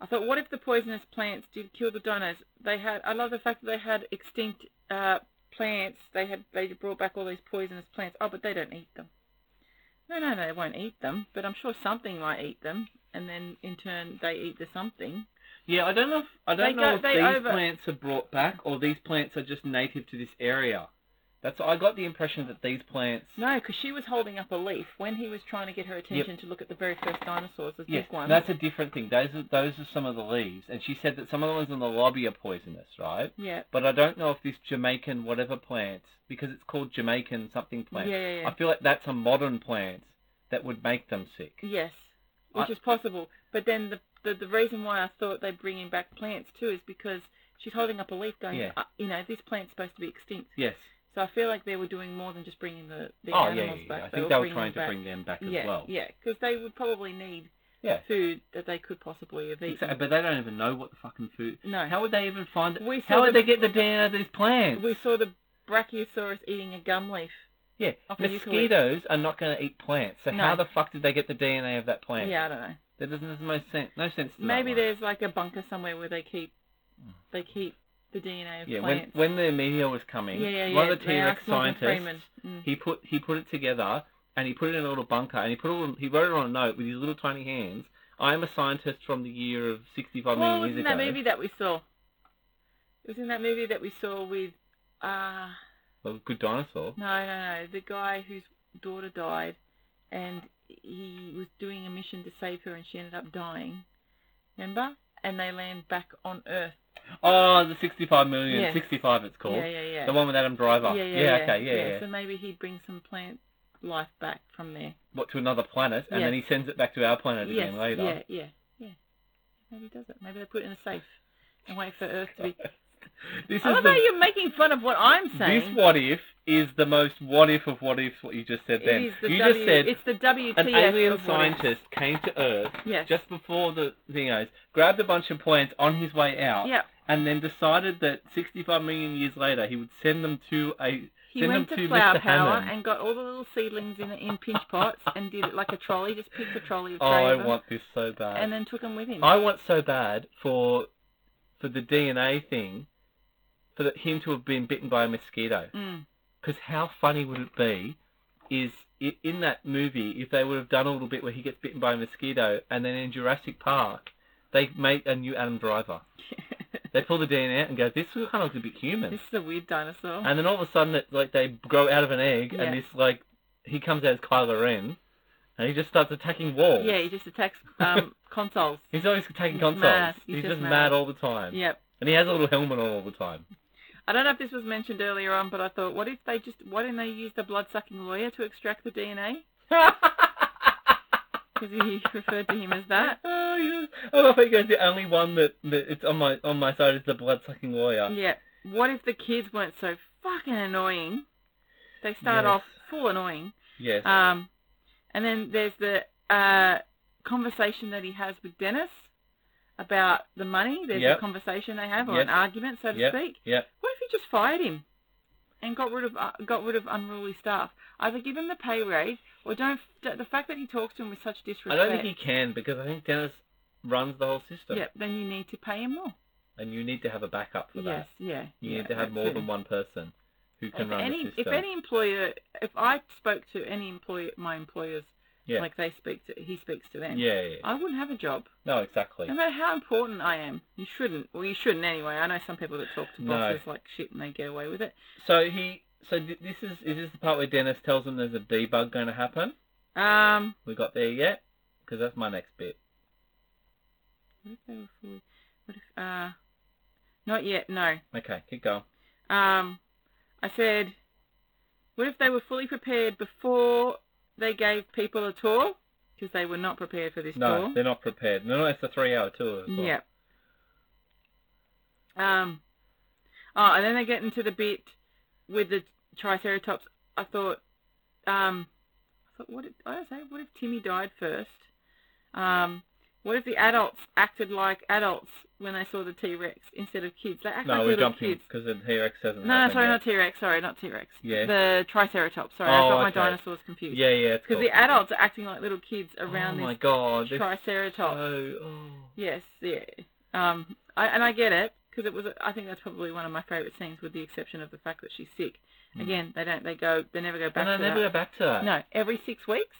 Speaker 2: I thought, what if the poisonous plants did kill the dinos? They had. I love the fact that they had extinct uh, plants. They had. They brought back all these poisonous plants. Oh, but they don't eat them. No, no, they won't eat them. But I'm sure something might eat them, and then in turn they eat the something.
Speaker 1: Yeah, I don't know. If, I don't
Speaker 2: They
Speaker 1: know
Speaker 2: go-
Speaker 1: if
Speaker 2: they
Speaker 1: these
Speaker 2: over-
Speaker 1: plants are brought back or these plants are just native to this area. That's I got the impression that these plants.
Speaker 2: No, because she was holding up a leaf when he was trying to get her attention to look at the very first dinosaurs, the
Speaker 1: Yes,
Speaker 2: big ones.
Speaker 1: that's a different thing. Those are those are some of the leaves, and she said that some of the ones in the lobby are poisonous, right?
Speaker 2: yeah.
Speaker 1: But I don't know if this Jamaican whatever plant, because it's called Jamaican something plant.
Speaker 2: Yeah, yeah, yeah.
Speaker 1: I feel like that's a modern plant that would make them sick.
Speaker 2: Yes, which
Speaker 1: I-
Speaker 2: is possible. But then the, the the reason why I thought they bringing back plants too is because she's holding up a leaf going,
Speaker 1: Yeah.
Speaker 2: uh, you know, this plant's supposed to be extinct.
Speaker 1: Yes.
Speaker 2: So I feel like they were doing more than just bringing the, the
Speaker 1: oh yeah, yeah,
Speaker 2: animals
Speaker 1: yeah.
Speaker 2: back.
Speaker 1: I think they were
Speaker 2: bringing
Speaker 1: trying to
Speaker 2: back-
Speaker 1: bring them back
Speaker 2: yeah,
Speaker 1: as well.
Speaker 2: Yeah, because they would probably need
Speaker 1: Yeah.
Speaker 2: food that they could possibly have eaten.
Speaker 1: Exactly. But they don't even know what the fucking food.
Speaker 2: No,
Speaker 1: How would they even find?
Speaker 2: We
Speaker 1: how
Speaker 2: saw
Speaker 1: would
Speaker 2: the-
Speaker 1: they get the DNA out of these plants?
Speaker 2: we saw the Brachiosaurus eating a gum leaf.
Speaker 1: yeah,
Speaker 2: off the eucalypt.
Speaker 1: mosquitoes are not going to eat plants. So
Speaker 2: No.
Speaker 1: how the fuck did they get the DNA of that plant?
Speaker 2: Yeah, I don't know.
Speaker 1: That doesn't make no sense. No sense. To that
Speaker 2: Maybe
Speaker 1: one.
Speaker 2: there's like a bunker somewhere where they keep they keep the DNA of
Speaker 1: Yeah, when,
Speaker 2: plants.
Speaker 1: when the meteor was coming,
Speaker 2: yeah, yeah, yeah.
Speaker 1: one of the
Speaker 2: They
Speaker 1: T Rex
Speaker 2: asked Morgan
Speaker 1: scientists,
Speaker 2: Freeman. Mm.
Speaker 1: he put he put it together and he put it in a little bunker and he put it on, he wrote it on a note with his little tiny hands. I am a scientist from the year of 65
Speaker 2: well,
Speaker 1: million
Speaker 2: it was in
Speaker 1: years
Speaker 2: Oh, that
Speaker 1: ago.
Speaker 2: movie that we saw. It was in that movie that we saw with, uh,
Speaker 1: Well, good dinosaur.
Speaker 2: no, no, no, the guy whose daughter died, and he was doing a mission to save her, and she ended up dying. Remember? And they land back on Earth.
Speaker 1: Oh, the 65 million,
Speaker 2: Yes.
Speaker 1: 65 it's called.
Speaker 2: Yeah, yeah, yeah.
Speaker 1: The one with Adam Driver.
Speaker 2: yeah, yeah,
Speaker 1: okay, yeah, yeah.
Speaker 2: So maybe he'd bring some plant life back from there.
Speaker 1: What, to another planet, and then he
Speaker 2: Yes.
Speaker 1: sends it back to our planet
Speaker 2: yes.
Speaker 1: again later.
Speaker 2: Yeah, yeah, yeah. Maybe he does it. Maybe they put it in a safe and wait for Earth to be.
Speaker 1: This
Speaker 2: I
Speaker 1: is
Speaker 2: love
Speaker 1: the,
Speaker 2: how you're making fun of what I'm saying.
Speaker 1: this what if is the most what if of what ifs what you just said then.
Speaker 2: It is the
Speaker 1: you
Speaker 2: w,
Speaker 1: just said
Speaker 2: it's the WTF
Speaker 1: an alien
Speaker 2: of what it is.
Speaker 1: scientist came to Earth
Speaker 2: Yes.
Speaker 1: just before the thing goes, grabbed a bunch of plants on his way out,
Speaker 2: yeah.
Speaker 1: and then decided that 65 million years later he would send them to a
Speaker 2: He
Speaker 1: Send
Speaker 2: went
Speaker 1: them
Speaker 2: to
Speaker 1: to
Speaker 2: Flower
Speaker 1: Mr.
Speaker 2: Power
Speaker 1: Hammond.
Speaker 2: and got all the little seedlings in, in pinch pots and did it like a trolley, just picked a trolley of
Speaker 1: oh
Speaker 2: three
Speaker 1: I
Speaker 2: of them
Speaker 1: want this so bad.
Speaker 2: and then took them with him.
Speaker 1: I want so bad for for the DNA thing for the, him to have been bitten by a mosquito.
Speaker 2: Mm.
Speaker 1: Because how funny would it be? Is i in that movie if they would have done a little bit where he gets bitten by a mosquito, and then in Jurassic Park they make a new Adam
Speaker 2: [laughs]
Speaker 1: Driver. They pull the DNA out and go, "This kind of looks a bit human."
Speaker 2: this is a weird dinosaur.
Speaker 1: And then all of a sudden, it, like they grow out of an egg,
Speaker 2: Yeah.
Speaker 1: and this like he comes out as Kylo Ren, and he just starts attacking walls.
Speaker 2: yeah, he just attacks
Speaker 1: [laughs]
Speaker 2: um, consoles.
Speaker 1: He's always attacking
Speaker 2: He's
Speaker 1: consoles.
Speaker 2: mad. He's
Speaker 1: He's,
Speaker 2: just
Speaker 1: just,
Speaker 2: mad.
Speaker 1: mad. all the time,
Speaker 2: Yep.
Speaker 1: and he has a little helmet on all the time.
Speaker 2: I don't know if this was mentioned earlier on, but I thought, what if they just, why didn't they use the blood-sucking lawyer to extract the DNA?
Speaker 1: [laughs]
Speaker 2: Because he referred to him as that.
Speaker 1: Oh, yes. I love how you guys. The only one that, that it's on my on my side is the blood sucking lawyer.
Speaker 2: Yeah. What if the kids weren't so fucking annoying? They start
Speaker 1: Yes.
Speaker 2: off full annoying.
Speaker 1: Yes.
Speaker 2: Um, and then there's the uh, conversation that he has with Dennis about the money. There's
Speaker 1: Yep.
Speaker 2: a conversation they have, or an
Speaker 1: Yep.
Speaker 2: argument, so to
Speaker 1: Yep.
Speaker 2: speak.
Speaker 1: Yep.
Speaker 2: What if he just fired him and got rid of uh, got rid of unruly staff? Either give him the pay raise, or don't. The fact that he talks to him with such disrespect.
Speaker 1: I don't think he can because I think Dennis runs the whole system,
Speaker 2: Yep. Then you need to pay him more.
Speaker 1: and you need to have a backup for
Speaker 2: Yes.
Speaker 1: that.
Speaker 2: Yeah.
Speaker 1: You
Speaker 2: yeah,
Speaker 1: need to have more
Speaker 2: absolutely.
Speaker 1: than one person who can
Speaker 2: if
Speaker 1: run
Speaker 2: any
Speaker 1: the
Speaker 2: if
Speaker 1: system.
Speaker 2: any employer if I spoke to any employer my employers
Speaker 1: Yeah.
Speaker 2: like they speak to he speaks to them
Speaker 1: yeah, yeah, yeah.
Speaker 2: I wouldn't have a job
Speaker 1: No, exactly.
Speaker 2: no matter how important I am you shouldn't well you shouldn't anyway I know some people that talk to
Speaker 1: No.
Speaker 2: bosses like shit and they get away with it
Speaker 1: So he, so th- this is is this the part where Dennis tells him there's a debug going to happen?
Speaker 2: um
Speaker 1: We got there yet? Because that's my next bit.
Speaker 2: what if they were fully, what if uh not yet no
Speaker 1: Okay, keep going.
Speaker 2: um I said what if they were fully prepared before they gave people a tour because they were not prepared for this
Speaker 1: No,
Speaker 2: tour
Speaker 1: they're not prepared. No, no, it's a three-hour tour. As well.
Speaker 2: Yep. Um. Oh, and then they get into the bit with the Triceratops. I thought, um, I thought, what did I say? What if Timmy died first? Um, what if the adults acted like adults when they saw the T Rex instead of kids? They act
Speaker 1: No,
Speaker 2: like
Speaker 1: we're
Speaker 2: little
Speaker 1: jumping
Speaker 2: kids.
Speaker 1: because the T-Rex hasn't
Speaker 2: No, no,
Speaker 1: happened
Speaker 2: sorry,
Speaker 1: yet.
Speaker 2: not T Rex. Sorry, not T Rex.
Speaker 1: Yeah.
Speaker 2: The Triceratops. Sorry, I
Speaker 1: Oh,
Speaker 2: got my
Speaker 1: okay.
Speaker 2: dinosaurs confused.
Speaker 1: Yeah, yeah, it's
Speaker 2: Because
Speaker 1: cool.
Speaker 2: the adults are acting like little kids around
Speaker 1: Oh my
Speaker 2: this
Speaker 1: god, this
Speaker 2: Triceratops.
Speaker 1: so- oh.
Speaker 2: Yes, yeah. Um, I, and I get it because it was. I think that's probably one of my favourite scenes, with the exception of the fact that she's sick.
Speaker 1: Mm.
Speaker 2: Again, they don't. They go. They never go back
Speaker 1: and I
Speaker 2: to
Speaker 1: never
Speaker 2: that.
Speaker 1: go back to that.
Speaker 2: No, every six weeks.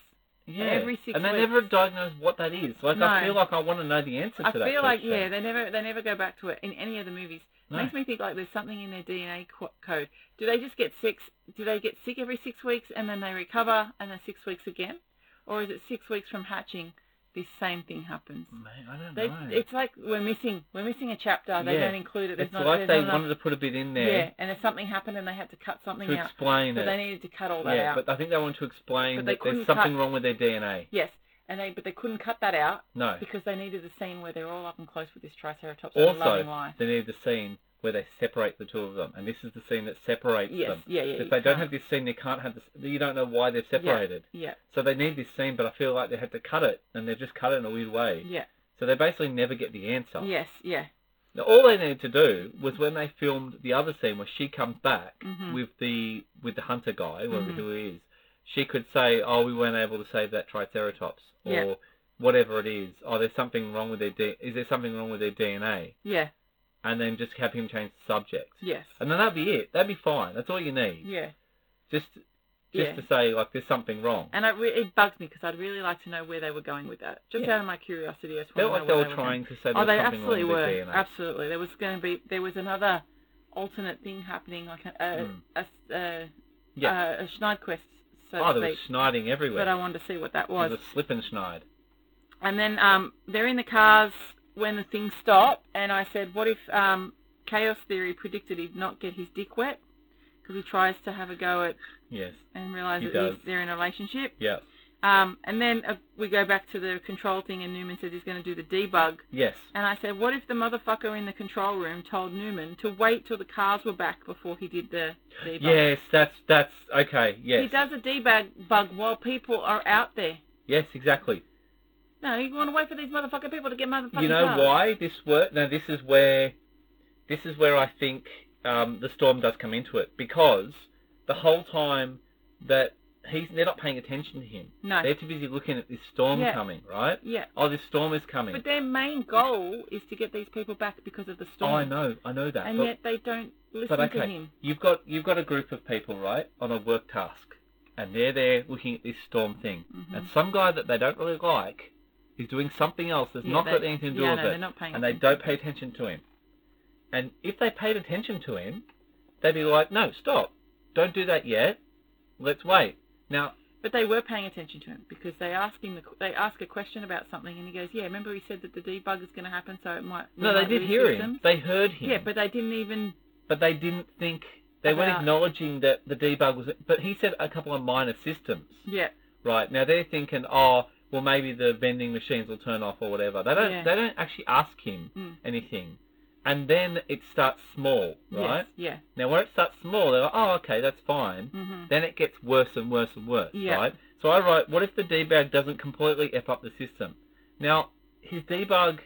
Speaker 1: yeah.
Speaker 2: every six
Speaker 1: and they
Speaker 2: weeks.
Speaker 1: never diagnose what that is. Like I
Speaker 2: No.
Speaker 1: feel like I want to know the answer to
Speaker 2: I
Speaker 1: that.
Speaker 2: feel like
Speaker 1: question.
Speaker 2: yeah, they never. They never go back to it in any of the movies.
Speaker 1: No.
Speaker 2: Makes me think like there's something in their DNA co- code. Do they just get sick? Do they get sick every six weeks and then they recover and then six weeks again, or is it six weeks from hatching? This same thing happens.
Speaker 1: Mate, I don't
Speaker 2: They,
Speaker 1: know.
Speaker 2: it's like we're missing. We're missing a chapter. They
Speaker 1: Yeah.
Speaker 2: don't include it. There's
Speaker 1: It's
Speaker 2: not,
Speaker 1: like
Speaker 2: there's
Speaker 1: they
Speaker 2: not enough
Speaker 1: wanted to put a bit in
Speaker 2: Yeah,
Speaker 1: there
Speaker 2: and if something happened and they had to cut something
Speaker 1: to
Speaker 2: out,
Speaker 1: explain
Speaker 2: but
Speaker 1: it.
Speaker 2: they needed to cut all that
Speaker 1: yeah,
Speaker 2: out.
Speaker 1: but I think they want to explain
Speaker 2: But they
Speaker 1: that there's
Speaker 2: couldn't
Speaker 1: something
Speaker 2: cut-
Speaker 1: wrong with their DNA.
Speaker 2: Yes, and they but they couldn't cut that out
Speaker 1: No.
Speaker 2: because they needed the scene where they're all up and close with this Triceratops and loving
Speaker 1: Also,
Speaker 2: life.
Speaker 1: they need the scene where they separate the two of them, and this is the scene that separates
Speaker 2: Yes,
Speaker 1: them.
Speaker 2: yeah, yeah.
Speaker 1: If
Speaker 2: you
Speaker 1: they don't
Speaker 2: can't-
Speaker 1: have this scene, they can't have this. You don't know why they're separated.
Speaker 2: yeah,
Speaker 1: So they need this scene, but I feel like they had to cut it, and they've just cut it in a weird way.
Speaker 2: yeah,
Speaker 1: So they basically never get the answer.
Speaker 2: yes, yeah,
Speaker 1: Now, all they needed to do was when they filmed the other scene where she comes back
Speaker 2: Mhm.
Speaker 1: with the with the hunter guy, whatever
Speaker 2: Mhm.
Speaker 1: who he is, she could say, "Oh, we weren't able to save that Triceratops," or
Speaker 2: Yeah.
Speaker 1: whatever it is. Oh, there's something wrong with their D- is there something wrong with their DNA?
Speaker 2: yeah,
Speaker 1: And then just have him change the subject.
Speaker 2: yes,
Speaker 1: And then that'd be it. That'd be fine. That's all you need.
Speaker 2: yeah,
Speaker 1: Just just
Speaker 2: yeah.
Speaker 1: to say like there's something wrong.
Speaker 2: And it, re- it bugged me because I'd really like to know where they were going with that. Just
Speaker 1: Yeah.
Speaker 2: out of my curiosity, I just
Speaker 1: felt
Speaker 2: wanna
Speaker 1: like
Speaker 2: know
Speaker 1: they
Speaker 2: where
Speaker 1: were
Speaker 2: were
Speaker 1: trying to say
Speaker 2: Oh,
Speaker 1: there's
Speaker 2: they
Speaker 1: something
Speaker 2: absolutely
Speaker 1: wrong with
Speaker 2: were.
Speaker 1: their DNA.
Speaker 2: Absolutely, there was going to be there was another alternate thing happening, like a a,
Speaker 1: Mm.
Speaker 2: a, a,
Speaker 1: Yeah.
Speaker 2: a, a Schneid quest, so
Speaker 1: oh,
Speaker 2: to
Speaker 1: there was
Speaker 2: speak.
Speaker 1: schneiding everywhere.
Speaker 2: But I wanted to see what that
Speaker 1: It
Speaker 2: was.
Speaker 1: was a slip and schneid.
Speaker 2: And then um, they're in the cars when the things stop, and I said, "What if um, Chaos Theory predicted he'd not get his dick wet because he tries to have a go at
Speaker 1: Yes.
Speaker 2: and realizes
Speaker 1: He
Speaker 2: that he's-
Speaker 1: does.
Speaker 2: they're in a relationship?"
Speaker 1: Yeah.
Speaker 2: Um, and then uh, we go back to the control thing, and Newman says he's going to do the debug.
Speaker 1: Yes.
Speaker 2: And I said, what if the motherfucker in the control room told Newman to wait till the cars were back before he did the debug?
Speaker 1: Yes, that's that's okay. Yes.
Speaker 2: He does a debug bug while people are out there.
Speaker 1: Yes, exactly.
Speaker 2: No, you want to wait for these motherfucking people to get motherfucking
Speaker 1: you know
Speaker 2: cars.
Speaker 1: why this worked? Now this is where this is where I think um, the storm does come into it because the whole time that he's they're not paying attention to him.
Speaker 2: No.
Speaker 1: They're too busy looking at this storm
Speaker 2: Yeah.
Speaker 1: coming, right?
Speaker 2: Yeah.
Speaker 1: Oh, this storm is coming.
Speaker 2: But their main goal is to get these people back because of the storm.
Speaker 1: oh, I know, I know that.
Speaker 2: And
Speaker 1: but,
Speaker 2: yet they don't listen
Speaker 1: but
Speaker 2: to
Speaker 1: okay,
Speaker 2: him.
Speaker 1: you've got you've got a group of people, right, on a work task, and they're there looking at this storm thing,
Speaker 2: Mhm.
Speaker 1: and some guy that they don't really like is doing something else that's
Speaker 2: Yeah,
Speaker 1: not
Speaker 2: they-
Speaker 1: got anything to do
Speaker 2: yeah,
Speaker 1: with
Speaker 2: no,
Speaker 1: it.
Speaker 2: they're not paying
Speaker 1: and they
Speaker 2: attention.
Speaker 1: don't pay attention to him. And if they paid attention to him, they'd be like, no, stop. Don't do that yet. Let's wait. Now,
Speaker 2: But they were paying attention to him because they asked him. The, qu- they ask a question about something, and he goes, "Yeah, remember he said that the debug is going to happen, so it might." we
Speaker 1: no, they
Speaker 2: might
Speaker 1: did
Speaker 2: lose
Speaker 1: hear him.
Speaker 2: systems."
Speaker 1: They heard him.
Speaker 2: Yeah, but they didn't even.
Speaker 1: but they didn't think, they weren't
Speaker 2: About-
Speaker 1: acknowledging that the debug was, but he said a couple of minor systems.
Speaker 2: Yeah,
Speaker 1: Right. Now they're thinking, oh, well maybe the vending machines will turn off or whatever. They don't,
Speaker 2: Yeah.
Speaker 1: they don't actually ask him
Speaker 2: Mm.
Speaker 1: anything. And then it starts small, right?
Speaker 2: Yes,
Speaker 1: Now when it starts small, they're like, oh, okay, that's fine.
Speaker 2: yeah. hmm
Speaker 1: then it gets worse and worse and worse,
Speaker 2: Yeah.
Speaker 1: right? So I write, what if the debug doesn't completely F up the system? Now, his debug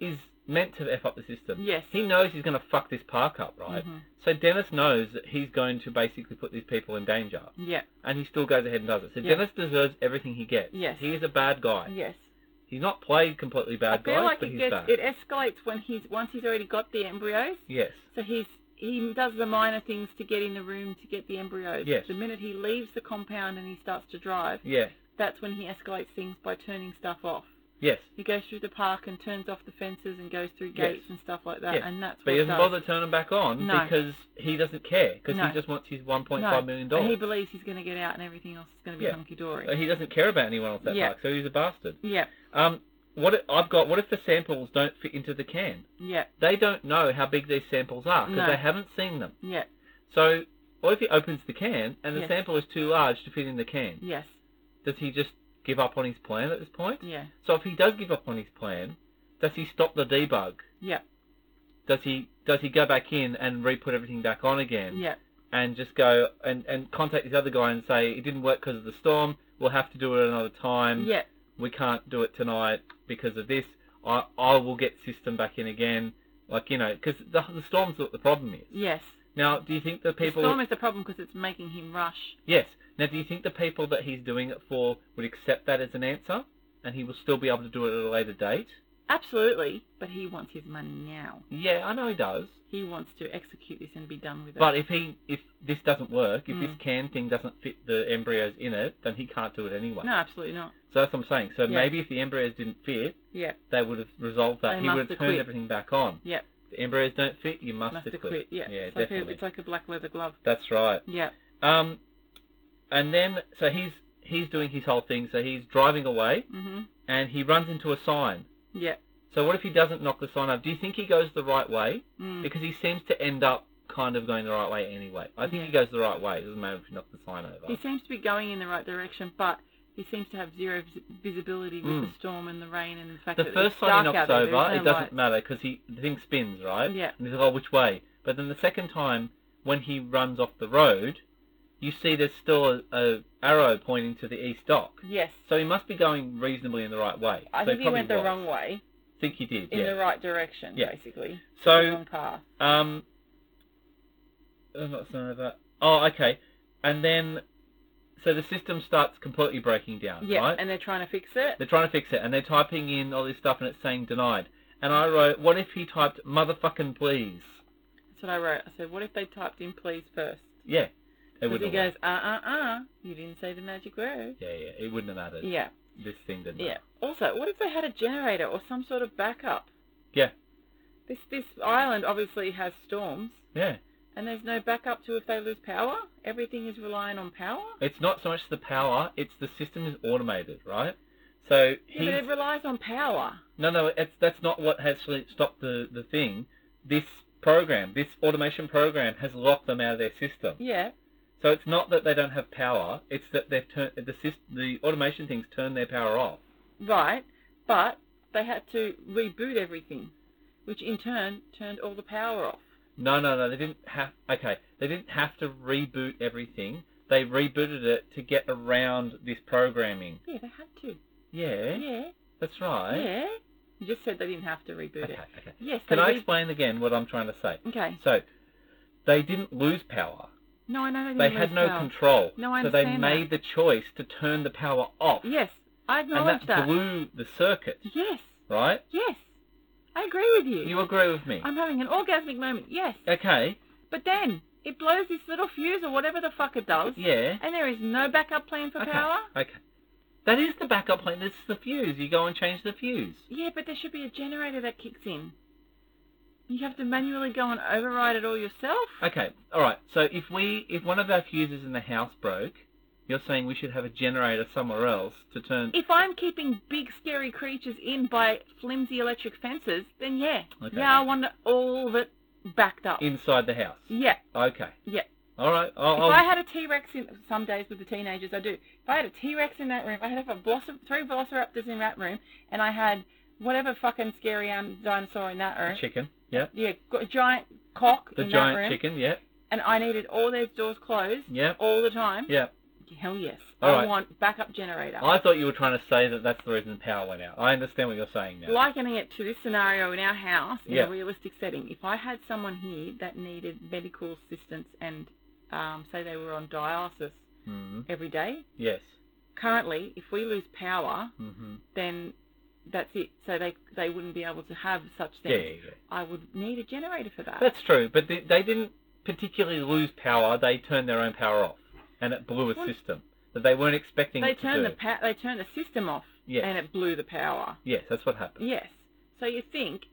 Speaker 1: is meant to F up the system.
Speaker 2: Yes.
Speaker 1: He knows he's going to fuck this park up, right?
Speaker 2: Mhm.
Speaker 1: So Dennis knows that he's going to basically put these people in danger,
Speaker 2: Yeah.
Speaker 1: and he still goes ahead and does it. So
Speaker 2: Yeah.
Speaker 1: Dennis deserves everything he gets.
Speaker 2: Yes.
Speaker 1: He is a bad guy.
Speaker 2: Yes.
Speaker 1: He's not played completely bad
Speaker 2: I feel
Speaker 1: guy,
Speaker 2: like
Speaker 1: but
Speaker 2: it
Speaker 1: he's
Speaker 2: gets
Speaker 1: bad.
Speaker 2: it escalates when he's once he's already got the embryos.
Speaker 1: yes.
Speaker 2: So he's he does the minor things to get in the room to get the embryos.
Speaker 1: Yes.
Speaker 2: The minute he leaves the compound and he starts to drive,
Speaker 1: Yeah.
Speaker 2: that's when he escalates things by turning stuff off.
Speaker 1: Yes.
Speaker 2: He goes through the park and turns off the fences and goes through
Speaker 1: Yes.
Speaker 2: gates and stuff like that.
Speaker 1: Yes.
Speaker 2: And that's
Speaker 1: But
Speaker 2: what
Speaker 1: he doesn't
Speaker 2: does.
Speaker 1: bother turning back on
Speaker 2: No.
Speaker 1: because he doesn't care because
Speaker 2: No.
Speaker 1: he just wants his one point
Speaker 2: No.
Speaker 1: five million
Speaker 2: And
Speaker 1: dollars.
Speaker 2: he believes he's going to get out and everything else is going to be
Speaker 1: Yeah.
Speaker 2: hunky dory.
Speaker 1: Uh, He doesn't care about anyone else that
Speaker 2: Yeah.
Speaker 1: park, so he's a bastard.
Speaker 2: Yeah,
Speaker 1: Um, what i- I've got? What if the samples don't fit into the can?
Speaker 2: yeah,
Speaker 1: They don't know how big these samples are because
Speaker 2: No.
Speaker 1: they haven't seen them.
Speaker 2: yeah,
Speaker 1: So, what if he opens the can and the
Speaker 2: Yes.
Speaker 1: sample is too large to fit in the can?
Speaker 2: yes,
Speaker 1: Does he just give up on his plan at this point?
Speaker 2: yeah,
Speaker 1: So, if he does give up on his plan, does he stop the debug?
Speaker 2: yeah,
Speaker 1: Does he does he go back in and re-put everything back on again
Speaker 2: yeah,
Speaker 1: and just go and, and contact this other guy and say it didn't work because of the storm? We'll have to do it another time.
Speaker 2: yeah,
Speaker 1: we can't do it tonight because of this. I, I will get system back in again. Like, you know, because the, the storm's what the problem is.
Speaker 2: yes.
Speaker 1: Now, do you think the people...
Speaker 2: the storm is the problem because it's making him rush.
Speaker 1: Yes. Now, do you think the people that he's doing it for would accept that as an answer? And he will still be able to do it at a later date?
Speaker 2: Absolutely, but he wants his money now.
Speaker 1: Yeah, I know he does.
Speaker 2: He wants to execute this and be done with it.
Speaker 1: But if he, if this doesn't work, if this
Speaker 2: Mm.
Speaker 1: can thing doesn't fit the embryos in it, then he can't do it anyway.
Speaker 2: no, absolutely not.
Speaker 1: So that's what I'm saying. So
Speaker 2: Yeah.
Speaker 1: maybe if the embryos didn't fit,
Speaker 2: Yeah,
Speaker 1: they would have resolved that.
Speaker 2: They
Speaker 1: he
Speaker 2: must
Speaker 1: would have
Speaker 2: have
Speaker 1: turned
Speaker 2: quit.
Speaker 1: everything back on.
Speaker 2: yeah.
Speaker 1: The embryos don't fit, you must,
Speaker 2: Must have
Speaker 1: acquit.
Speaker 2: quit. Yeah, it's, like a,
Speaker 1: definitely.
Speaker 2: it's like a black leather glove.
Speaker 1: That's right.
Speaker 2: Yeah,
Speaker 1: Um, and then so he's he's doing his whole thing. So he's driving away,
Speaker 2: mhm,
Speaker 1: and he runs into a sign.
Speaker 2: yeah.
Speaker 1: So what if he doesn't knock the sign up? Do you think he goes the right way?
Speaker 2: Mm.
Speaker 1: Because he seems to end up kind of going the right way anyway. I think he goes the right way. It doesn't matter if he knocks the sign over.
Speaker 2: He seems to be going in the right direction, but he seems to have zero vis- visibility with
Speaker 1: Mm.
Speaker 2: the storm and the rain and the fact
Speaker 1: the
Speaker 2: that
Speaker 1: first
Speaker 2: it's
Speaker 1: sign
Speaker 2: dark
Speaker 1: he
Speaker 2: out
Speaker 1: knocks
Speaker 2: there.
Speaker 1: over,
Speaker 2: There's no
Speaker 1: it doesn't
Speaker 2: light.
Speaker 1: matter because he the thing spins right.
Speaker 2: Yeah.
Speaker 1: And he's like, oh, which way? But then the second time, when he runs off the road, you see there's still a, a arrow pointing to the east dock.
Speaker 2: Yes,
Speaker 1: So he must be going reasonably in the right way.
Speaker 2: I
Speaker 1: so
Speaker 2: think he went the
Speaker 1: probably was.
Speaker 2: wrong way
Speaker 1: think he did.
Speaker 2: in
Speaker 1: yeah.
Speaker 2: the right direction,
Speaker 1: Yeah.
Speaker 2: basically.
Speaker 1: So-
Speaker 2: the wrong path.
Speaker 1: Um. I'm not saying that. Oh, okay. And then, so the system starts completely breaking down.
Speaker 2: Yeah,
Speaker 1: Right.
Speaker 2: and they're trying to fix it.
Speaker 1: they're trying to fix it, and they're typing in all this stuff, and it's saying denied. And I wrote, what if he typed motherfucking please?
Speaker 2: That's what I wrote. I said, what if they typed in please first?
Speaker 1: Yeah. It
Speaker 2: Because
Speaker 1: wouldn't.
Speaker 2: he
Speaker 1: have
Speaker 2: goes,
Speaker 1: worked.
Speaker 2: uh, uh, uh, you didn't say the magic word.
Speaker 1: Yeah, yeah. It wouldn't have mattered.
Speaker 2: Yeah,
Speaker 1: This thing didn't.
Speaker 2: yeah. Also, what if they had a generator or some sort of backup?
Speaker 1: Yeah.
Speaker 2: This this island obviously has storms.
Speaker 1: Yeah.
Speaker 2: And there's no backup to if they lose power? Everything is relying on power?
Speaker 1: It's not so much the power; it's the system is automated, right? So
Speaker 2: Yeah,
Speaker 1: he's
Speaker 2: but it relies on power.
Speaker 1: No, no, it's, that's not what has actually stopped the, the thing. This program, this automation program, has locked them out of their system.
Speaker 2: Yeah.
Speaker 1: So it's not that they don't have power; it's that they've turned the system, the automation things turn their power off.
Speaker 2: Right. But they had to reboot everything, which in turn turned all the power off.
Speaker 1: No, no, no, they didn't have. Okay, they didn't have to reboot everything. They rebooted it to get around this programming.
Speaker 2: Yeah, they had to.
Speaker 1: Yeah,
Speaker 2: Yeah.
Speaker 1: that's right.
Speaker 2: Yeah. You just said they didn't have to reboot
Speaker 1: Okay,
Speaker 2: it.
Speaker 1: okay.
Speaker 2: Yes,
Speaker 1: Can
Speaker 2: they
Speaker 1: I
Speaker 2: re-
Speaker 1: explain again what I'm trying to say?
Speaker 2: Okay.
Speaker 1: So, they didn't lose power.
Speaker 2: No, I know they didn't
Speaker 1: They had
Speaker 2: lose
Speaker 1: no
Speaker 2: power.
Speaker 1: control.
Speaker 2: No, I
Speaker 1: So they
Speaker 2: understand
Speaker 1: made the choice to turn the power off.
Speaker 2: Yes, I
Speaker 1: and
Speaker 2: acknowledge
Speaker 1: that
Speaker 2: that.
Speaker 1: blew the circuit,
Speaker 2: Yes,
Speaker 1: right?
Speaker 2: yes, I agree with you.
Speaker 1: You agree with me?
Speaker 2: I'm having an orgasmic moment. Yes,
Speaker 1: Okay.
Speaker 2: but then it blows this little fuse or whatever the fuck it does,
Speaker 1: Yeah.
Speaker 2: and there is no backup plan for
Speaker 1: okay.
Speaker 2: power.
Speaker 1: Okay. That is the backup plan. This is the fuse. You go and change the fuse.
Speaker 2: Yeah, but there should be a generator that kicks in. You have to manually go and override it all yourself.
Speaker 1: Okay. All right. So if we if one of our fuses in the house broke, you're saying we should have a generator somewhere else to turn.
Speaker 2: If I'm keeping big scary creatures in by flimsy electric fences, then yeah,
Speaker 1: Okay.
Speaker 2: now I want all of it backed up.
Speaker 1: inside the house.
Speaker 2: yeah,
Speaker 1: Okay.
Speaker 2: Yeah.
Speaker 1: All right. I'll,
Speaker 2: If
Speaker 1: I'll-
Speaker 2: I had a T Rex in some days with the teenagers, I do. If I had a T Rex in that room, if I had a veloci- three Velociraptors in that room, and I had whatever fucking scary um, dinosaur in that room.
Speaker 1: chicken. Yeah.
Speaker 2: Yeah, got a giant cock
Speaker 1: The
Speaker 2: in that room,
Speaker 1: giant chicken. Yeah.
Speaker 2: and I needed all those doors closed
Speaker 1: Yeah.
Speaker 2: all the time.
Speaker 1: Yeah.
Speaker 2: Hell yes,
Speaker 1: All
Speaker 2: I
Speaker 1: right.
Speaker 2: want backup generator.
Speaker 1: I thought you were trying to say that that's the reason power went out. I understand what you're saying now.
Speaker 2: Likening it to this scenario in our house in
Speaker 1: Yeah.
Speaker 2: a realistic setting, if I had someone here that needed medical assistance and um, say they were on dialysis
Speaker 1: hmm
Speaker 2: every day,
Speaker 1: Yes.
Speaker 2: currently, if we lose power,
Speaker 1: hmm
Speaker 2: then that's it. So they they wouldn't be able to have such
Speaker 1: Yeah,
Speaker 2: things.
Speaker 1: yeah, yeah.
Speaker 2: I would need a generator for that.
Speaker 1: That's true, but they, they didn't particularly lose power. They turned their own power off, and it blew a
Speaker 2: Well-
Speaker 1: system that they weren't expecting
Speaker 2: they
Speaker 1: it to do.
Speaker 2: turned the pa- they turned the system off,
Speaker 1: Yes.
Speaker 2: and it blew the power.
Speaker 1: Yes, that's what happened.
Speaker 2: Yes. So you think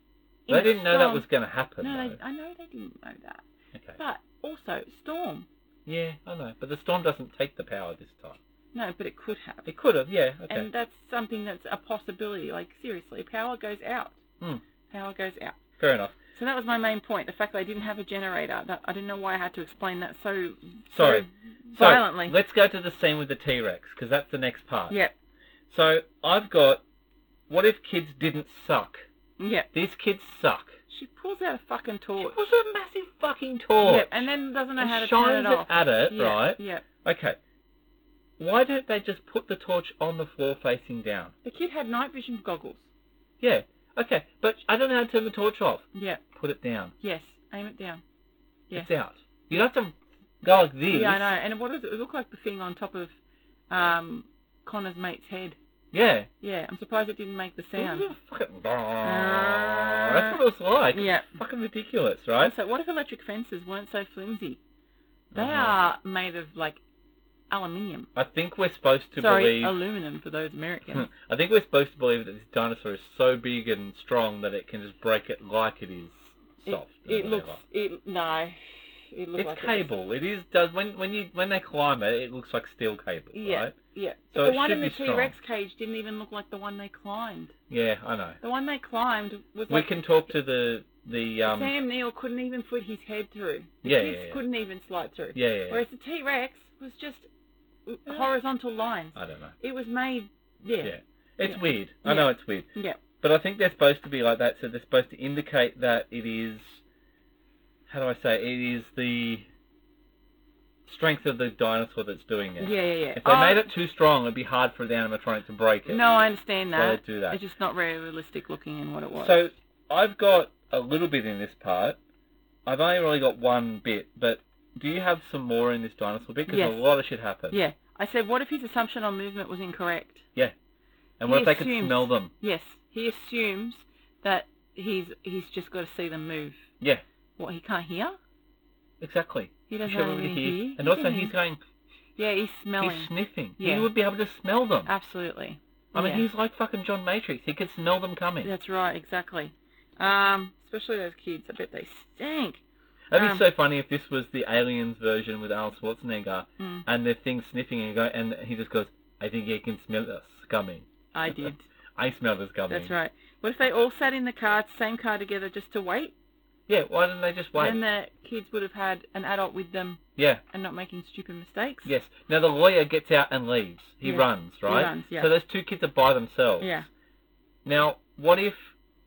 Speaker 2: in
Speaker 1: They
Speaker 2: a
Speaker 1: didn't know that
Speaker 2: storm-
Speaker 1: was going to happen.
Speaker 2: No,
Speaker 1: though.
Speaker 2: they, I know they didn't know that.
Speaker 1: Okay.
Speaker 2: But also storm.
Speaker 1: Yeah, I know. But the storm doesn't take the power this time.
Speaker 2: No, but it could have.
Speaker 1: It could have, yeah. Okay.
Speaker 2: And that's something that's a possibility. Like seriously, power goes out.
Speaker 1: Hmm.
Speaker 2: Power goes out.
Speaker 1: Fair enough.
Speaker 2: So that was my main point. The fact that I didn't have a generator. That I didn't know why I had to explain that so
Speaker 1: Sorry.
Speaker 2: so
Speaker 1: So,
Speaker 2: violently.
Speaker 1: let's go to the scene with the T-Rex, because that's the next part.
Speaker 2: Yep.
Speaker 1: So, I've got, what if kids didn't suck?
Speaker 2: Yep.
Speaker 1: These kids suck.
Speaker 2: She pulls out a fucking
Speaker 1: It
Speaker 2: torch.
Speaker 1: was a massive fucking torch.
Speaker 2: Yep. And then doesn't know
Speaker 1: And
Speaker 2: how to turn
Speaker 1: shines
Speaker 2: it off.
Speaker 1: at it,
Speaker 2: Yeah,
Speaker 1: right?
Speaker 2: Yep.
Speaker 1: Okay. Why don't they just put the torch on the floor facing down?
Speaker 2: The kid had night vision goggles.
Speaker 1: Yeah. Okay, but I don't know how to turn the torch off.
Speaker 2: Yep.
Speaker 1: Put it down.
Speaker 2: Yes. Aim it down. Yeah.
Speaker 1: It's out. You don't have to go like this.
Speaker 2: Yeah, I know. And what does it, it look like? The thing on top of um, Connor's mate's head.
Speaker 1: Yeah.
Speaker 2: Yeah. I'm surprised it didn't make the sound.
Speaker 1: Fucking- That's what it was like.
Speaker 2: Ah. Yeah.
Speaker 1: Fucking ridiculous, right?
Speaker 2: So what if electric fences weren't so flimsy? They
Speaker 1: Uh-huh.
Speaker 2: are made of like aluminium.
Speaker 1: I think we're supposed to
Speaker 2: Sorry,
Speaker 1: believe.
Speaker 2: aluminum for those Americans.
Speaker 1: I think we're supposed to believe that this dinosaur is so big and strong that it can just break it like it is [laughs] soft.
Speaker 2: It, it
Speaker 1: or
Speaker 2: looks.
Speaker 1: whatever.
Speaker 2: It no. It looks
Speaker 1: It's
Speaker 2: like it is.
Speaker 1: cable. It is does when when you when they climb it, it looks like steel cable,
Speaker 2: Yeah.
Speaker 1: right?
Speaker 2: Yeah.
Speaker 1: So
Speaker 2: But
Speaker 1: it
Speaker 2: the one
Speaker 1: should
Speaker 2: in the
Speaker 1: be strong.
Speaker 2: T Rex cage didn't even look like the one they climbed.
Speaker 1: Yeah, I know.
Speaker 2: The one they climbed was
Speaker 1: We
Speaker 2: like
Speaker 1: can talk to the the um.
Speaker 2: Sam Neill couldn't even put his head through. The
Speaker 1: Yeah,
Speaker 2: kids
Speaker 1: yeah, yeah.
Speaker 2: couldn't even slide through.
Speaker 1: Yeah, yeah, yeah.
Speaker 2: Whereas the T Rex was just horizontal lines.
Speaker 1: I don't know.
Speaker 2: It was made yeah.
Speaker 1: Uh, Yeah. It's
Speaker 2: Yeah.
Speaker 1: weird. I
Speaker 2: Yeah.
Speaker 1: know it's weird,
Speaker 2: Yeah.
Speaker 1: but I think they're supposed to be like that. So they're supposed to indicate that it is. How do I say? it? It is the strength of the dinosaur that's doing
Speaker 2: Yeah,
Speaker 1: it.
Speaker 2: yeah, yeah.
Speaker 1: If they
Speaker 2: Oh,
Speaker 1: made it too strong, it'd be hard for the animatronic to break it.
Speaker 2: No, I understand
Speaker 1: So
Speaker 2: that.
Speaker 1: they do that.
Speaker 2: It's just not very realistic looking in what it was.
Speaker 1: So I've got a little bit in this part. I've only really got one bit, but do you have some more in this dinosaur bit? Because
Speaker 2: Yes.
Speaker 1: a lot of shit happened.
Speaker 2: yeah, I said, what if his assumption on movement was incorrect?
Speaker 1: And what
Speaker 2: He
Speaker 1: if they could
Speaker 2: assumes-
Speaker 1: smell them?
Speaker 2: Yes, he assumes that he's he's just got to see them move.
Speaker 1: Yeah,
Speaker 2: What he can't hear?
Speaker 1: exactly.
Speaker 2: He
Speaker 1: You
Speaker 2: doesn't
Speaker 1: should be
Speaker 2: have
Speaker 1: able to
Speaker 2: anything
Speaker 1: hear.
Speaker 2: here.
Speaker 1: And
Speaker 2: He
Speaker 1: also,
Speaker 2: can
Speaker 1: he's
Speaker 2: hear.
Speaker 1: going.
Speaker 2: yeah, he's smelling.
Speaker 1: He's sniffing.
Speaker 2: Yeah.
Speaker 1: He would be able to smell them.
Speaker 2: Absolutely.
Speaker 1: I mean,
Speaker 2: Yeah.
Speaker 1: he's like fucking John Matrix. He could smell them coming.
Speaker 2: That's right, exactly. Um, especially those kids. I bet they stink.
Speaker 1: That'd be
Speaker 2: Um,
Speaker 1: so funny if this was the Aliens version with Arnold Schwarzenegger
Speaker 2: Mm,
Speaker 1: and the thing sniffing and go, and he just goes, "I think he can smell us coming.
Speaker 2: I did.
Speaker 1: [laughs] I smell us coming."
Speaker 2: That's right. What if they all sat in the car, same car together, just to wait?
Speaker 1: Yeah. Why didn't they just wait?
Speaker 2: Then the kids would have had an adult with them
Speaker 1: yeah.
Speaker 2: and not making stupid mistakes.
Speaker 1: Yes. Now the lawyer gets out and leaves. He
Speaker 2: Yeah.
Speaker 1: runs, right?
Speaker 2: runs, yeah.
Speaker 1: So those two kids are by themselves.
Speaker 2: Yeah.
Speaker 1: Now, what if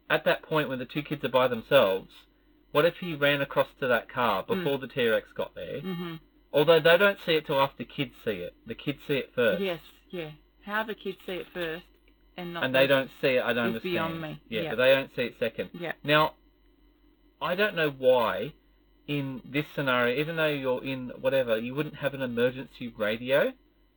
Speaker 1: at that point when the two kids are by themselves, what if he ran across to that car before the T-Rex got there?
Speaker 2: hmm
Speaker 1: Although they don't see it till after the kids see it. The kids see it first.
Speaker 2: Yes, yeah. How the kids see it first and not
Speaker 1: and they
Speaker 2: left
Speaker 1: don't see it. I don't
Speaker 2: is
Speaker 1: understand.
Speaker 2: beyond me.
Speaker 1: Yeah,
Speaker 2: Yeah.
Speaker 1: but they don't see it second.
Speaker 2: Yeah.
Speaker 1: Now, I don't know why, in this scenario, even though you're in whatever, you wouldn't have an emergency radio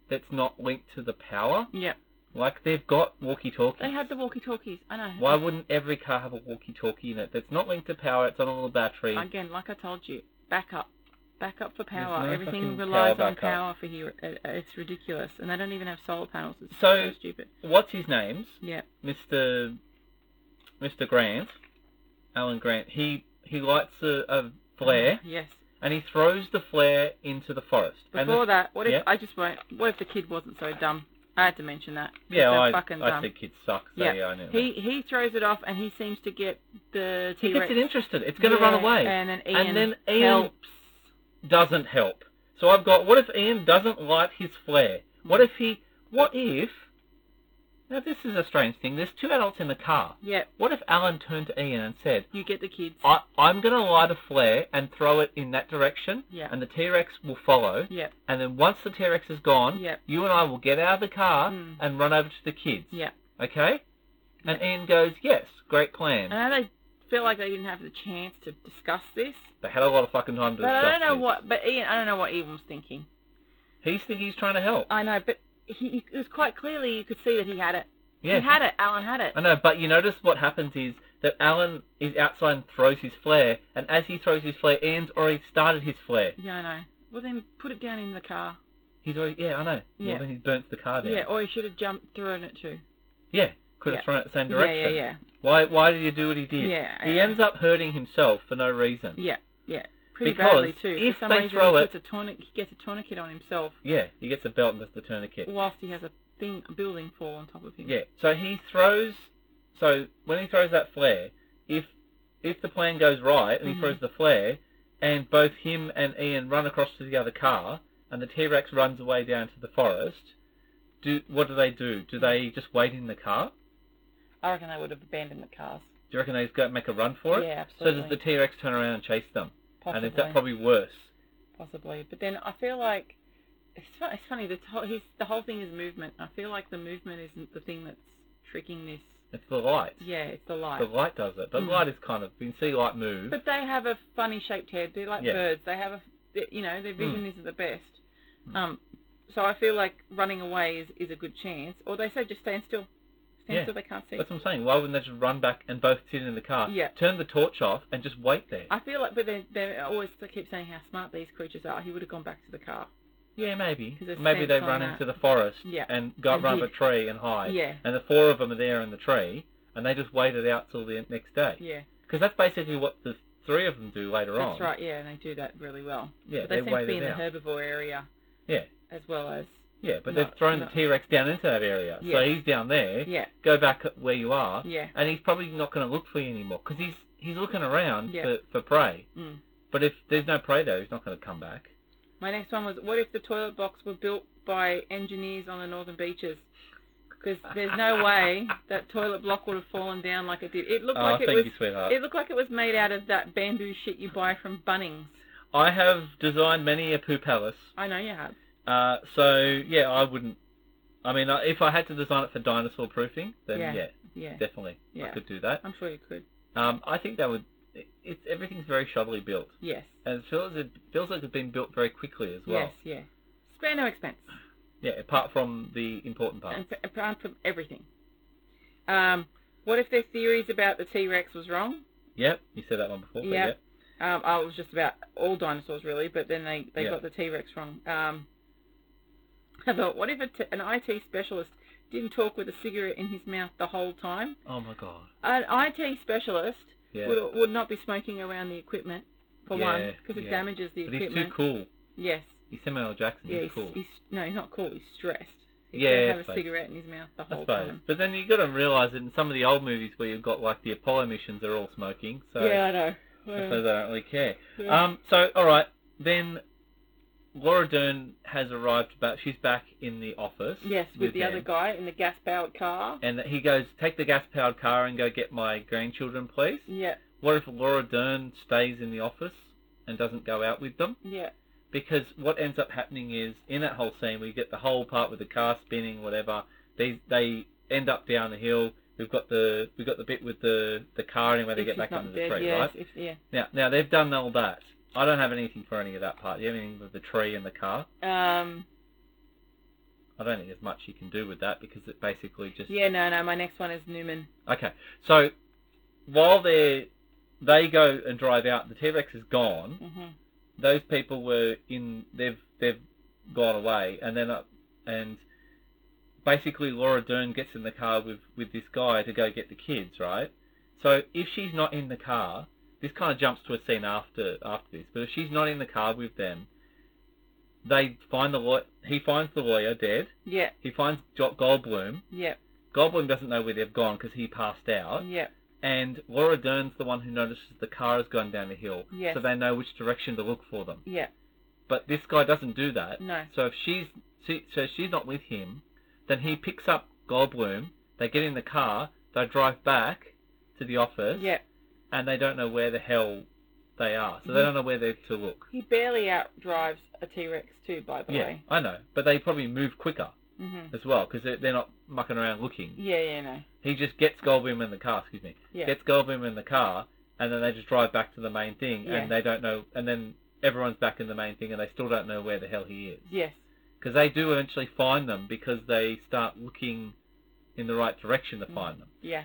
Speaker 1: that's not linked to the power.
Speaker 2: Yeah.
Speaker 1: Like they've got walkie-talkies.
Speaker 2: They had the walkie-talkies. I know.
Speaker 1: Why wouldn't every car have a walkie-talkie in it that's not linked to power? It's on a little battery.
Speaker 2: Again, like I told you, backup, backup for power.
Speaker 1: no
Speaker 2: Everything
Speaker 1: fucking
Speaker 2: relies
Speaker 1: power
Speaker 2: on
Speaker 1: backup.
Speaker 2: power for here. Uh, uh, It's ridiculous, and they don't even have solar panels. It's
Speaker 1: So-
Speaker 2: so stupid.
Speaker 1: What's his name's?
Speaker 2: Yeah.
Speaker 1: Mr. Mr. Grant, Alan Grant. He he lights a, a flare
Speaker 2: Uh-huh. Yes.
Speaker 1: and he throws the flare into the forest. and the
Speaker 2: Mm-hmm. Before that, what if
Speaker 1: yeah.
Speaker 2: I just won't? What if the kid wasn't so dumb? I had to mention that. 'cause
Speaker 1: Yeah,
Speaker 2: they're
Speaker 1: I,
Speaker 2: fucking
Speaker 1: I
Speaker 2: dumb.
Speaker 1: think kids suck. So yeah,
Speaker 2: Yeah.
Speaker 1: I know. that.
Speaker 2: He he throws it off, and he seems to get the
Speaker 1: He
Speaker 2: T-Rex.
Speaker 1: gets it interested. It's going to run
Speaker 2: Yeah,
Speaker 1: away.
Speaker 2: And then Ian
Speaker 1: and then Ian
Speaker 2: helps.
Speaker 1: doesn't help. So I've got, what if Ian doesn't light his flare? What if he, what if, now this is a strange thing. There's two adults in the car.
Speaker 2: Yeah,
Speaker 1: What if Alan turned to Ian and said,
Speaker 2: you get the kids.
Speaker 1: I, I'm going to light a flare and throw it in that direction,
Speaker 2: Yeah.
Speaker 1: and the T-Rex will follow.
Speaker 2: yeah,
Speaker 1: And then once the T-Rex is gone,
Speaker 2: Yeah.
Speaker 1: you and I will get out of the car
Speaker 2: Mm.
Speaker 1: and run over to the kids.
Speaker 2: yeah.
Speaker 1: Okay? And Ian goes, yes, great plan.
Speaker 2: I know they feel like they didn't have the chance to discuss this,
Speaker 1: They had a lot of fucking time to
Speaker 2: but I don't
Speaker 1: discuss
Speaker 2: know
Speaker 1: this.
Speaker 2: what. But Ian, I don't know what Ian was thinking.
Speaker 1: He's thinking he's trying to help.
Speaker 2: I know, but he it was quite clearly you could see that he had it.
Speaker 1: yeah.
Speaker 2: He had it. Alan had it.
Speaker 1: I know, but you notice what happens is that Alan is outside and throws his flare, and as he throws his flare, Ian's already started his flare.
Speaker 2: Yeah, I know. Well, then put it down in the car.
Speaker 1: He's already, yeah, I know.
Speaker 2: Yeah.
Speaker 1: Well, then he burnt the car down.
Speaker 2: Yeah, or he should have jumped, thrown it too.
Speaker 1: Yeah, Could have
Speaker 2: Yeah.
Speaker 1: thrown it the same
Speaker 2: Yeah, yeah,
Speaker 1: direction.
Speaker 2: yeah,
Speaker 1: Why, why did he do what he did?
Speaker 2: Yeah,
Speaker 1: He
Speaker 2: yeah.
Speaker 1: ends up hurting himself for no reason.
Speaker 2: yeah, yeah. Pretty
Speaker 1: Because
Speaker 2: badly too.
Speaker 1: if
Speaker 2: For some
Speaker 1: they
Speaker 2: reason,
Speaker 1: throw
Speaker 2: he
Speaker 1: it-
Speaker 2: puts a tourni- he gets a tourniquet on himself
Speaker 1: Yeah, he gets a belt and does the tourniquet.
Speaker 2: whilst he has a thing, a building fall on top of him.
Speaker 1: Yeah. So he throws. So when he throws that flare, if if the plan goes right and he
Speaker 2: Mhm.
Speaker 1: throws the flare, and both him and Ian run across to the other car, and the T Rex runs away down to the forest, do what do they do? Do they just wait in the car?
Speaker 2: I reckon they would have abandoned the cars.
Speaker 1: Do you reckon they just go make a run for it?
Speaker 2: Yeah,
Speaker 1: So does
Speaker 2: absolutely.
Speaker 1: the T Rex turn around and chase them?
Speaker 2: Possibly.
Speaker 1: And is that probably worse?
Speaker 2: possibly. But then I feel like it's, fu- it's funny. The whole his, the whole thing is movement. I feel like the movement isn't the thing that's tricking this.
Speaker 1: It's the light.
Speaker 2: Yeah, it's the light.
Speaker 1: The light does it. The
Speaker 2: Mm.
Speaker 1: light is kind of you can see light move.
Speaker 2: But they have a funny shaped head. They're like
Speaker 1: Yeah. Hmm.
Speaker 2: birds. They have a they- you know their vision isn't the best. Um, so I feel like running away is, is a good chance. Or they say just stand still. Stand
Speaker 1: Yeah.
Speaker 2: still. They can't see.
Speaker 1: That's what I'm saying. Why wouldn't they just run back and both sit in the car?
Speaker 2: Yeah.
Speaker 1: Turn the torch off and just wait there.
Speaker 2: I feel like, but they they always keep saying how smart these creatures are. He would have gone back to the car.
Speaker 1: Yeah, maybe.
Speaker 2: 'Cause there's
Speaker 1: Maybe
Speaker 2: sense
Speaker 1: they
Speaker 2: on
Speaker 1: run
Speaker 2: that.
Speaker 1: into the forest
Speaker 2: Yeah.
Speaker 1: and go
Speaker 2: And
Speaker 1: run up a
Speaker 2: hid.
Speaker 1: tree and hide.
Speaker 2: Yeah.
Speaker 1: And the four of them are there in the tree, and they just wait it out till the next day.
Speaker 2: Yeah.
Speaker 1: Because that's basically what the three of them do later on.
Speaker 2: That's right, yeah, and they do that really well.
Speaker 1: Yeah,
Speaker 2: but they
Speaker 1: they
Speaker 2: seem to
Speaker 1: waited
Speaker 2: be in the
Speaker 1: out.
Speaker 2: herbivore area
Speaker 1: Yeah,
Speaker 2: as well as
Speaker 1: yeah. But
Speaker 2: No,
Speaker 1: they've thrown
Speaker 2: no.
Speaker 1: the T Rex down into that area, so
Speaker 2: Yeah.
Speaker 1: he's down there.
Speaker 2: yeah,
Speaker 1: Go back where you are,
Speaker 2: yeah,
Speaker 1: and he's probably not going to look for you anymore because he's he's looking around
Speaker 2: Yeah.
Speaker 1: for, for prey.
Speaker 2: mm.
Speaker 1: But if there's no prey there, he's not going to come back.
Speaker 2: My next one was what if the toilet box were built by engineers on the northern beaches? Because there's
Speaker 1: [laughs]
Speaker 2: no way that toilet block would have fallen down like it did. It looked
Speaker 1: oh,
Speaker 2: like
Speaker 1: thank
Speaker 2: it was.
Speaker 1: you, sweetheart.
Speaker 2: It looked like it was made out of that bamboo shit you buy from Bunnings.
Speaker 1: I have designed many a poo palace.
Speaker 2: I know you have.
Speaker 1: Uh, so yeah, I wouldn't. I mean, I- if I had to design it for dinosaur proofing, then yeah,
Speaker 2: Yeah. Yeah,
Speaker 1: definitely, I
Speaker 2: Yeah.
Speaker 1: could do that.
Speaker 2: I'm sure you could.
Speaker 1: Um, I think that would. it- It's everything's very shoddily built,
Speaker 2: Yes.
Speaker 1: and it feels it feels like it's been built very quickly as well.
Speaker 2: Yes. Yeah. Spare no expense.
Speaker 1: Yeah, apart from the important part.
Speaker 2: and f- apart from everything. Um, what if their theories about the T Rex was wrong?
Speaker 1: Yep, you said that one before. but
Speaker 2: Yep.
Speaker 1: yep.
Speaker 2: Um, I was just about all dinosaurs really, but then they, they
Speaker 1: Yeah.
Speaker 2: got the T Rex wrong. Um, I thought, what if a t- an IT specialist didn't talk with a cigarette in his mouth the whole time?
Speaker 1: Oh my god.
Speaker 2: An IT specialist
Speaker 1: Yeah.
Speaker 2: would, would not be smoking around the equipment for one,
Speaker 1: Yeah,
Speaker 2: 'cause because it
Speaker 1: yeah.
Speaker 2: damages the
Speaker 1: but he's too
Speaker 2: equipment.
Speaker 1: cool.
Speaker 2: Yes.
Speaker 1: He's Samuel L. Jackson.
Speaker 2: yeah,
Speaker 1: he's cool.
Speaker 2: he's, no, he's not cool. He's stressed. He
Speaker 1: Yeah,
Speaker 2: can't
Speaker 1: I
Speaker 2: have a
Speaker 1: suppose.
Speaker 2: cigarette in his mouth the
Speaker 1: I
Speaker 2: whole
Speaker 1: suppose.
Speaker 2: time.
Speaker 1: But then you got to realise that in some of the old movies where you've got like the Apollo missions, they're all smoking. So
Speaker 2: yeah, I know.
Speaker 1: I
Speaker 2: Yeah.
Speaker 1: suppose I don't really care.
Speaker 2: Yeah.
Speaker 1: Um, so, all right, then Laura Dern has arrived back. She's back in the office.
Speaker 2: Yes, with, the other
Speaker 1: them.
Speaker 2: guy in the gas powered car.
Speaker 1: And he goes, take the gas-powered car and go get my grandchildren, please.
Speaker 2: Yeah,
Speaker 1: What if Laura Dern stays in the office and doesn't go out with them?
Speaker 2: yeah,
Speaker 1: Because what ends up happening is, in that whole scene, we get the whole part with the car spinning, whatever. They, they end up down the hill. We've got the we've got the bit with the the car and where they
Speaker 2: If
Speaker 1: get
Speaker 2: he's
Speaker 1: back
Speaker 2: not
Speaker 1: under
Speaker 2: dead,
Speaker 1: the tree,
Speaker 2: yes,
Speaker 1: right?
Speaker 2: if- yeah.
Speaker 1: Now now they've done all that. I don't have anything for any of that part. Do you have anything with the tree and the car?
Speaker 2: Um,
Speaker 1: I don't think there's much you can do with that because it basically just
Speaker 2: yeah, no, no. My next one is Newman.
Speaker 1: Okay. So while they they go and drive out, the T Rex is gone.
Speaker 2: hmm
Speaker 1: Those people were in. They've they've gone away, and then up and basically Laura Dern gets in the car with with this guy to go get the kids, right? So if she's not in the car, this kind of jumps to a scene after after this. But if she's not in the car with them, they find the law. He finds the lawyer dead.
Speaker 2: Yeah,
Speaker 1: He finds Jo- Goldblum.
Speaker 2: yeah,
Speaker 1: Goldblum doesn't know where they've gone because he passed out.
Speaker 2: yeah.
Speaker 1: And Laura Dern's the one who notices the car has gone down the hill,
Speaker 2: Yes.
Speaker 1: so they know which direction to look for them.
Speaker 2: Yeah,
Speaker 1: But this guy doesn't do that.
Speaker 2: no.
Speaker 1: So if she's she, so if she's not with him, then he picks up Goldblum. They get in the car. They drive back to the office,
Speaker 2: Yeah,
Speaker 1: and they don't know where the hell they are. So they
Speaker 2: Mhm.
Speaker 1: don't know where they're to look.
Speaker 2: he barely outdrives a T Rex too, by the
Speaker 1: Yeah,
Speaker 2: way.
Speaker 1: I know, but they probably move quicker
Speaker 2: hmm
Speaker 1: as well because they're, they're not mucking around looking.
Speaker 2: Yeah, yeah, no.
Speaker 1: He just gets Goldblum in the car. Excuse me.
Speaker 2: Mm. Yeah,
Speaker 1: gets Goldblum in the car, and then they just drive back to the main thing,
Speaker 2: Yeah.
Speaker 1: and they don't know, and then everyone's back in the main thing, and they still don't know where the hell he is.
Speaker 2: yes,
Speaker 1: Because they do eventually find them because they start looking in the right direction to
Speaker 2: Mm.
Speaker 1: find them.
Speaker 2: yeah.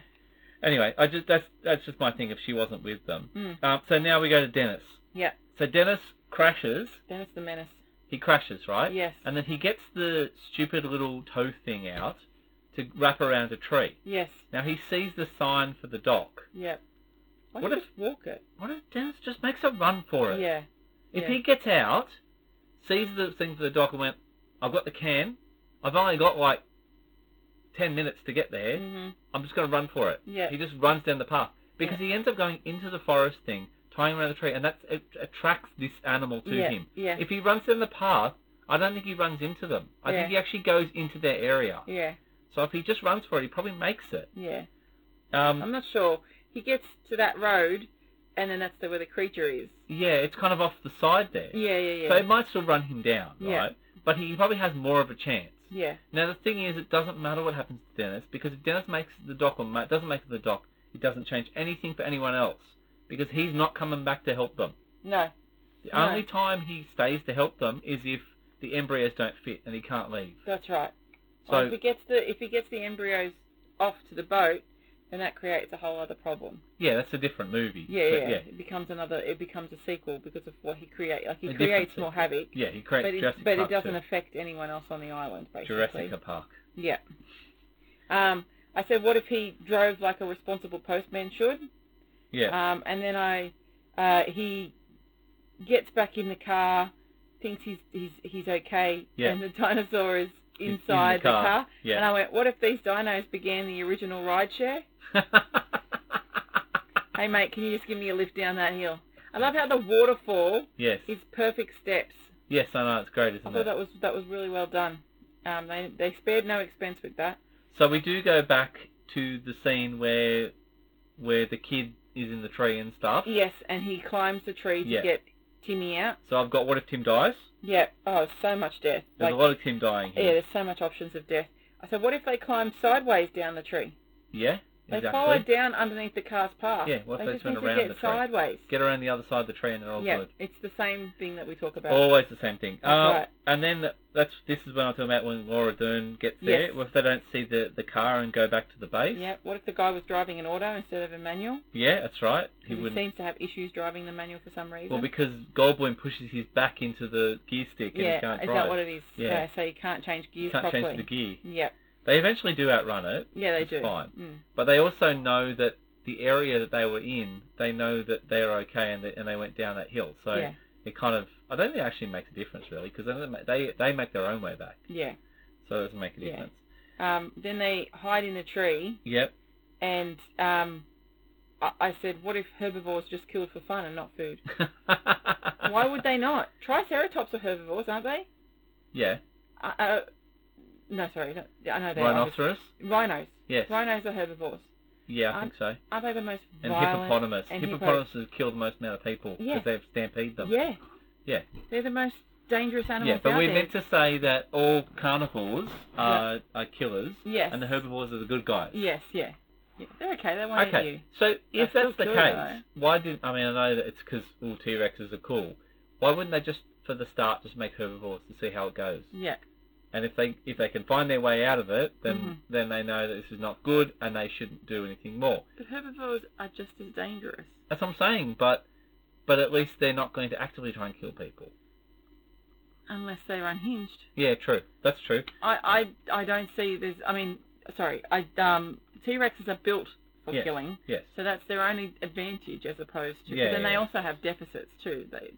Speaker 1: Anyway, I just that's that's just my thing. If she wasn't with them,
Speaker 2: Mm.
Speaker 1: um, so now we go to Dennis.
Speaker 2: Yeah.
Speaker 1: So Dennis crashes.
Speaker 2: Dennis the Menace.
Speaker 1: He crashes, right?
Speaker 2: Yes,
Speaker 1: And then he gets the stupid little toe thing out to wrap around a tree.
Speaker 2: yes,
Speaker 1: Now he sees the sign for the dock.
Speaker 2: yep. Why
Speaker 1: What
Speaker 2: don't you
Speaker 1: if-
Speaker 2: just walk it?
Speaker 1: What if Dennis just makes a run for it?
Speaker 2: Yeah,
Speaker 1: If
Speaker 2: yeah.
Speaker 1: he gets out, sees the thing for the dock and went, I've got the can, I've only got like 10 minutes to get there,
Speaker 2: hmm
Speaker 1: I'm just going to run for it.
Speaker 2: Yeah.
Speaker 1: He just runs down the path because he ends up going into the forest thing, tying around the tree, and that it attracts this animal to
Speaker 2: yeah,
Speaker 1: him.
Speaker 2: yeah,
Speaker 1: If he runs down the path, I don't think he runs into them. I
Speaker 2: Yeah.
Speaker 1: think he actually goes into their area.
Speaker 2: yeah,
Speaker 1: So if he just runs for it, he probably makes it.
Speaker 2: yeah.
Speaker 1: Um,
Speaker 2: I'm not sure. He gets to that road, and then that's the, where the creature is.
Speaker 1: yeah, it's kind of off the side there.
Speaker 2: Yeah, yeah, yeah.
Speaker 1: So it might still run him down,
Speaker 2: Yeah.
Speaker 1: right? But he probably has more of a chance.
Speaker 2: yeah,
Speaker 1: Now the thing is, it doesn't matter what happens to Dennis because if Dennis makes the dock or ma- doesn't make the dock, it doesn't change anything for anyone else because he's not coming back to help them.
Speaker 2: no,
Speaker 1: The
Speaker 2: No.
Speaker 1: only time he stays to help them is if the embryos don't fit and he can't leave.
Speaker 2: that's right.
Speaker 1: So
Speaker 2: Well, if he gets the if he gets the embryos off to the boat, then that creates a whole other problem.
Speaker 1: yeah, that's a different movie.
Speaker 2: Yeah,
Speaker 1: but
Speaker 2: yeah, It becomes another. It becomes a sequel because of what he create. Like he
Speaker 1: A different
Speaker 2: creates more
Speaker 1: sequel.
Speaker 2: havoc,
Speaker 1: yeah, He creates
Speaker 2: but it,
Speaker 1: Jurassic
Speaker 2: but it
Speaker 1: Park
Speaker 2: doesn't
Speaker 1: too.
Speaker 2: affect anyone else on the island. Basically,
Speaker 1: Jurassic Park.
Speaker 2: Yeah. Um, I said, what if he drove like a responsible postman should?
Speaker 1: Yeah,
Speaker 2: Um, and then I, uh, he gets back in the car, thinks he's he's he's okay,
Speaker 1: Yeah.
Speaker 2: and the dinosaur is
Speaker 1: in the
Speaker 2: inside
Speaker 1: car.
Speaker 2: the car. And
Speaker 1: yeah.
Speaker 2: I went, what if these dinos began the original rideshare? Hey mate, can you just give me a lift down that hill? I love how the waterfall
Speaker 1: [laughs] yes,
Speaker 2: is perfect steps.
Speaker 1: yes, I know it's great,
Speaker 2: I
Speaker 1: isn't
Speaker 2: thought
Speaker 1: it?
Speaker 2: that was that was really well done. Um, they they spared no expense with that.
Speaker 1: So we do go back to the scene where where the kid is in the tree and stuff.
Speaker 2: Yes, and he climbs the tree to
Speaker 1: Yeah.
Speaker 2: get Timmy out.
Speaker 1: So I've got what if Tim dies?
Speaker 2: Yeah. Oh, so much death.
Speaker 1: There's a lot of Tim dying
Speaker 2: Yeah,
Speaker 1: here.
Speaker 2: there's so much options of death. I said, what if they climbed sideways down the tree?
Speaker 1: Yeah,
Speaker 2: They
Speaker 1: exactly.
Speaker 2: followed down underneath the car's path.
Speaker 1: Yeah, what if
Speaker 2: they
Speaker 1: they
Speaker 2: just
Speaker 1: turn
Speaker 2: need
Speaker 1: around
Speaker 2: to get
Speaker 1: the tree?
Speaker 2: sideways.
Speaker 1: Get around the other side of the tree and they're all
Speaker 2: yeah,
Speaker 1: good.
Speaker 2: it's the same thing that we talk about.
Speaker 1: Always the same thing.
Speaker 2: That's
Speaker 1: Um,
Speaker 2: right.
Speaker 1: And then th- that's this is when I'm talking about when Laura Dern gets there.
Speaker 2: Yes.
Speaker 1: If they don't see the, the car and go back to the base.
Speaker 2: yeah, what if the guy was driving an auto instead of a manual?
Speaker 1: Yeah, that's right. He
Speaker 2: Because
Speaker 1: wouldn't.
Speaker 2: seems to have issues driving the manual for some reason.
Speaker 1: well, because Goldblum pushes his back into the gear stick and
Speaker 2: yeah,
Speaker 1: he can't
Speaker 2: is
Speaker 1: drive.
Speaker 2: that what it is?
Speaker 1: Yeah.
Speaker 2: so you can't change gears
Speaker 1: can't
Speaker 2: properly.
Speaker 1: change the gear.
Speaker 2: Yeah,
Speaker 1: They eventually do outrun it.
Speaker 2: yeah, they
Speaker 1: It's
Speaker 2: do.
Speaker 1: fine.
Speaker 2: Mm.
Speaker 1: But they also know that the area that they were in, they know that they're okay and they, and they went down that hill. So
Speaker 2: yeah,
Speaker 1: it kind of, I don't think it actually makes a difference really, because they, they make their own way back.
Speaker 2: yeah.
Speaker 1: So it doesn't make a
Speaker 2: Yeah.
Speaker 1: difference.
Speaker 2: Um, then they hide in a tree,
Speaker 1: Yep. [laughs]
Speaker 2: and um, I, I said, what if herbivores just killed for fun and not
Speaker 1: [laughs]
Speaker 2: food? Why would they not? Triceratops are herbivores, aren't they?
Speaker 1: Yeah.
Speaker 2: Uh, uh, no, sorry, no, yeah, I know they
Speaker 1: Rhinoceros?
Speaker 2: are. Rhinos.
Speaker 1: Yes.
Speaker 2: Rhinos are herbivores.
Speaker 1: Yeah, I
Speaker 2: Aren't-
Speaker 1: think so.
Speaker 2: Aren't they the most
Speaker 1: And
Speaker 2: violent?
Speaker 1: hippopotamus.
Speaker 2: and hippo-
Speaker 1: Hippopotamus has killed the most amount of people
Speaker 2: Yeah.
Speaker 1: because they've stampeded them.
Speaker 2: Yeah.
Speaker 1: Yeah.
Speaker 2: They're the most dangerous animals
Speaker 1: yeah, but
Speaker 2: out
Speaker 1: we
Speaker 2: there.
Speaker 1: meant to say that all carnivores are, are killers,
Speaker 2: yes.
Speaker 1: and the herbivores are the good guys.
Speaker 2: Yes, yeah. yeah. They're okay. They won't eat you.
Speaker 1: Okay, so if
Speaker 2: They'll
Speaker 1: that's the
Speaker 2: still
Speaker 1: case,
Speaker 2: kill you,
Speaker 1: why didn't I mean I know that it's because all T Rexes are cool. Why wouldn't they just for the start just make herbivores to see how it goes?
Speaker 2: Yeah.
Speaker 1: And if they if they can find their way out of it, then
Speaker 2: Mhm.
Speaker 1: then they know that this is not good and they shouldn't do anything more.
Speaker 2: But herbivores are just as dangerous.
Speaker 1: That's what I'm saying. But but at least they're not going to actively try and kill people.
Speaker 2: Unless they're unhinged.
Speaker 1: Yeah, true. That's true.
Speaker 2: I, I, I don't see there's. I mean, sorry. I um, T-Rexes are built for
Speaker 1: Yeah.
Speaker 2: killing,
Speaker 1: Yes.
Speaker 2: so that's their only advantage as opposed to.
Speaker 1: Yeah,
Speaker 2: but then
Speaker 1: yeah,
Speaker 2: they
Speaker 1: yeah.
Speaker 2: also have deficits too. They,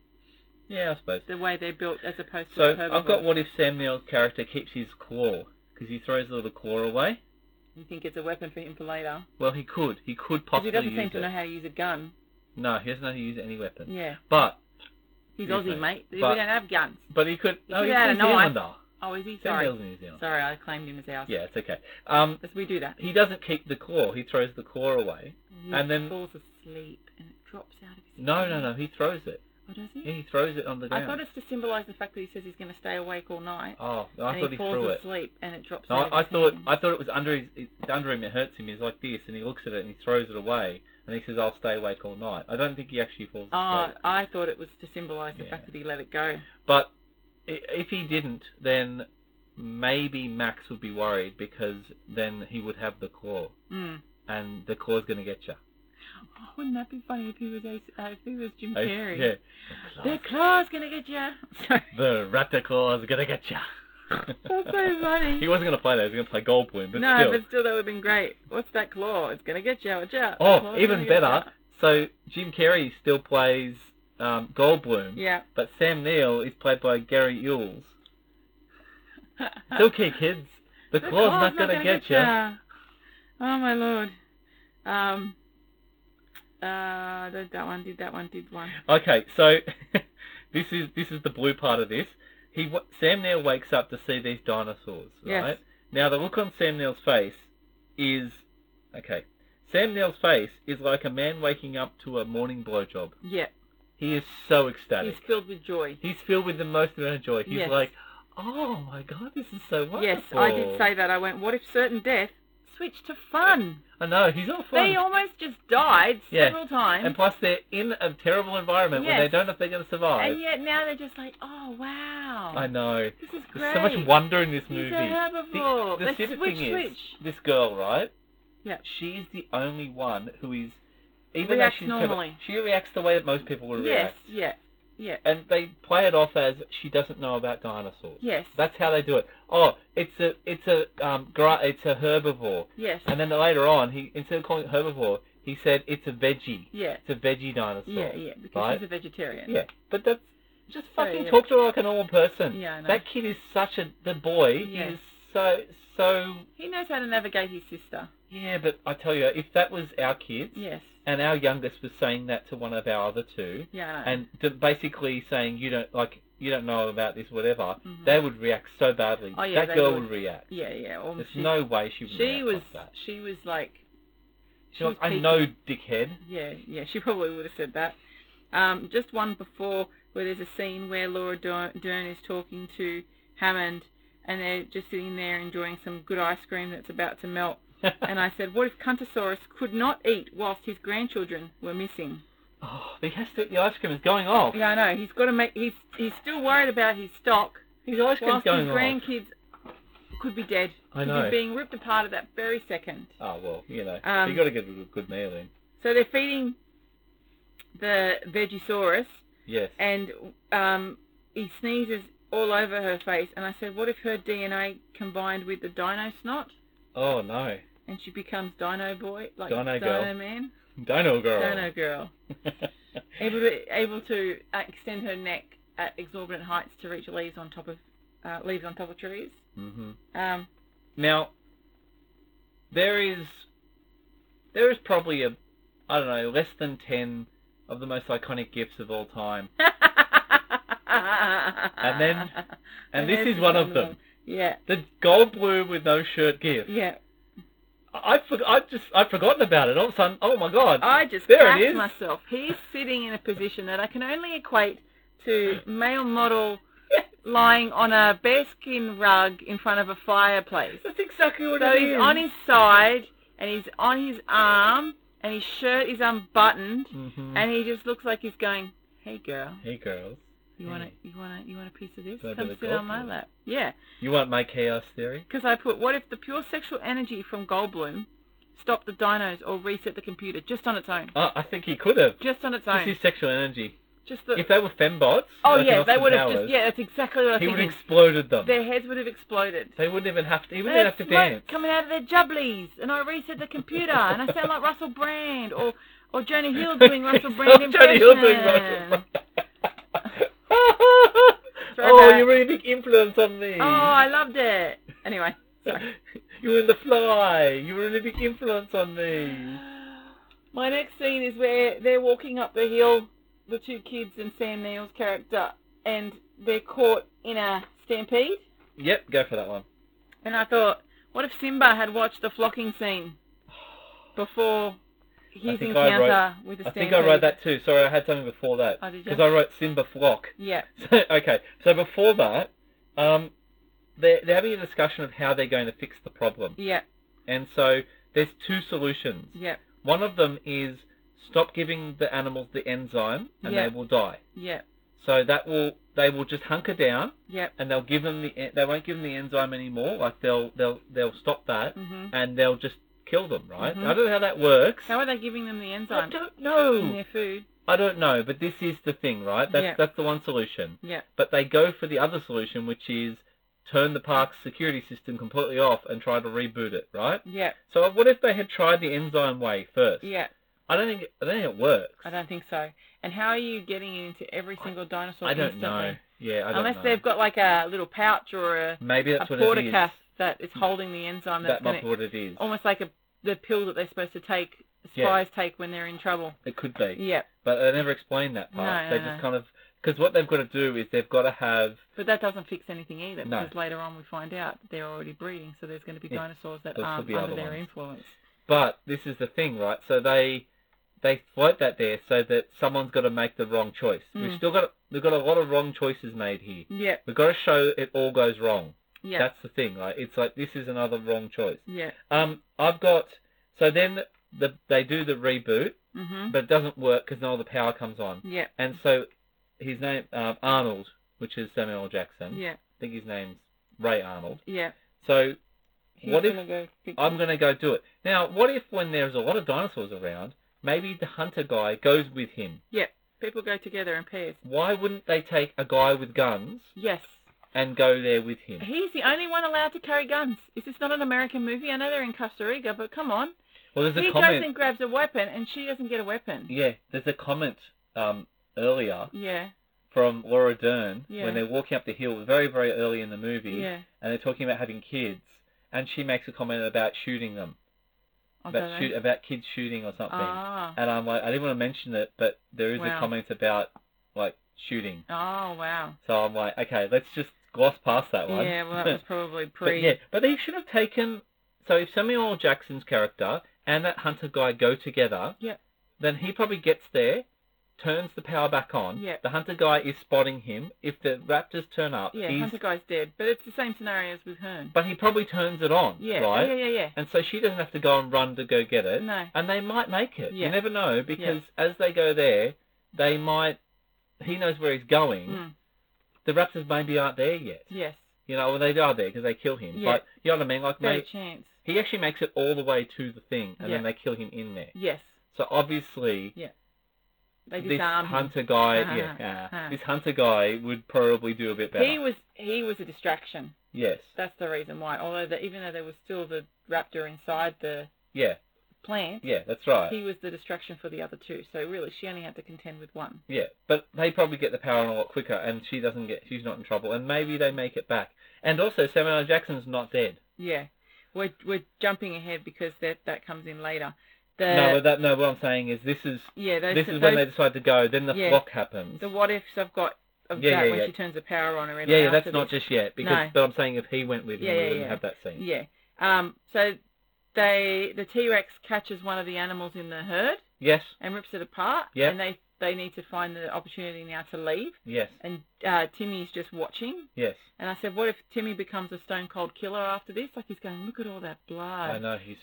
Speaker 1: Yeah, I suppose.
Speaker 2: the way they're built as opposed to.
Speaker 1: So
Speaker 2: the
Speaker 1: I've got
Speaker 2: herbivores.
Speaker 1: what if Samuel's character keeps his claw because he throws a little claw away.
Speaker 2: You think it's a weapon for him for later?
Speaker 1: Well, he could. He could
Speaker 2: Because
Speaker 1: possibly
Speaker 2: he doesn't
Speaker 1: use
Speaker 2: seem to
Speaker 1: it.
Speaker 2: know Mm. how to use a gun.
Speaker 1: No, he doesn't know how to use any weapon.
Speaker 2: Yeah,
Speaker 1: But
Speaker 2: he's
Speaker 1: Excuse
Speaker 2: Aussie,
Speaker 1: me.
Speaker 2: mate. we
Speaker 1: But-
Speaker 2: don't have guns.
Speaker 1: but he could.
Speaker 2: He
Speaker 1: No,
Speaker 2: could
Speaker 1: he's
Speaker 2: add a
Speaker 1: New
Speaker 2: knife.
Speaker 1: Zealander.
Speaker 2: Oh, is he? Sorry,
Speaker 1: Samuel's New Zealand.
Speaker 2: sorry, I claimed him as ours.
Speaker 1: Yeah, it's okay. Um,
Speaker 2: Because we do that.
Speaker 1: he doesn't keep the claw. He throws the claw away.
Speaker 2: He
Speaker 1: And then-
Speaker 2: falls asleep and it drops out of his.
Speaker 1: No,
Speaker 2: hand.
Speaker 1: no, no. He throws it.
Speaker 2: Oh, does he?
Speaker 1: Yeah, he throws it on the ground.
Speaker 2: I thought it's to symbolise the fact that he says he's going to stay awake all night.
Speaker 1: Oh, I
Speaker 2: and
Speaker 1: thought
Speaker 2: he
Speaker 1: he,
Speaker 2: falls
Speaker 1: threw it.
Speaker 2: asleep and it drops.
Speaker 1: No,
Speaker 2: out of
Speaker 1: I, I
Speaker 2: his
Speaker 1: thought
Speaker 2: hand.
Speaker 1: I thought it was under his it's under him. It hurts him. He's like this, and he looks at it and he throws it away, and he says, "I'll stay awake all night." I don't think he actually falls
Speaker 2: Oh,
Speaker 1: asleep.
Speaker 2: I thought it was to symbolise the
Speaker 1: Yeah.
Speaker 2: fact that he let it go.
Speaker 1: But i- if he didn't, then maybe Max would be worried because then he would have the claw,
Speaker 2: Mm.
Speaker 1: and the claw's going to get you.
Speaker 2: Oh, wouldn't that be funny if he was Ace- uh, if he was Jim
Speaker 1: Oh,
Speaker 2: Carrey?
Speaker 1: Yeah.
Speaker 2: The claw's gonna get [laughs] you. Sorry.
Speaker 1: The raptor claw's gonna get ya. [laughs]
Speaker 2: That's so funny.
Speaker 1: He wasn't gonna play that. He was gonna play Goldblum, but
Speaker 2: no,
Speaker 1: still.
Speaker 2: but still that would have been great. What's that claw? It's gonna get you. Watch out. The
Speaker 1: oh,
Speaker 2: claw's gonna
Speaker 1: even
Speaker 2: get
Speaker 1: better. So Jim Carrey still plays um, Goldblum,
Speaker 2: ya. Yeah.
Speaker 1: but Sam Neill is played by Gary Ewells. It's okay, kids. The,
Speaker 2: Ah. The
Speaker 1: claw's, Oh, not gonna, get, ya.
Speaker 2: ya. Oh my lord. Um. Uh, did that one? Did that one? Did one?
Speaker 1: Okay, so [laughs] this is this is the blue part of this. He wa- Sam Neill wakes up to see these dinosaurs,
Speaker 2: Yes.
Speaker 1: right? Now the look on Sam Neill's face is okay. Sam Neill's face is like a man waking up to a morning blowjob.
Speaker 2: Yeah.
Speaker 1: He is so
Speaker 2: He's
Speaker 1: ecstatic.
Speaker 2: filled with joy.
Speaker 1: He's, filled with the most amount of joy. He's
Speaker 2: Yes.
Speaker 1: like, "Oh my god, this is so wonderful."
Speaker 2: Yes, I did say that. I went, what if certain death switched to fun?
Speaker 1: I know he's all
Speaker 2: They
Speaker 1: fun.
Speaker 2: almost just died
Speaker 1: Yeah.
Speaker 2: several times.
Speaker 1: And plus, they're in a terrible environment where they
Speaker 2: Yes.
Speaker 1: don't know if they're going to survive.
Speaker 2: and yet now they're just like, oh, wow.
Speaker 1: I know.
Speaker 2: This is great.
Speaker 1: There's so much wonder in this
Speaker 2: He's
Speaker 1: movie.
Speaker 2: a herbivore.
Speaker 1: The, the
Speaker 2: Let's
Speaker 1: stupid
Speaker 2: switch,
Speaker 1: thing
Speaker 2: switch.
Speaker 1: is, this girl, right?
Speaker 2: Yeah.
Speaker 1: She's the only one who is, even
Speaker 2: Reacts
Speaker 1: though she's
Speaker 2: normally.
Speaker 1: Clever, she reacts the way that most people would
Speaker 2: yes,
Speaker 1: react.
Speaker 2: yeah, yeah,
Speaker 1: And they play it off as she doesn't know about dinosaurs.
Speaker 2: yes,
Speaker 1: That's how they do it. Oh, it's a it's a um gra- it's a herbivore.
Speaker 2: yes,
Speaker 1: And then later on, he instead of calling it herbivore, he said it's a veggie.
Speaker 2: yeah,
Speaker 1: It's a veggie dinosaur.
Speaker 2: yeah, yeah, because
Speaker 1: right?
Speaker 2: she's a vegetarian.
Speaker 1: Yeah, but that's just
Speaker 2: So,
Speaker 1: fucking
Speaker 2: yeah.
Speaker 1: talk to her like a normal person.
Speaker 2: Yeah, I know.
Speaker 1: That kid is such a the boy
Speaker 2: Yeah.
Speaker 1: is so so
Speaker 2: He knows how to navigate his sister.
Speaker 1: yeah. But I tell you, if that was our kids
Speaker 2: Yes,
Speaker 1: and our youngest was saying that to one of our other two,
Speaker 2: yeah, I know.
Speaker 1: and d basically saying you don't like you don't know about this whatever,
Speaker 2: Mhm.
Speaker 1: they would react so badly.
Speaker 2: Oh, yeah,
Speaker 1: that
Speaker 2: they
Speaker 1: girl
Speaker 2: would.
Speaker 1: would react.
Speaker 2: yeah, yeah. Or
Speaker 1: There's
Speaker 2: she,
Speaker 1: no way she would.
Speaker 2: she
Speaker 1: react
Speaker 2: was,
Speaker 1: like that.
Speaker 2: she was like,
Speaker 1: She's
Speaker 2: she was
Speaker 1: like, I
Speaker 2: peaking.
Speaker 1: know, dickhead.
Speaker 2: Yeah, yeah, she [laughs] probably would have said that. Um, just one before where there's a scene where Laura Dern Dern is talking to Hammond and they're just sitting there enjoying some good ice cream that's about to
Speaker 1: [laughs]
Speaker 2: melt. And I said, what if Cuntosaurus could not eat whilst his grandchildren were missing?
Speaker 1: oh, he has to. The ice cream is going off.
Speaker 2: Yeah, I know. He's got to make. He's he's still worried about his stock
Speaker 1: His ice cream's
Speaker 2: whilst his
Speaker 1: going off.
Speaker 2: grandkids could be dead.
Speaker 1: I
Speaker 2: Could be
Speaker 1: know.
Speaker 2: being ripped apart at that very second.
Speaker 1: Oh well, you know,
Speaker 2: Um,
Speaker 1: you got to get a good- good meal in.
Speaker 2: So they're feeding the Vegisaurus
Speaker 1: Yes.
Speaker 2: and um, he sneezes all over her face. And I said, what if her DNA combined with the dino snot
Speaker 1: Oh no,
Speaker 2: and she becomes dino boy, like
Speaker 1: Dino girl.
Speaker 2: man,
Speaker 1: Dino girl. [laughs]
Speaker 2: dino girl, able to able to uh, extend her neck at exorbitant heights to reach leaves on top of uh, leaves on top of trees.
Speaker 1: hmm
Speaker 2: Um,
Speaker 1: Now, there is, there is probably a, I don't know, less than ten of the most iconic gifs of all time,
Speaker 2: and [laughs]
Speaker 1: then- and this is one of them.
Speaker 2: Yeah,
Speaker 1: The gold blue with no shirt gif.
Speaker 2: yeah.
Speaker 1: I for, I just I'd forgotten about it. All of a sudden, oh my god.
Speaker 2: I just
Speaker 1: There it
Speaker 2: cast
Speaker 1: is. [laughs]
Speaker 2: myself. He's sitting in a position that I can only equate to male model lying on a bearskin rug in front of a fireplace.
Speaker 1: That's exactly what
Speaker 2: So
Speaker 1: it
Speaker 2: he's
Speaker 1: is.
Speaker 2: on his side and he's on his arm and his shirt is unbuttoned
Speaker 1: Mhm.
Speaker 2: and he just looks like he's going, "Hey girl,
Speaker 1: hey girls,
Speaker 2: you want to you want to you want a piece of this?
Speaker 1: Do I
Speaker 2: Come
Speaker 1: better
Speaker 2: sit
Speaker 1: go
Speaker 2: on my
Speaker 1: for it?"
Speaker 2: lap." Yeah,
Speaker 1: you want my chaos theory?
Speaker 2: because I put, "What if the pure sexual energy from Goldblum stopped the dinos or reset the computer just on its own?
Speaker 1: Oh, I think he could have.
Speaker 2: Just on its
Speaker 1: This
Speaker 2: own.
Speaker 1: is sexual energy.
Speaker 2: just the
Speaker 1: If they were fembots,
Speaker 2: Oh
Speaker 1: like
Speaker 2: yeah,
Speaker 1: in
Speaker 2: they
Speaker 1: Austin
Speaker 2: would have
Speaker 1: Powers,
Speaker 2: just yeah, that's exactly what
Speaker 1: he
Speaker 2: I think.
Speaker 1: would have exploded them.
Speaker 2: Their heads would have exploded.
Speaker 1: They wouldn't even have to. He wouldn't
Speaker 2: There's
Speaker 1: even have to
Speaker 2: smoke
Speaker 1: dance.
Speaker 2: coming out of their jubblies, and I reset the computer, and I sound like Russell Brand or or Jonah Hill doing
Speaker 1: [laughs]
Speaker 2: Russell Brand
Speaker 1: Johnny
Speaker 2: impression.
Speaker 1: Hill doing Russell
Speaker 2: [laughs]
Speaker 1: Brand. [laughs] oh,
Speaker 2: Throwback.
Speaker 1: you're a really big influence on me.
Speaker 2: Oh, I loved it. Anyway,
Speaker 1: [laughs] you were in The Fly. You were a really big influence on me.
Speaker 2: [gasps] my next scene is where they're walking up the hill, the two kids and Sam Neill's character, and they're caught in a stampede.
Speaker 1: Yep, go for that one.
Speaker 2: And I thought, what if Simba had watched the flocking scene [sighs] before his
Speaker 1: think I
Speaker 2: encounter with the
Speaker 1: I
Speaker 2: stampede?
Speaker 1: think I wrote that too. Sorry, I had something before that.
Speaker 2: Oh, did you?
Speaker 1: Because I wrote Simba Flock. [laughs]
Speaker 2: Yeah.
Speaker 1: So, okay, so before that, um, they're, they're having a discussion of how they're going to fix the problem.
Speaker 2: Yeah,
Speaker 1: And so there's two solutions.
Speaker 2: yeah,
Speaker 1: One of them is stop giving the animals the enzyme and
Speaker 2: Yeah.
Speaker 1: they will die.
Speaker 2: yeah,
Speaker 1: So that will they will just hunker down
Speaker 2: yeah.
Speaker 1: and they'll give them the en- they won't give them the enzyme anymore. Like they'll they'll they'll stop that
Speaker 2: hmm
Speaker 1: and they'll just kill them. Right?
Speaker 2: Mhm.
Speaker 1: I don't know how that works.
Speaker 2: How are they giving them the
Speaker 1: I
Speaker 2: enzyme
Speaker 1: don't
Speaker 2: in
Speaker 1: know.
Speaker 2: their food?
Speaker 1: I don't know, but this is the thing, right? That's
Speaker 2: Yeah.
Speaker 1: that's the one solution.
Speaker 2: Yeah,
Speaker 1: But they go for the other solution, which is turn the park's security system completely off and try to reboot it, right?
Speaker 2: yeah,
Speaker 1: So what if they had tried the enzyme way first?
Speaker 2: yeah.
Speaker 1: I don't think I don't think it works.
Speaker 2: I don't think so. And how are you getting it into every single dinosaur
Speaker 1: I don't
Speaker 2: instantly?
Speaker 1: know. Yeah, I don't
Speaker 2: Unless
Speaker 1: know.
Speaker 2: they've got like a little pouch or a,
Speaker 1: Maybe
Speaker 2: a
Speaker 1: that's what it is.
Speaker 2: portacath that is holding the enzyme
Speaker 1: That
Speaker 2: that's going
Speaker 1: might
Speaker 2: to
Speaker 1: be what it is.
Speaker 2: almost like a the pill that they're supposed to take
Speaker 1: Yeah.
Speaker 2: spies take when they're in trouble.
Speaker 1: It could be,
Speaker 2: Yeah,
Speaker 1: but they never explain that part.
Speaker 2: No,
Speaker 1: they
Speaker 2: no,
Speaker 1: just
Speaker 2: no.
Speaker 1: kind of because what they've got to do is they've got to have
Speaker 2: but that doesn't fix anything either
Speaker 1: No.
Speaker 2: because later on we find out that they're already breeding, so there's going to be
Speaker 1: Yeah,
Speaker 2: dinosaurs that
Speaker 1: those will
Speaker 2: aren't
Speaker 1: be
Speaker 2: under
Speaker 1: other
Speaker 2: their
Speaker 1: ones.
Speaker 2: influence.
Speaker 1: But this is the thing, right? So they they float that there so that someone's got to make the wrong choice. We've
Speaker 2: Mm.
Speaker 1: still got we've got a lot of wrong choices made here.
Speaker 2: Yeah,
Speaker 1: We've got to show it all goes wrong.
Speaker 2: yeah,
Speaker 1: That's the thing. Like it's like this is another wrong choice.
Speaker 2: yeah.
Speaker 1: Um, I've got so then the, they do the reboot,
Speaker 2: Mhm.
Speaker 1: but it doesn't work because now the power comes on,
Speaker 2: Yeah,
Speaker 1: and so his name um, Arnold, which is Samuel L. Jackson.
Speaker 2: yeah,
Speaker 1: I think his name's Ray Arnold.
Speaker 2: yeah.
Speaker 1: So
Speaker 2: He's
Speaker 1: What if
Speaker 2: gonna go fix
Speaker 1: I'm going to go do it. Now, what if when there's a lot of dinosaurs around, maybe the hunter guy goes with him?
Speaker 2: people go together in pairs?
Speaker 1: Why wouldn't they take a guy with guns
Speaker 2: Yes.
Speaker 1: and go there with him?
Speaker 2: He's the only one allowed to carry guns. Is this not an American movie? I know they're in Costa Rica, but come on.
Speaker 1: Well, there's a
Speaker 2: he goes
Speaker 1: comment.
Speaker 2: and grabs a weapon, and she doesn't get a weapon.
Speaker 1: Yeah, there's a comment um, earlier
Speaker 2: Yeah,
Speaker 1: from Laura Dern
Speaker 2: Yeah.
Speaker 1: when they're walking up the hill very, very early in the movie,
Speaker 2: yeah.
Speaker 1: and they're talking about having kids, and she makes a comment about shooting them,
Speaker 2: I don't
Speaker 1: about
Speaker 2: know.
Speaker 1: shoot, about kids shooting or something.
Speaker 2: Ah.
Speaker 1: And I'm like, I didn't want to mention it, but there is a
Speaker 2: Wow.
Speaker 1: comment about like shooting.
Speaker 2: Oh wow.
Speaker 1: So I'm like, okay, let's just gloss past that one.
Speaker 2: Yeah, well, that was
Speaker 1: [laughs]
Speaker 2: probably
Speaker 1: but
Speaker 2: pre.
Speaker 1: yeah, but they should have taken. So if Samuel L. Jackson's character and that hunter guy go together,
Speaker 2: Yeah.
Speaker 1: then he probably gets there, turns the power back on.
Speaker 2: Yeah.
Speaker 1: The hunter guy is spotting him. If the raptors turn up,
Speaker 2: Yeah,
Speaker 1: he's,
Speaker 2: Hunter guy's dead, but it's the same scenario as with Hearn.
Speaker 1: but he probably turns it on,
Speaker 2: Yeah,
Speaker 1: right?
Speaker 2: yeah, yeah, yeah.
Speaker 1: And so she doesn't have to go and run to go get it.
Speaker 2: No.
Speaker 1: And they might make it. You
Speaker 2: Yeah.
Speaker 1: never know because as they go there, they might. He knows where he's going.
Speaker 2: Mm,
Speaker 1: The raptors maybe aren't there yet.
Speaker 2: yes,
Speaker 1: You know, well, they are there because they kill him.
Speaker 2: Yeah.
Speaker 1: But you know what I mean? Like,
Speaker 2: fair
Speaker 1: mate,
Speaker 2: chance.
Speaker 1: he actually makes it all the way to the thing, and then
Speaker 2: Yeah.
Speaker 1: they kill him in there.
Speaker 2: Yes,
Speaker 1: So obviously,
Speaker 2: they
Speaker 1: this
Speaker 2: disarm him.
Speaker 1: hunter guy,
Speaker 2: Ah,
Speaker 1: yeah, ah,
Speaker 2: ah.
Speaker 1: this hunter guy would probably do a bit better.
Speaker 2: He was he was a distraction.
Speaker 1: yes,
Speaker 2: That's the reason why. Although the, even though there was still the raptor inside the
Speaker 1: yeah,
Speaker 2: plant,
Speaker 1: yeah, that's right.
Speaker 2: he was the distraction for the other two. So really, she only had to contend with one.
Speaker 1: Yeah, but they probably get the power on a lot quicker, and she doesn't get, she's not in trouble, and maybe they make it back. And also, Samuel L. Jackson's not dead.
Speaker 2: Yeah, we're we're jumping ahead because that that comes in later. The
Speaker 1: no, but that no, what I'm saying is this is
Speaker 2: yeah, Uh, those,
Speaker 1: this is
Speaker 2: those,
Speaker 1: when they decide to go. Then the
Speaker 2: Yeah.
Speaker 1: flock happens.
Speaker 2: the what ifs I've got of
Speaker 1: Yeah,
Speaker 2: that
Speaker 1: yeah,
Speaker 2: when
Speaker 1: yeah.
Speaker 2: she turns the power on or
Speaker 1: yeah, yeah,
Speaker 2: after
Speaker 1: that's not
Speaker 2: this.
Speaker 1: just yet because.
Speaker 2: No.
Speaker 1: But I'm saying if he went with him,
Speaker 2: Yeah,
Speaker 1: we
Speaker 2: yeah,
Speaker 1: wouldn't
Speaker 2: yeah.
Speaker 1: have that scene.
Speaker 2: Yeah. Um, so they the T Rex catches one of the animals in the herd
Speaker 1: Yes.
Speaker 2: and rips it apart.
Speaker 1: Yeah.
Speaker 2: And they they need to find the opportunity now to leave.
Speaker 1: Yes.
Speaker 2: And uh, Timmy's just watching.
Speaker 1: Yes.
Speaker 2: And I said, what if Timmy becomes a stone cold killer after this? Like he's going, look at all that
Speaker 1: I
Speaker 2: blood.
Speaker 1: know he's.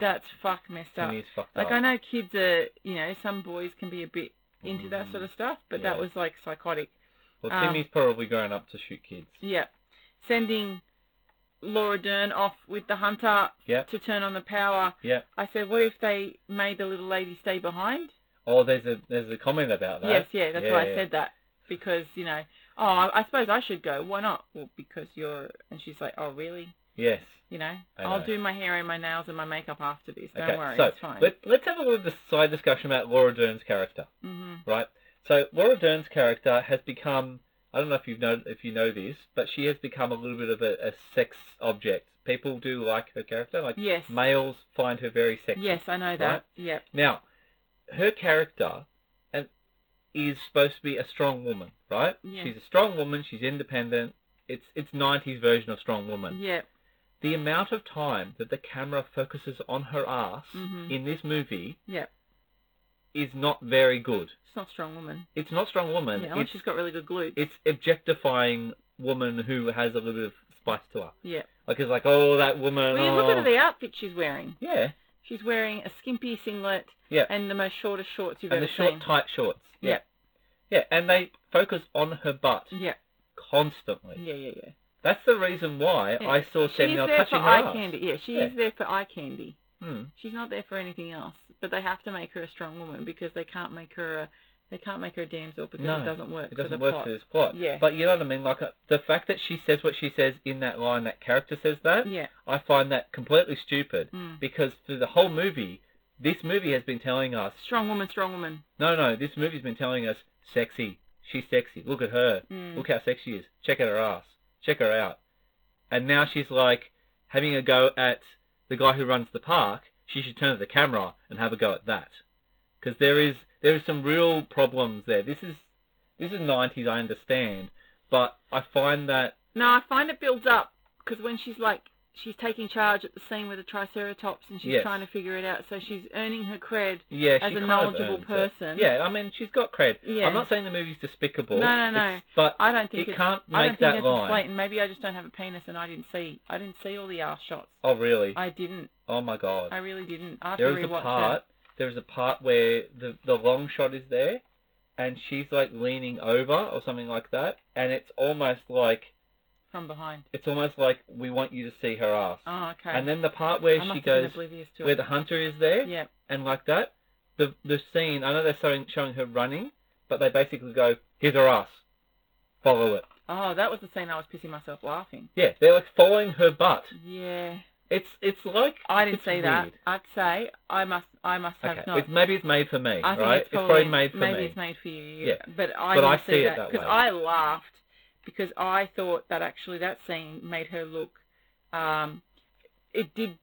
Speaker 2: That's fuck messed up.
Speaker 1: Timmy's fucked
Speaker 2: Oh. Like
Speaker 1: up.
Speaker 2: I know kids are, you know, some boys can be a bit into that
Speaker 1: Mhm.
Speaker 2: sort of stuff, but
Speaker 1: Yeah.
Speaker 2: that was like psychotic.
Speaker 1: Well,
Speaker 2: um,
Speaker 1: Timmy's probably grown up to shoot kids.
Speaker 2: Yeah. Sending Laura Dern off with the hunter
Speaker 1: Yeah.
Speaker 2: to turn on the power.
Speaker 1: Yeah.
Speaker 2: I said, what if they made the little lady stay behind?
Speaker 1: Oh, there's a there's a comment about that.
Speaker 2: Yes, yeah, that's why I
Speaker 1: Yeah.
Speaker 2: said that because you know, oh, I, I suppose I should go. Why not? Well, because you're. And she's like, oh, really?
Speaker 1: Yes.
Speaker 2: You know,
Speaker 1: I
Speaker 2: I'll
Speaker 1: know.
Speaker 2: do my hair and my nails and my makeup after this. Don't
Speaker 1: okay.
Speaker 2: worry,
Speaker 1: so
Speaker 2: it's fine.
Speaker 1: Let, let's have a little dis- side discussion about Laura Dern's character,
Speaker 2: hmm
Speaker 1: right? So Laura Dern's character has become I don't know if you've known if you know this, but she has become a little bit of a, a sex object. People do like her character, like
Speaker 2: Yes.
Speaker 1: males find her very sexy.
Speaker 2: Yes, I know that.
Speaker 1: right?
Speaker 2: Yep.
Speaker 1: Now, her character and is supposed to be a strong woman, right?
Speaker 2: Yeah.
Speaker 1: She's a strong woman. She's independent. It's it's 90s version of strong woman.
Speaker 2: Yep.
Speaker 1: the amount of time that the camera focuses on her ass
Speaker 2: Mhm.
Speaker 1: in this movie
Speaker 2: Yep.
Speaker 1: is not very good.
Speaker 2: She's not a strong woman.
Speaker 1: It's not strong woman.
Speaker 2: yeah, unless
Speaker 1: it's,
Speaker 2: she's got really good glutes.
Speaker 1: it's objectifying woman who has a little bit of spice to her.
Speaker 2: yeah.
Speaker 1: Like it's like, oh, that woman.
Speaker 2: Well, you
Speaker 1: oh.
Speaker 2: look at the outfit she's wearing.
Speaker 1: Yeah,
Speaker 2: She's wearing a skimpy singlet
Speaker 1: yeah.
Speaker 2: and the most shortest shorts you've
Speaker 1: And the
Speaker 2: ever
Speaker 1: short,
Speaker 2: seen.
Speaker 1: tight shorts. Yeah.
Speaker 2: Yep.
Speaker 1: Yeah, and they focus on her butt
Speaker 2: Yeah,
Speaker 1: constantly.
Speaker 2: Mm. yeah, yeah, yeah.
Speaker 1: That's the reason why
Speaker 2: Yeah.
Speaker 1: I saw
Speaker 2: She's
Speaker 1: Samuel
Speaker 2: there for
Speaker 1: touching her
Speaker 2: eye
Speaker 1: ass.
Speaker 2: candy. Yeah, she
Speaker 1: Yeah.
Speaker 2: is there for eye candy.
Speaker 1: Hmm.
Speaker 2: She's not there for anything else. But they have to make her a strong woman because they can't make her a they can't make her a damsel because
Speaker 1: No,
Speaker 2: it doesn't work.
Speaker 1: It
Speaker 2: for
Speaker 1: doesn't
Speaker 2: the
Speaker 1: work
Speaker 2: plot.
Speaker 1: for this plot.
Speaker 2: Yeah.
Speaker 1: But you know what I mean? Like, uh, the fact that she says what she says in that line, that character says that,
Speaker 2: Yeah.
Speaker 1: I find that completely stupid.
Speaker 2: Mm.
Speaker 1: Because through the whole movie, this movie has been telling us,
Speaker 2: Strong woman, strong woman.
Speaker 1: no, no, this movie's been telling us, sexy. She's sexy. Look at her.
Speaker 2: Mm.
Speaker 1: Look how sexy she is. Check out her ass. Check her out. And now she's like having a go at the guy who runs the park. She should turn to the camera and have a go at that, because there is there is some real problems there. This is this is nineties, I understand, but I find that
Speaker 2: No, I find it builds up because when she's like she's taking charge at the scene with the triceratops and she's
Speaker 1: Yes.
Speaker 2: trying to figure it out, so she's earning her cred.
Speaker 1: yeah,
Speaker 2: As
Speaker 1: she kind
Speaker 2: a
Speaker 1: of
Speaker 2: knowledgeable
Speaker 1: earns it.
Speaker 2: person.
Speaker 1: Yeah, I mean she's got cred.
Speaker 2: Yeah.
Speaker 1: I'm not saying the movie's despicable.
Speaker 2: No, no, no.
Speaker 1: it's- But
Speaker 2: I don't think
Speaker 1: it
Speaker 2: it's,
Speaker 1: can't
Speaker 2: I don't
Speaker 1: make
Speaker 2: think
Speaker 1: that
Speaker 2: it's
Speaker 1: line.
Speaker 2: blatant. Maybe I just don't have a penis and I didn't see I didn't see all the ass shots.
Speaker 1: oh really?
Speaker 2: I didn't.
Speaker 1: oh my god.
Speaker 2: I really didn't. I have
Speaker 1: There
Speaker 2: to
Speaker 1: is a
Speaker 2: rewatch
Speaker 1: part. There is a part where the the long shot is there, and she's like leaning over or something like that, and it's almost like
Speaker 2: it from behind.
Speaker 1: it's almost like we want you to see her ass.
Speaker 2: Oh, okay.
Speaker 1: And then the part where
Speaker 2: I must
Speaker 1: she
Speaker 2: have been
Speaker 1: goes,
Speaker 2: oblivious to
Speaker 1: where
Speaker 2: it.
Speaker 1: the hunter is there,
Speaker 2: yeah.
Speaker 1: and like that, the the scene. I know they're showing showing her running, but they basically go, "Here's her ass, follow it."
Speaker 2: Oh, that was the scene I was pissing myself laughing.
Speaker 1: Yeah, they're like following her butt.
Speaker 2: Yeah.
Speaker 1: It's it's like
Speaker 2: I didn't
Speaker 1: it's
Speaker 2: see that.
Speaker 1: weird.
Speaker 2: I'd say I must I must have
Speaker 1: Okay,
Speaker 2: not.
Speaker 1: it's, maybe it's made for me,
Speaker 2: I think
Speaker 1: right?
Speaker 2: it's probably,
Speaker 1: probably made for
Speaker 2: maybe
Speaker 1: me.
Speaker 2: it's made for you.
Speaker 1: Yeah.
Speaker 2: But I
Speaker 1: But
Speaker 2: didn't
Speaker 1: I
Speaker 2: see,
Speaker 1: see it
Speaker 2: that
Speaker 1: that
Speaker 2: because
Speaker 1: way.
Speaker 2: I laughed because I thought that actually that scene made her look. Um, it did.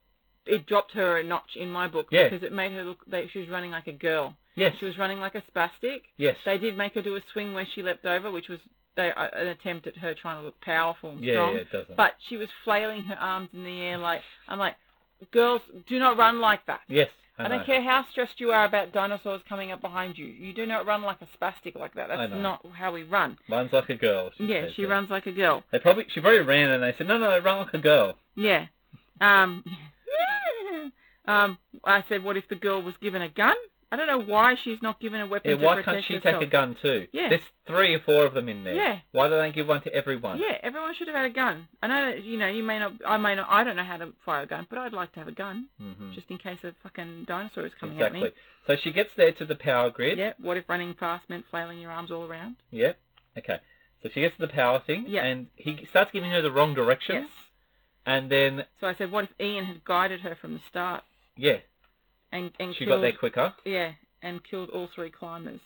Speaker 2: It dropped her a notch in my book
Speaker 1: Yeah.
Speaker 2: because it made her look like she was running like a girl.
Speaker 1: yes,
Speaker 2: She was running like a spastic.
Speaker 1: yes.
Speaker 2: They did make her do a swing where she leapt over, which was they, uh, an attempt at her trying to look powerful and
Speaker 1: yeah,
Speaker 2: strong.
Speaker 1: yeah, it doesn't.
Speaker 2: But she was flailing her arms in the air like I'm like, girls, do not run like that.
Speaker 1: Yes.
Speaker 2: I don't
Speaker 1: know.
Speaker 2: care how stressed you are about dinosaurs coming up behind you. You do not run like a spastic like that.
Speaker 1: I
Speaker 2: That's
Speaker 1: know.
Speaker 2: not how we run.
Speaker 1: Runs like a girl. She
Speaker 2: Yeah,
Speaker 1: says
Speaker 2: she
Speaker 1: that.
Speaker 2: runs like a girl.
Speaker 1: They probably she probably ran and they said no no they run like a girl.
Speaker 2: Yeah. Um, [laughs] um, I said, what if the girl was given a gun? I don't know why she's not given a weapon
Speaker 1: Yeah,
Speaker 2: to
Speaker 1: why
Speaker 2: protect
Speaker 1: can't she
Speaker 2: herself.
Speaker 1: take a gun too?
Speaker 2: Yeah.
Speaker 1: There's three or four of them in there.
Speaker 2: Yeah.
Speaker 1: Why do they give one to everyone?
Speaker 2: Yeah, everyone should have had a gun. I know, that, you know, you may not, I may not, I don't know how to fire a gun, but I'd like to have a gun
Speaker 1: hmm
Speaker 2: just in case a fucking dinosaur is coming
Speaker 1: Exactly.
Speaker 2: at
Speaker 1: So she gets there to the power
Speaker 2: me.
Speaker 1: grid.
Speaker 2: Yeah. What if running fast meant flailing your arms all around?
Speaker 1: Yeah. Okay. So she gets to the power thing.
Speaker 2: Yeah.
Speaker 1: And he starts giving her the wrong directions.
Speaker 2: Yes.
Speaker 1: And then
Speaker 2: So I said, what if Ian had guided her from the start?
Speaker 1: yeah,
Speaker 2: and and
Speaker 1: she got
Speaker 2: killed
Speaker 1: there quicker.
Speaker 2: yeah, and killed all three climbers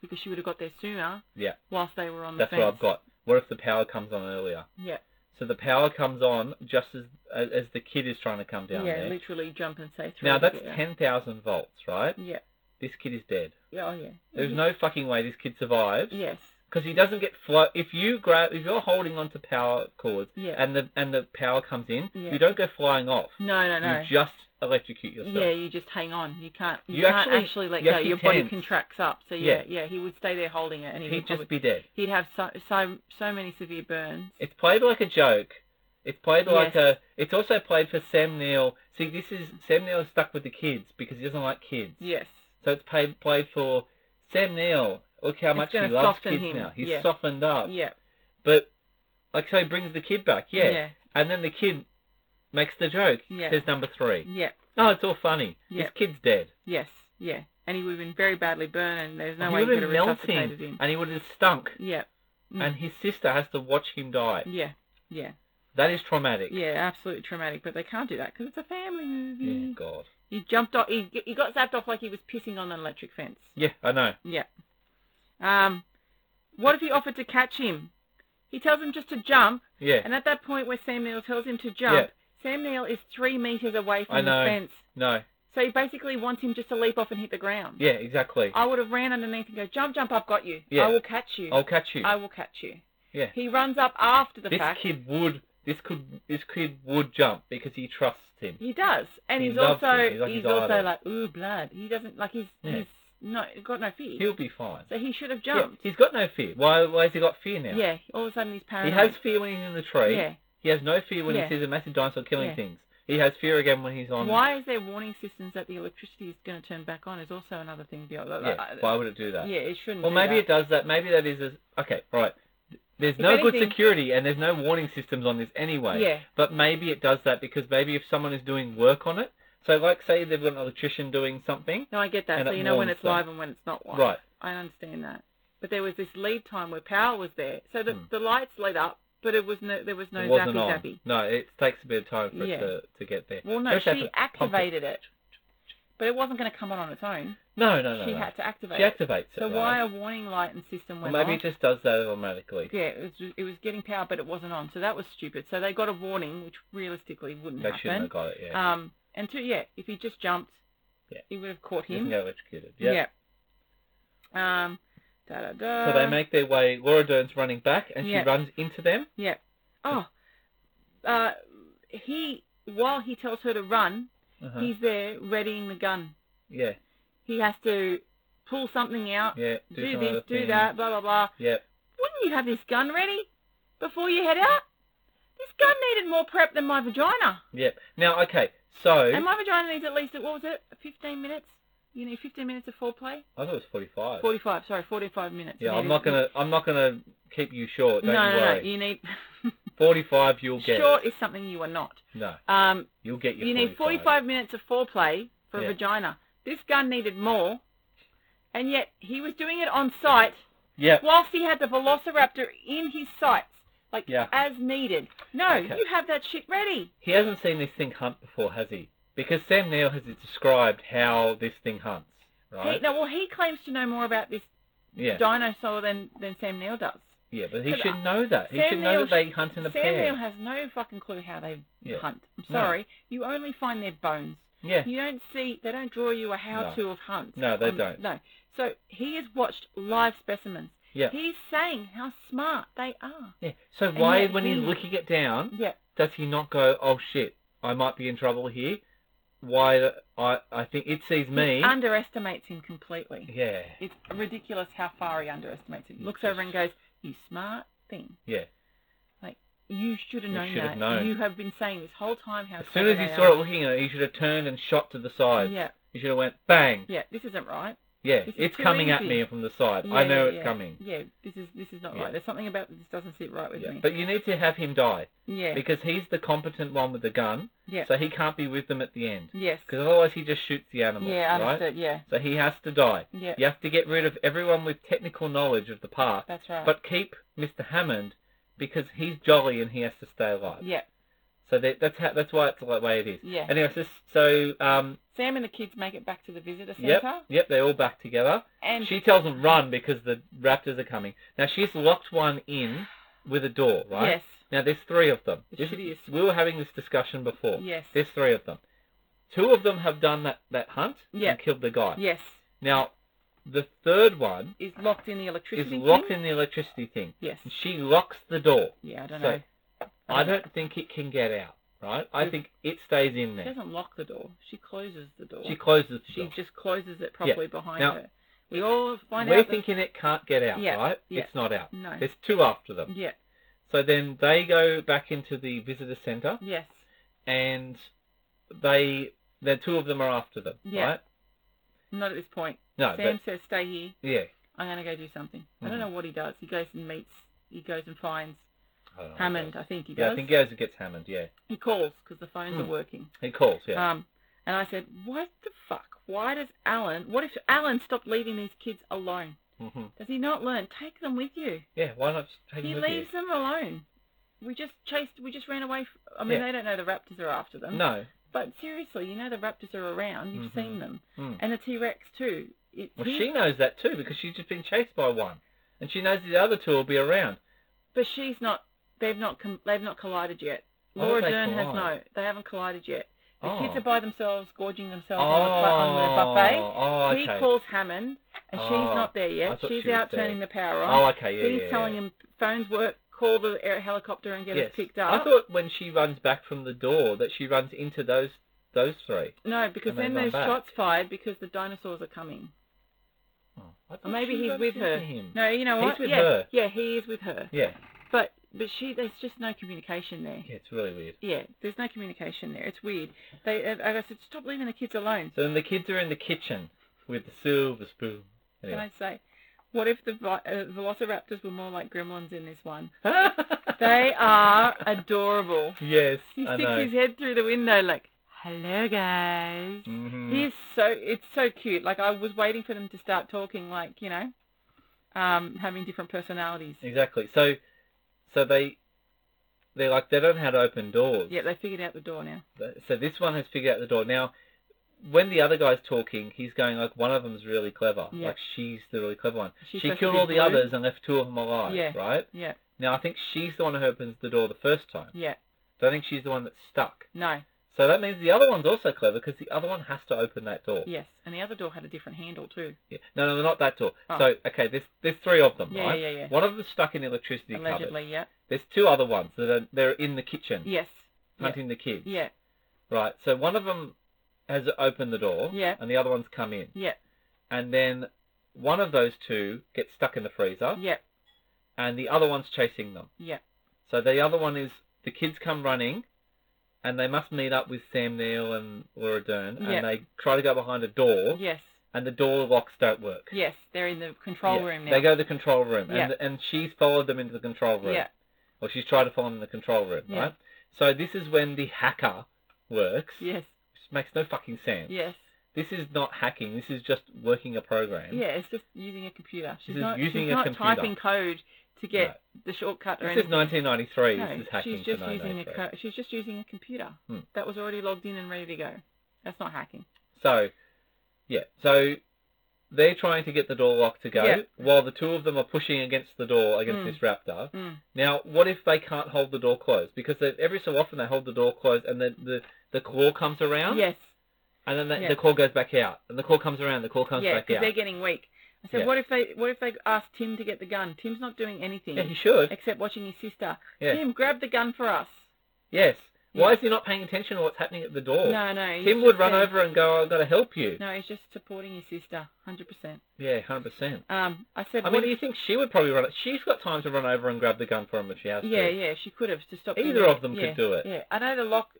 Speaker 2: because she would have got there sooner.
Speaker 1: Yeah.
Speaker 2: Whilst they were on the
Speaker 1: That's
Speaker 2: fence.
Speaker 1: what I've got. What if the power comes on earlier?
Speaker 2: Yeah,
Speaker 1: So the power comes on just as as, as the kid is trying to come down
Speaker 2: yeah,
Speaker 1: there.
Speaker 2: literally jump and say through.
Speaker 1: Now that's
Speaker 2: yeah.
Speaker 1: ten thousand volts, right?
Speaker 2: Yeah,
Speaker 1: This kid is dead.
Speaker 2: yeah, oh yeah.
Speaker 1: There's no fucking way this kid survives
Speaker 2: Yes,
Speaker 1: because he doesn't get flow. If you grab, if you're holding onto power cords
Speaker 2: Yeah.
Speaker 1: and the and the power comes in,
Speaker 2: Yeah.
Speaker 1: you don't go flying off.
Speaker 2: no, no, no.
Speaker 1: You just electrocute yourself.
Speaker 2: Yeah, you just hang on. You can't. You,
Speaker 1: You
Speaker 2: can't
Speaker 1: actually-
Speaker 2: actually, let
Speaker 1: you
Speaker 2: go.
Speaker 1: actually
Speaker 2: Your body
Speaker 1: tense.
Speaker 2: contracts up. So yeah, yeah, he would stay there holding it, and he
Speaker 1: He'd
Speaker 2: would
Speaker 1: just
Speaker 2: probably,
Speaker 1: be dead.
Speaker 2: he'd have so so so many severe burns.
Speaker 1: It's played like a joke. It's played like a.
Speaker 2: Yes.
Speaker 1: It's also played for Sam Neill. See, this is Sam Neill is stuck with the kids because he doesn't like kids.
Speaker 2: Yes.
Speaker 1: So it's played played for Sam Neill. Look how
Speaker 2: It's
Speaker 1: much he
Speaker 2: gonna
Speaker 1: loves
Speaker 2: soften
Speaker 1: kids
Speaker 2: him,
Speaker 1: now. He's
Speaker 2: yeah.
Speaker 1: softened up.
Speaker 2: Yeah.
Speaker 1: But like so, he brings the kid back. Yeah.
Speaker 2: Yeah.
Speaker 1: And then the kid makes the joke.
Speaker 2: Yeah.
Speaker 1: Says number three.
Speaker 2: Yeah.
Speaker 1: Oh, it's all funny.
Speaker 2: Yeah.
Speaker 1: This kid's dead.
Speaker 2: Yes. Yeah. And he would have been very badly burned. And there's no
Speaker 1: he
Speaker 2: way you
Speaker 1: would
Speaker 2: could
Speaker 1: have
Speaker 2: have
Speaker 1: been
Speaker 2: resuscitated
Speaker 1: melting,
Speaker 2: him.
Speaker 1: and he would have stunk.
Speaker 2: Yeah. Mm.
Speaker 1: And his sister has to watch him die.
Speaker 2: Yeah. Yeah.
Speaker 1: That is traumatic.
Speaker 2: Yeah. Absolutely traumatic. But they can't do that because it's a family movie.
Speaker 1: Yeah, God.
Speaker 2: He jumped off. He, he got zapped off like he was pissing on an electric fence.
Speaker 1: Yeah, I know.
Speaker 2: Yeah. Um, what if he offered to catch him? He tells him just to jump,
Speaker 1: Yeah.
Speaker 2: and at that point where Sam Neill tells him to jump, Sam Neill is three meters away
Speaker 1: I
Speaker 2: from
Speaker 1: know.
Speaker 2: the fence.
Speaker 1: No.
Speaker 2: So he basically wants him just to leap off and hit the ground.
Speaker 1: Yeah, exactly.
Speaker 2: I would have ran underneath and go, jump, jump, I've got you.
Speaker 1: Yeah.
Speaker 2: I will catch you.
Speaker 1: I'll catch you.
Speaker 2: I will catch you.
Speaker 1: Yeah.
Speaker 2: He runs up after the
Speaker 1: This
Speaker 2: fact.
Speaker 1: kid would. This could. This kid would jump because he trusts him.
Speaker 2: He does, and
Speaker 1: He
Speaker 2: he's
Speaker 1: loves
Speaker 2: also
Speaker 1: it. He's
Speaker 2: he's,
Speaker 1: like his
Speaker 2: also
Speaker 1: idol.
Speaker 2: like ooh blood. He doesn't like he's
Speaker 1: Yeah.
Speaker 2: he's no got no fear.
Speaker 1: He'll be fine.
Speaker 2: so he should have
Speaker 1: Yeah,
Speaker 2: jumped.
Speaker 1: he's got no fear. Why? Why has he got fear now?
Speaker 2: Yeah, all of a sudden he's
Speaker 1: He
Speaker 2: paranoid.
Speaker 1: has fear when he's in the tree.
Speaker 2: Yeah.
Speaker 1: He has no fear when
Speaker 2: Yeah.
Speaker 1: he sees a massive dinosaur killing
Speaker 2: Yeah.
Speaker 1: things. He has fear again when he's on.
Speaker 2: Why is there warning systems that the electricity is going to turn back on? Is also another thing. Yeah,
Speaker 1: Yeah. Why would it do that?
Speaker 2: yeah it shouldn't.
Speaker 1: Well,
Speaker 2: do
Speaker 1: maybe
Speaker 2: that.
Speaker 1: it does that. Maybe that is a, okay. All right. There's
Speaker 2: If
Speaker 1: no good
Speaker 2: anything-
Speaker 1: security and there's no warning systems on this anyway.
Speaker 2: Yeah.
Speaker 1: But maybe it does that because maybe if someone is doing work on it, so like say they've got an electrician doing something.
Speaker 2: No, I get that.
Speaker 1: and
Speaker 2: So
Speaker 1: it
Speaker 2: you know when
Speaker 1: warns
Speaker 2: it's
Speaker 1: them.
Speaker 2: live and when it's not live.
Speaker 1: Right.
Speaker 2: I understand that. But there was this lead time where power was there, so the,
Speaker 1: Hmm.
Speaker 2: the lights lit up, but it was no there was no
Speaker 1: it wasn't
Speaker 2: zappy
Speaker 1: on.
Speaker 2: zappy.
Speaker 1: No, it takes a bit of time for
Speaker 2: Yeah.
Speaker 1: it to, to get there.
Speaker 2: Well, no,
Speaker 1: First they have
Speaker 2: she
Speaker 1: to pump it.
Speaker 2: activated it. but it wasn't going to come on on its own.
Speaker 1: No, no, no.
Speaker 2: she
Speaker 1: no.
Speaker 2: had to
Speaker 1: Uh,
Speaker 2: activate.
Speaker 1: She
Speaker 2: it.
Speaker 1: activates it.
Speaker 2: So
Speaker 1: right?
Speaker 2: why a warning light and system
Speaker 1: Well,
Speaker 2: went
Speaker 1: maybe
Speaker 2: on?
Speaker 1: it just does that automatically.
Speaker 2: Yeah, it was, it was getting power, but it wasn't on, so that was stupid. So they got a warning, which realistically wouldn't
Speaker 1: They shouldn't
Speaker 2: happen.
Speaker 1: have got it. Yeah.
Speaker 2: Um, and two, yeah, if he just jumped,
Speaker 1: Yeah.
Speaker 2: he would have caught
Speaker 1: Doesn't
Speaker 2: him.
Speaker 1: get electrocuted. Yeah.
Speaker 2: Yeah. Um, da da da.
Speaker 1: So they make their way. Laura Dern's running back, and
Speaker 2: Uh, Yeah.
Speaker 1: she runs into them.
Speaker 2: Yeah. Oh. Uh, he while he tells her to run,
Speaker 1: Uh-huh.
Speaker 2: he's there readying the gun.
Speaker 1: Yeah.
Speaker 2: He has to pull something out,
Speaker 1: Yeah.
Speaker 2: do
Speaker 1: some
Speaker 2: this,
Speaker 1: other
Speaker 2: do
Speaker 1: thing.
Speaker 2: that, blah blah blah.
Speaker 1: Yeah.
Speaker 2: Wouldn't you have this gun ready before you head out? This gun needed more prep than my vagina.
Speaker 1: Yep. Now, okay. So
Speaker 2: And my vagina needs at least, what was it, 15 minutes? You need 15 minutes of foreplay?
Speaker 1: I thought it was forty-five.
Speaker 2: 45, sorry, 45 minutes.
Speaker 1: yeah,
Speaker 2: You
Speaker 1: I'm
Speaker 2: need-
Speaker 1: not gonna. I'm not gonna keep you short.
Speaker 2: No,
Speaker 1: Don't you
Speaker 2: no, no.
Speaker 1: worry.
Speaker 2: You need.
Speaker 1: Forty-five, you'll get.
Speaker 2: Short is something you are not.
Speaker 1: No,
Speaker 2: Um,
Speaker 1: you'll get your.
Speaker 2: you need 45 minutes of foreplay for
Speaker 1: Yeah.
Speaker 2: a vagina. This gun needed more, and yet he was doing it on site
Speaker 1: Yep.
Speaker 2: whilst he had the Velociraptor in his sights, like
Speaker 1: Yeah.
Speaker 2: as needed. No,
Speaker 1: Okay.
Speaker 2: you have that shit ready.
Speaker 1: He hasn't seen this thing hunt before, has he? Because Sam Neill has described how this thing hunts, right?
Speaker 2: He, no, well, he claims to know more about this
Speaker 1: yeah.
Speaker 2: dinosaur than, than Sam Neill does.
Speaker 1: Yeah, but he
Speaker 2: 'Cause
Speaker 1: should know that. He
Speaker 2: Sam
Speaker 1: should know
Speaker 2: Neill
Speaker 1: that they hunt in a
Speaker 2: Sam
Speaker 1: pair.
Speaker 2: Neill has no fucking clue how they
Speaker 1: Yeah.
Speaker 2: hunt. I'm
Speaker 1: No.
Speaker 2: sorry. You only find their bones.
Speaker 1: yeah.
Speaker 2: You don't see, they don't draw you a how to of hunts.
Speaker 1: No, they
Speaker 2: Um,
Speaker 1: don't.
Speaker 2: No. So he has watched live specimens.
Speaker 1: Yeah.
Speaker 2: He's saying how smart they are.
Speaker 1: Yeah. So
Speaker 2: And
Speaker 1: why,
Speaker 2: yet
Speaker 1: when he's
Speaker 2: he-
Speaker 1: looking it down,
Speaker 2: Yeah.
Speaker 1: does he not go, "Oh shit, I might be in trouble here"? Why? the- I I think it sees me.
Speaker 2: He underestimates him completely.
Speaker 1: yeah.
Speaker 2: It's ridiculous how far he underestimates him.
Speaker 1: It's
Speaker 2: Looks
Speaker 1: just-
Speaker 2: over and goes, "You smart thing!
Speaker 1: Yeah.
Speaker 2: You should have
Speaker 1: You
Speaker 2: known
Speaker 1: should have
Speaker 2: that.
Speaker 1: known."
Speaker 2: You have been saying this whole time how."
Speaker 1: As soon as
Speaker 2: clever
Speaker 1: he
Speaker 2: they
Speaker 1: saw
Speaker 2: are."
Speaker 1: it looking at it, he should have turned and shot to the side.
Speaker 2: Yeah,
Speaker 1: He should have went bang.
Speaker 2: yeah. This isn't right.
Speaker 1: Yeah,
Speaker 2: This is
Speaker 1: it's
Speaker 2: too
Speaker 1: coming at
Speaker 2: easy.
Speaker 1: me from the side.
Speaker 2: Yeah,
Speaker 1: I know
Speaker 2: yeah,
Speaker 1: it's
Speaker 2: yeah.
Speaker 1: coming.
Speaker 2: Yeah, this is this is not
Speaker 1: Yeah.
Speaker 2: right. There's something about this doesn't sit right with
Speaker 1: Yeah.
Speaker 2: me.
Speaker 1: But you need to have him die
Speaker 2: yeah,
Speaker 1: because he's the competent one with the gun,
Speaker 2: yeah,
Speaker 1: so he can't be with them at the end
Speaker 2: yes,
Speaker 1: because otherwise he just shoots the animal.
Speaker 2: yeah.
Speaker 1: right?
Speaker 2: Understood. Yeah,
Speaker 1: So he has to die.
Speaker 2: yeah.
Speaker 1: You have to get rid of everyone with technical knowledge of the park,
Speaker 2: That's right.
Speaker 1: but keep Mr. Hammond because he's jolly and he has to stay alive.
Speaker 2: yeah,
Speaker 1: So that, that's how, that's why it's the way it is.
Speaker 2: yeah.
Speaker 1: Anyway, so, so um,
Speaker 2: Sam and the kids make it back to the visitor centre,
Speaker 1: yep, yep, they're all back together.
Speaker 2: and
Speaker 1: She tells them run because the raptors are coming. Now she's locked one in with a door, right?
Speaker 2: yes,
Speaker 1: Now there's three of them.
Speaker 2: The
Speaker 1: This-
Speaker 2: shittiest.
Speaker 1: we were having this discussion before.
Speaker 2: yes,
Speaker 1: There's three of them. Two of them have done that, that hunt
Speaker 2: Yeah.
Speaker 1: and killed the guy.
Speaker 2: yes,
Speaker 1: Now the third one
Speaker 2: is locked in the
Speaker 1: is
Speaker 2: electricity.
Speaker 1: locked
Speaker 2: thing?
Speaker 1: in the electricity thing.
Speaker 2: Yes.
Speaker 1: She locks the door.
Speaker 2: Yeah, I don't
Speaker 1: So,
Speaker 2: know.
Speaker 1: I don't think it can get out. right? I think it stays in
Speaker 2: She
Speaker 1: there.
Speaker 2: doesn't lock the door. She closes the door.
Speaker 1: She closes the
Speaker 2: She
Speaker 1: door.
Speaker 2: just closes it properly behind
Speaker 1: Now-
Speaker 2: her. We all find
Speaker 1: We're
Speaker 2: out. that-
Speaker 1: thinking it can't get out,
Speaker 2: Yeah,
Speaker 1: right?
Speaker 2: yeah.
Speaker 1: It's not out.
Speaker 2: No.
Speaker 1: There's two after them.
Speaker 2: Yeah.
Speaker 1: So then they go back into the visitor centre
Speaker 2: Yes.
Speaker 1: and they the two of them are after them,
Speaker 2: Yeah.
Speaker 1: right?
Speaker 2: Not at this point.
Speaker 1: No,
Speaker 2: Sam says, "Stay here.
Speaker 1: but yeah.
Speaker 2: I'm going to go do something." I don't
Speaker 1: Mhm.
Speaker 2: know what he does. He goes and meets. He goes and finds
Speaker 1: I don't know.
Speaker 2: Hammond. I think he does.
Speaker 1: Oh, Yeah, I think he goes and gets Hammond. Yeah,
Speaker 2: He calls because the phones
Speaker 1: Mm.
Speaker 2: are working.
Speaker 1: he calls. Yeah,
Speaker 2: Um, and I said, "What the fuck? Why does Alan? What if Alan stopped leaving these kids alone?
Speaker 1: hmm
Speaker 2: Does he not learn? Take them with you.
Speaker 1: yeah. Why not just take
Speaker 2: He
Speaker 1: him with you?
Speaker 2: leaves them alone. We just chased. We just ran away. F- I mean,
Speaker 1: Yeah.
Speaker 2: they don't know the raptors are after them.
Speaker 1: No,
Speaker 2: But seriously, you know the raptors are around. You've
Speaker 1: Mhm.
Speaker 2: seen them,
Speaker 1: Mm.
Speaker 2: and the T Rex too. It,
Speaker 1: well,
Speaker 2: he-
Speaker 1: she knows that too because she's just been chased by one, and she knows the other two will be around.
Speaker 2: But she's not. They've not. Com- they've not collided yet.
Speaker 1: Why don't
Speaker 2: Laura
Speaker 1: Oh, they
Speaker 2: Dern has no.
Speaker 1: collide?
Speaker 2: They haven't collided yet. The
Speaker 1: oh.
Speaker 2: kids are by themselves, gorging themselves
Speaker 1: oh,
Speaker 2: on, the, pla- on the buffet.
Speaker 1: Oh,
Speaker 2: He
Speaker 1: okay.
Speaker 2: calls Hammond, and she's
Speaker 1: Oh,
Speaker 2: not there
Speaker 1: I
Speaker 2: yet.
Speaker 1: thought
Speaker 2: She's
Speaker 1: she was
Speaker 2: out
Speaker 1: there.
Speaker 2: turning the power on.
Speaker 1: oh, okay. Yeah,
Speaker 2: He's
Speaker 1: yeah,
Speaker 2: telling
Speaker 1: yeah.
Speaker 2: him phones work. Call the air helicopter and get
Speaker 1: yes.
Speaker 2: us picked up.
Speaker 1: I thought when she runs back from the door that she runs into those those three.
Speaker 2: no, because
Speaker 1: and they
Speaker 2: then
Speaker 1: run
Speaker 2: there's
Speaker 1: back.
Speaker 2: shots fired because the dinosaurs are coming.
Speaker 1: Oh, I thought
Speaker 2: Or maybe
Speaker 1: she
Speaker 2: he's
Speaker 1: runs
Speaker 2: with
Speaker 1: into
Speaker 2: her.
Speaker 1: Him.
Speaker 2: No, you know
Speaker 1: He's
Speaker 2: what?
Speaker 1: with
Speaker 2: yeah,
Speaker 1: her.
Speaker 2: yeah, he is with her.
Speaker 1: Yeah.
Speaker 2: But but she, there's just no communication there.
Speaker 1: Yeah, it's really weird.
Speaker 2: Yeah, there's no communication there. It's weird. They, and I said, stop leaving the kids alone.
Speaker 1: So then the kids are in the kitchen with the silver spoon.
Speaker 2: Can
Speaker 1: Anyway.
Speaker 2: I say, what if the vi- uh, velociraptors were more like gremlins in this one?
Speaker 1: [laughs]
Speaker 2: They [laughs]
Speaker 1: they
Speaker 2: are adorable.
Speaker 1: Yes,
Speaker 2: He
Speaker 1: I
Speaker 2: sticks
Speaker 1: know.
Speaker 2: his head through the window like, hello guys.
Speaker 1: Mhm.
Speaker 2: He is so, it's so cute. Like I was waiting for them to start talking like, you know, um, having different personalities.
Speaker 1: Exactly. So, so they, they like they don't know how to open doors.
Speaker 2: Yeah, they figured out the door now.
Speaker 1: So this one has figured out the door. Now, when the other guy's talking, he's going like, one of them's really clever.
Speaker 2: Yeah.
Speaker 1: Like she's the really clever one.
Speaker 2: She's
Speaker 1: she
Speaker 2: supposed to
Speaker 1: killed
Speaker 2: be
Speaker 1: all the
Speaker 2: blue.
Speaker 1: others and left two of them alive.
Speaker 2: Yeah.
Speaker 1: Right.
Speaker 2: Yeah,
Speaker 1: Now I think she's the one who opens the door the first time.
Speaker 2: yeah,
Speaker 1: So I think she's the one that's stuck.
Speaker 2: no,
Speaker 1: So that means the other one's also clever because the other one has to open that door.
Speaker 2: yes. And the other door had a different handle too.
Speaker 1: Yeah. No, no, not that door.
Speaker 2: Oh.
Speaker 1: So, okay, there's there's three of them,
Speaker 2: Yeah,
Speaker 1: right?
Speaker 2: yeah, yeah, yeah.
Speaker 1: One of them's stuck in the electricity cupboard.
Speaker 2: Allegedly, yeah.
Speaker 1: There's two other ones that are they're in the kitchen
Speaker 2: Yes. Yeah.
Speaker 1: hunting the kids.
Speaker 2: Yeah.
Speaker 1: Right. So one of them has opened the door.
Speaker 2: Yeah.
Speaker 1: And the other one's come in.
Speaker 2: Yeah.
Speaker 1: And then one of those two gets stuck in the freezer,
Speaker 2: Yeah.
Speaker 1: and the other one's chasing them.
Speaker 2: Yeah.
Speaker 1: So the other one is the kids come running, and they must meet up with Sam Neill and Laura Dern,
Speaker 2: Yeah.
Speaker 1: and they try to go behind a door,
Speaker 2: Yes.
Speaker 1: and the door locks don't work.
Speaker 2: Yes. They're in the control
Speaker 1: Yeah,
Speaker 2: room now.
Speaker 1: They go to the control room,
Speaker 2: Yeah.
Speaker 1: and and she's followed them into the control room.
Speaker 2: Yeah.
Speaker 1: Or she's tried to follow them in the control room,
Speaker 2: Yeah.
Speaker 1: right? So this is when the hacker works,
Speaker 2: Yes.
Speaker 1: which makes no fucking sense.
Speaker 2: Yes.
Speaker 1: This is not hacking. This is just working a program.
Speaker 2: Yeah. It's just using a computer. She's
Speaker 1: This is
Speaker 2: not
Speaker 1: using
Speaker 2: she's
Speaker 1: a
Speaker 2: not
Speaker 1: computer.
Speaker 2: typing code to get the shortcut or
Speaker 1: This is
Speaker 2: anything.
Speaker 1: 1993.
Speaker 2: no,
Speaker 1: this is hacking
Speaker 2: she's just
Speaker 1: for
Speaker 2: using a
Speaker 1: 1993.
Speaker 2: co- she's just using a computer
Speaker 1: Hmm.
Speaker 2: that was already logged in and ready to go. That's not hacking.
Speaker 1: So, yeah. So they're trying to get the door locked to go,
Speaker 2: Yeah.
Speaker 1: while the two of them are pushing against the door against
Speaker 2: Mm.
Speaker 1: this raptor.
Speaker 2: Mm.
Speaker 1: Now, what if they can't hold the door closed? Because they, every so often they hold the door closed, and the the, the claw comes around.
Speaker 2: Yes.
Speaker 1: And then the,
Speaker 2: Yeah.
Speaker 1: the call goes back out, and the call comes around, the call comes
Speaker 2: Yeah,
Speaker 1: back
Speaker 2: because
Speaker 1: out.
Speaker 2: they're getting weak. I said,
Speaker 1: Yeah.
Speaker 2: what if they what if they ask Tim to get the gun? Tim's not doing
Speaker 1: [laughs]
Speaker 2: anything
Speaker 1: Yeah, he should.
Speaker 2: except watching his sister.
Speaker 1: Yeah.
Speaker 2: Tim, grab the gun for us.
Speaker 1: Yes.
Speaker 2: Yeah.
Speaker 1: Why is he not paying attention to what's happening at the door?
Speaker 2: No, no. he's
Speaker 1: Oh, Tim would
Speaker 2: just
Speaker 1: run
Speaker 2: there.
Speaker 1: over and go, "I've got to help you."
Speaker 2: No, he's just supporting his sister, hundred percent.
Speaker 1: Yeah, hundred percent.
Speaker 2: Um, I said,
Speaker 1: I mean,
Speaker 2: what
Speaker 1: do you think she would probably run? it? She's got time to run over and grab the gun for him if she has
Speaker 2: if- yeah,
Speaker 1: to.
Speaker 2: yeah, she could have to stop.
Speaker 1: Either
Speaker 2: doing
Speaker 1: of
Speaker 2: it.
Speaker 1: them
Speaker 2: yeah,
Speaker 1: could do it.
Speaker 2: Yeah, I know the lock.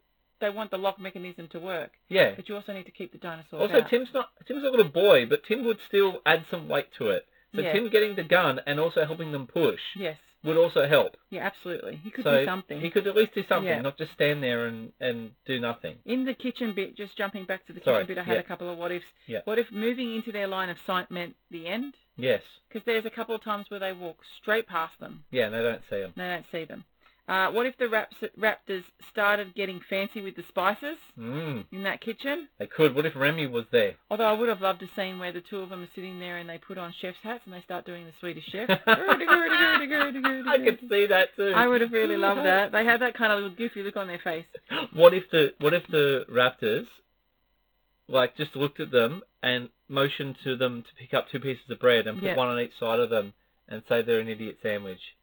Speaker 2: They want the lock mechanism to work,
Speaker 1: Yeah.
Speaker 2: but you also need to keep the dinosaurs
Speaker 1: Also,
Speaker 2: out.
Speaker 1: Tim's not Tim's a little boy, but Tim would still add some weight to it. So
Speaker 2: Yeah.
Speaker 1: Tim getting the gun and also helping them push
Speaker 2: Yes,
Speaker 1: would also help.
Speaker 2: yeah, absolutely. He could
Speaker 1: so
Speaker 2: do something.
Speaker 1: He could at least do something,
Speaker 2: Yeah.
Speaker 1: not just stand there and, and do nothing.
Speaker 2: In the kitchen bit, just jumping back to the
Speaker 1: Sorry,
Speaker 2: kitchen bit, I had
Speaker 1: yeah.
Speaker 2: a couple of what ifs.
Speaker 1: Yeah.
Speaker 2: What if moving into their line of sight meant the end?
Speaker 1: Yes.
Speaker 2: Because there's a couple of times where they walk straight past them.
Speaker 1: Yeah, and they don't see him.
Speaker 2: They don't see them. Uh, what if the raps- raptors started getting fancy with the spices
Speaker 1: Mm,
Speaker 2: in that kitchen?
Speaker 1: they could. What if Remy was there?
Speaker 2: Although I would have loved a scene where the two of them are sitting there and they put on chef's hats and they start doing the Swedish chef.
Speaker 1: [laughs] I could [laughs] see that too.
Speaker 2: I would have
Speaker 1: [laughs]
Speaker 2: really loved that. They had that kind of little goofy look on their face.
Speaker 1: What if the What if the Raptors, like, just looked at them and motioned to them to pick up two pieces of bread and put
Speaker 2: Yeah.
Speaker 1: one on each side of them and say they're an idiot sandwich?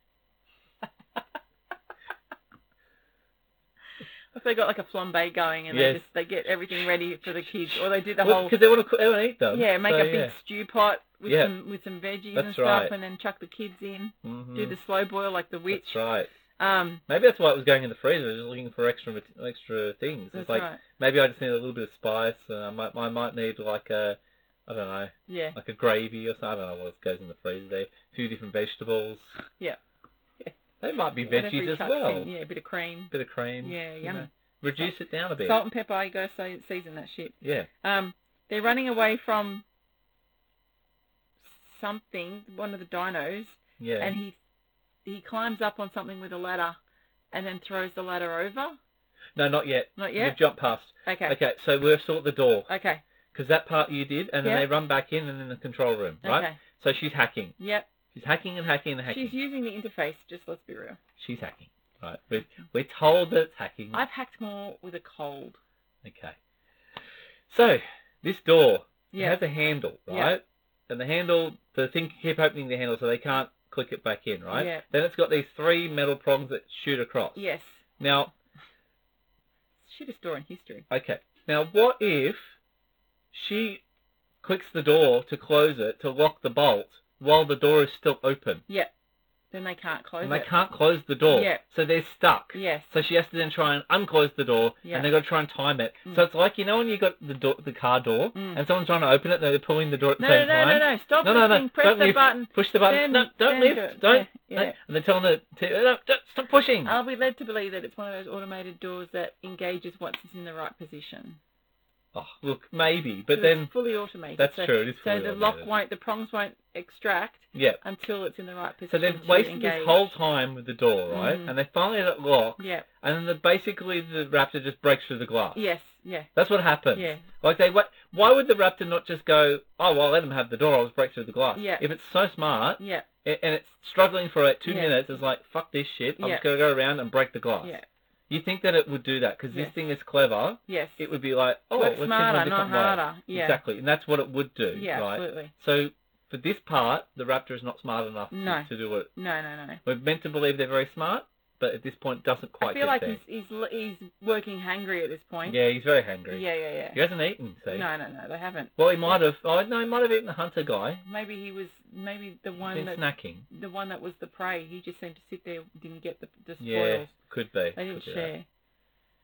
Speaker 2: If they got like a flambe going and
Speaker 1: Yes.
Speaker 2: they just they get everything ready for the kids, or they do the whole
Speaker 1: Because they want to they want to eat them.
Speaker 2: yeah, make
Speaker 1: so,
Speaker 2: a big
Speaker 1: yeah.
Speaker 2: stew pot with
Speaker 1: Yeah.
Speaker 2: some with some veggies and
Speaker 1: That's
Speaker 2: stuff,
Speaker 1: right.
Speaker 2: and then chuck the kids in.
Speaker 1: Mhm.
Speaker 2: Do the slow boil like the witch.
Speaker 1: That's right.
Speaker 2: Um,
Speaker 1: Maybe that's why it was going in the freezer. Just looking for extra mat- extra things.
Speaker 2: that's
Speaker 1: it's like
Speaker 2: right.
Speaker 1: maybe I just need a little bit of spice. And I might I might need like a I don't know
Speaker 2: Yeah,
Speaker 1: like a gravy or something. I don't know what goes in the freezer. There, a few different vegetables.
Speaker 2: Yeah.
Speaker 1: They might be
Speaker 2: Whatever
Speaker 1: veggies
Speaker 2: you
Speaker 1: as
Speaker 2: chuck
Speaker 1: well.
Speaker 2: in, Yeah, a bit of cream.
Speaker 1: Bit of cream.
Speaker 2: Yeah,
Speaker 1: you
Speaker 2: yummy.
Speaker 1: know. Reduce it down a bit.
Speaker 2: Salt and pepper. You gotta se- season that shit.
Speaker 1: Yeah.
Speaker 2: Um, they're running away from something, one of the dinos,
Speaker 1: Yeah.
Speaker 2: and he he climbs up on something with a ladder, and then throws the ladder over.
Speaker 1: no, not yet.
Speaker 2: Not
Speaker 1: You've
Speaker 2: yet.
Speaker 1: jumped past.
Speaker 2: Okay.
Speaker 1: Okay, so we're still at the door
Speaker 2: Okay.
Speaker 1: because that part you did, and then
Speaker 2: Yeah.
Speaker 1: they run back in and in the control room, right?
Speaker 2: Okay.
Speaker 1: So she's hacking.
Speaker 2: Yep.
Speaker 1: She's hacking and hacking and hacking.
Speaker 2: She's using the interface. Just let's be real.
Speaker 1: She's hacking. Right. We're, we're told that it's hacking.
Speaker 2: I've hacked more with a cold.
Speaker 1: Okay. So, this door,
Speaker 2: Yeah.
Speaker 1: it has a handle,
Speaker 2: Yeah.
Speaker 1: right? And the handle, the thing can keep opening the handle so they can't click it back in, right?
Speaker 2: Yeah.
Speaker 1: Then it's got these three metal prongs that shoot across.
Speaker 2: Yes.
Speaker 1: Now,
Speaker 2: Shittest door in history.
Speaker 1: okay. Now, what if she clicks the door to close it, to lock the bolt, while the door is still open?
Speaker 2: Yep. Then they can't close
Speaker 1: and they
Speaker 2: it.
Speaker 1: can't close the door.
Speaker 2: Yeah.
Speaker 1: So they're stuck.
Speaker 2: Yes.
Speaker 1: So she has to then try and unclose the door,
Speaker 2: Yeah.
Speaker 1: and they've got to try and time it.
Speaker 2: Mm.
Speaker 1: So it's like you know when you got the door, the car door,
Speaker 2: Mm.
Speaker 1: and someone's trying to open it, they're pulling the door at the
Speaker 2: No, no,
Speaker 1: same
Speaker 2: no,
Speaker 1: time.
Speaker 2: no, no. Stop
Speaker 1: no,
Speaker 2: listening. Press
Speaker 1: don't
Speaker 2: the
Speaker 1: lift.
Speaker 2: button.
Speaker 1: Push the button.
Speaker 2: Then-
Speaker 1: no, don't
Speaker 2: then
Speaker 1: lift.
Speaker 2: do it.
Speaker 1: Don't.
Speaker 2: Yeah, Oh. yeah.
Speaker 1: And they're telling her to no, don't, stop pushing.
Speaker 2: I'll be led to believe that it's one of those automated doors that engages once it's in the right position.
Speaker 1: oh, look, maybe, but
Speaker 2: So
Speaker 1: then
Speaker 2: it's fully automated.
Speaker 1: that's
Speaker 2: so,
Speaker 1: true. It is fully
Speaker 2: So the lock
Speaker 1: automated.
Speaker 2: won't, the prongs won't extract
Speaker 1: Yeah.
Speaker 2: until it's in the right
Speaker 1: So
Speaker 2: position.
Speaker 1: they've
Speaker 2: to
Speaker 1: wasted
Speaker 2: engage.
Speaker 1: this whole time with the door, right?
Speaker 2: Mhm.
Speaker 1: And they finally let it lock,
Speaker 2: Yeah.
Speaker 1: and then the, basically the raptor just breaks through the glass.
Speaker 2: Yes. Yeah.
Speaker 1: That's what happened.
Speaker 2: Yeah.
Speaker 1: Like they, what? Why would the raptor not just go? Oh well, let him have the door. I'll just break through the glass.
Speaker 2: Yeah.
Speaker 1: If it's so smart
Speaker 2: Yeah.
Speaker 1: a- and it's struggling for like two
Speaker 2: Yeah.
Speaker 1: minutes, it's like fuck this shit. I'm
Speaker 2: Yeah.
Speaker 1: just gonna go around and break the glass.
Speaker 2: Yeah.
Speaker 1: You think that it would do that because
Speaker 2: Yeah.
Speaker 1: this thing is clever.
Speaker 2: Yes.
Speaker 1: It would be like, oh,
Speaker 2: Work
Speaker 1: let's think of a
Speaker 2: smarter, not
Speaker 1: different way.
Speaker 2: harder. Yeah.
Speaker 1: Exactly, and that's what it would do.
Speaker 2: Yeah.
Speaker 1: Right.
Speaker 2: Absolutely.
Speaker 1: So for this part, the raptor is not smart enough
Speaker 2: No.
Speaker 1: to, to do it.
Speaker 2: No. No. No.
Speaker 1: We're meant to believe they're very smart, but at this point doesn't quite
Speaker 2: I feel
Speaker 1: get
Speaker 2: like
Speaker 1: there.
Speaker 2: he's, he's l- he's working hangry at this point.
Speaker 1: Yeah, he's very
Speaker 2: Yeah.
Speaker 1: hungry.
Speaker 2: Yeah. Yeah.
Speaker 1: He hasn't eaten. See.
Speaker 2: No. No. No. They haven't.
Speaker 1: Well, he might have. Oh no, he might have eaten the hunter guy.
Speaker 2: Maybe he was maybe the
Speaker 1: He's
Speaker 2: one
Speaker 1: been
Speaker 2: that
Speaker 1: snacking.
Speaker 2: the one that was the prey. He just seemed to sit there, didn't get the, the
Speaker 1: Yeah,
Speaker 2: spoils.
Speaker 1: could be.
Speaker 2: They didn't
Speaker 1: could be that.
Speaker 2: share.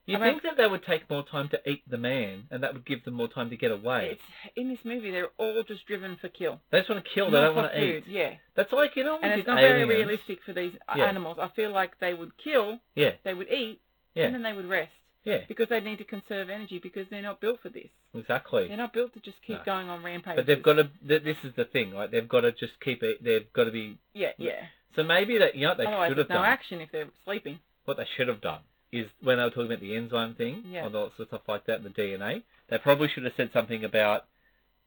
Speaker 1: You
Speaker 2: I mean-
Speaker 1: think that they would take more time to eat the man, and that would give them more time to get away?
Speaker 2: It's in this movie. They're all just driven for kill.
Speaker 1: They just want to kill. They
Speaker 2: Not
Speaker 1: don't
Speaker 2: for
Speaker 1: want to
Speaker 2: food,
Speaker 1: eat.
Speaker 2: Yeah,
Speaker 1: That's like you know. when
Speaker 2: and
Speaker 1: we
Speaker 2: it's
Speaker 1: did
Speaker 2: not
Speaker 1: aliens.
Speaker 2: very realistic for these uh,
Speaker 1: Yeah.
Speaker 2: animals. I feel like they would kill,
Speaker 1: Yeah,
Speaker 2: they would eat,
Speaker 1: Yeah.
Speaker 2: and then they would rest
Speaker 1: yeah,
Speaker 2: because they need to conserve energy because they're not built for this.
Speaker 1: exactly.
Speaker 2: They're not built to just keep
Speaker 1: No.
Speaker 2: going on rampages.
Speaker 1: but they've got to. Th- this is the thing, right? They've got to just keep it. They've got to be.
Speaker 2: yeah, yeah.
Speaker 1: So maybe that you know what they
Speaker 2: Otherwise,
Speaker 1: should
Speaker 2: there's
Speaker 1: have
Speaker 2: Oh, no
Speaker 1: done.
Speaker 2: action if they're sleeping.
Speaker 1: what they should have done is when they were talking about the enzyme thing
Speaker 2: Yeah.
Speaker 1: and all sorts of stuff like that, the DNA, they probably should have said something about,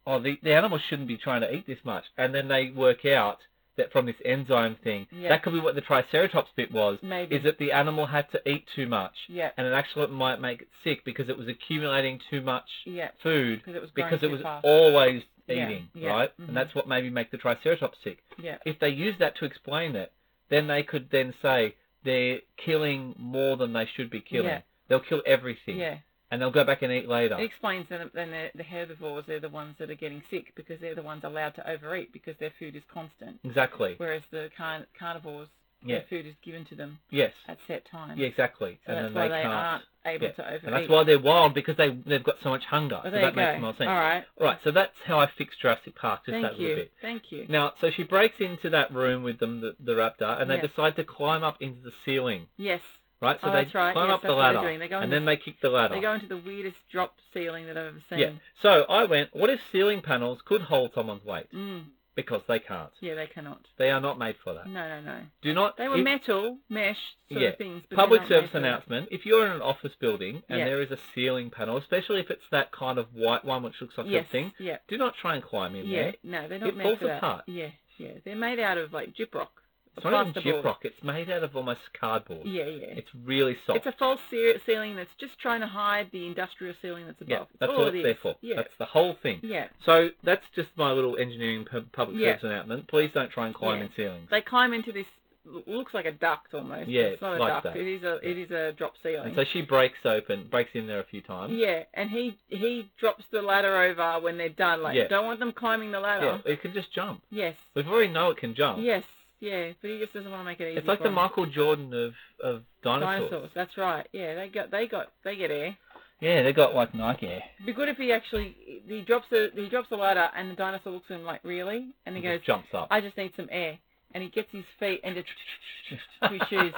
Speaker 1: oh, the, the animals shouldn't be trying to eat this much. And then they work out that from this enzyme thing,
Speaker 2: Yeah. Mm-hmm.
Speaker 1: that could be what the triceratops bit was,
Speaker 2: Maybe.
Speaker 1: is that the animal had to eat too much.
Speaker 2: Yeah,
Speaker 1: And it actually might make it sick because it was accumulating too much
Speaker 2: yeah.
Speaker 1: food
Speaker 2: Because it was growing
Speaker 1: because it
Speaker 2: too
Speaker 1: was
Speaker 2: fast.
Speaker 1: always
Speaker 2: Yeah,
Speaker 1: eating,
Speaker 2: yeah,
Speaker 1: right?
Speaker 2: mhm.
Speaker 1: And that's what maybe make the triceratops sick
Speaker 2: yeah,
Speaker 1: if they use that to explain it, then they could then say they're killing more than they should be killing.
Speaker 2: Yeah.
Speaker 1: They'll kill everything,
Speaker 2: yeah.
Speaker 1: and they'll go back and eat later.
Speaker 2: It explains that then the, the herbivores they're the ones that are getting sick because they're the ones allowed to overeat because their food is constant,
Speaker 1: exactly.
Speaker 2: whereas the carn- carnivores
Speaker 1: Yeah.
Speaker 2: their food is given to them
Speaker 1: Yes.
Speaker 2: at set times.
Speaker 1: Yeah. Exactly.
Speaker 2: So
Speaker 1: and then
Speaker 2: that's why
Speaker 1: they,
Speaker 2: they
Speaker 1: can't.
Speaker 2: aren't able
Speaker 1: Yeah.
Speaker 2: to overeat.
Speaker 1: and that's why they're wild because they they've got so much hunger. so
Speaker 2: Well, there
Speaker 1: that
Speaker 2: you
Speaker 1: makes
Speaker 2: go.
Speaker 1: more sense.
Speaker 2: All right.
Speaker 1: Right. So that's how I fixed Jurassic Park. Just that
Speaker 2: Thank
Speaker 1: little
Speaker 2: you.
Speaker 1: bit.
Speaker 2: Thank you.
Speaker 1: Now, so she breaks into that room with them, the, the raptor, and they
Speaker 2: Yeah.
Speaker 1: decide to climb up into the ceiling.
Speaker 2: Yes.
Speaker 1: Right. So
Speaker 2: Oh,
Speaker 1: they
Speaker 2: that's right.
Speaker 1: climb
Speaker 2: Yes,
Speaker 1: up the
Speaker 2: that's what they're
Speaker 1: ladder,
Speaker 2: doing. They go in
Speaker 1: and
Speaker 2: the-
Speaker 1: then they kick the ladder.
Speaker 2: They go into the weirdest drop ceiling that I've ever seen.
Speaker 1: Yeah. So I went, what if ceiling panels could hold someone's weight?
Speaker 2: Mm.
Speaker 1: Because they can't.
Speaker 2: Yeah, they cannot.
Speaker 1: They are not made for that.
Speaker 2: No, no, no.
Speaker 1: Do not.
Speaker 2: They were
Speaker 1: if-
Speaker 2: metal, mesh sort
Speaker 1: Uh, Yeah.
Speaker 2: of things. But they're
Speaker 1: public
Speaker 2: not
Speaker 1: service
Speaker 2: metal.
Speaker 1: announcement. If you're in an office building and
Speaker 2: Yeah.
Speaker 1: there is a ceiling panel, especially if it's that kind of white one which looks like
Speaker 2: Yes.
Speaker 1: a thing,
Speaker 2: Yeah.
Speaker 1: do not try and climb in
Speaker 2: Yeah.
Speaker 1: there.
Speaker 2: No, they're not
Speaker 1: It
Speaker 2: meant
Speaker 1: falls
Speaker 2: for that.
Speaker 1: apart.
Speaker 2: Yeah, yeah. They're made out of like gyprock. uh,
Speaker 1: It's not even
Speaker 2: plasterboard.
Speaker 1: gyprock. It's made out of almost cardboard.
Speaker 2: Yeah, yeah.
Speaker 1: It's really soft.
Speaker 2: It's a false ce- ceiling that's just trying to hide the industrial ceiling that's above.
Speaker 1: yeah,
Speaker 2: It's
Speaker 1: that's
Speaker 2: all
Speaker 1: what
Speaker 2: Oh, it
Speaker 1: it's
Speaker 2: is.
Speaker 1: there for.
Speaker 2: Yeah,
Speaker 1: That's the whole thing.
Speaker 2: yeah.
Speaker 1: So that's just my little engineering pub- public
Speaker 2: Yeah.
Speaker 1: service announcement. Please don't try and climb
Speaker 2: Yeah.
Speaker 1: in ceilings.
Speaker 2: They climb into this l- looks like a duct almost.
Speaker 1: Yeah,
Speaker 2: it's not a
Speaker 1: like
Speaker 2: duct.
Speaker 1: that.
Speaker 2: It is a it is a drop ceiling.
Speaker 1: And so she breaks open, breaks in there a few times.
Speaker 2: yeah, and he he drops the ladder over when they're done. Like,
Speaker 1: Yeah.
Speaker 2: don't want them climbing the
Speaker 1: Yeah,
Speaker 2: ladder.
Speaker 1: it can just jump.
Speaker 2: Yes,
Speaker 1: We've already know it can jump.
Speaker 2: yes, yeah. But he just doesn't want to make it easy.
Speaker 1: It's like
Speaker 2: for
Speaker 1: the
Speaker 2: him.
Speaker 1: Michael Jordan of, of dinosaurs.
Speaker 2: dinosaurs. That's right. Yeah, they got they got they get air.
Speaker 1: Yeah, they got like Nike Air.
Speaker 2: It'd be good if he actually he drops the he drops the ladder and the dinosaur looks at him like really, and he
Speaker 1: It
Speaker 2: goes,
Speaker 1: just jumps [laughs] up.
Speaker 2: I just need some air, and he gets his feet and just two
Speaker 1: [laughs]
Speaker 2: shoes,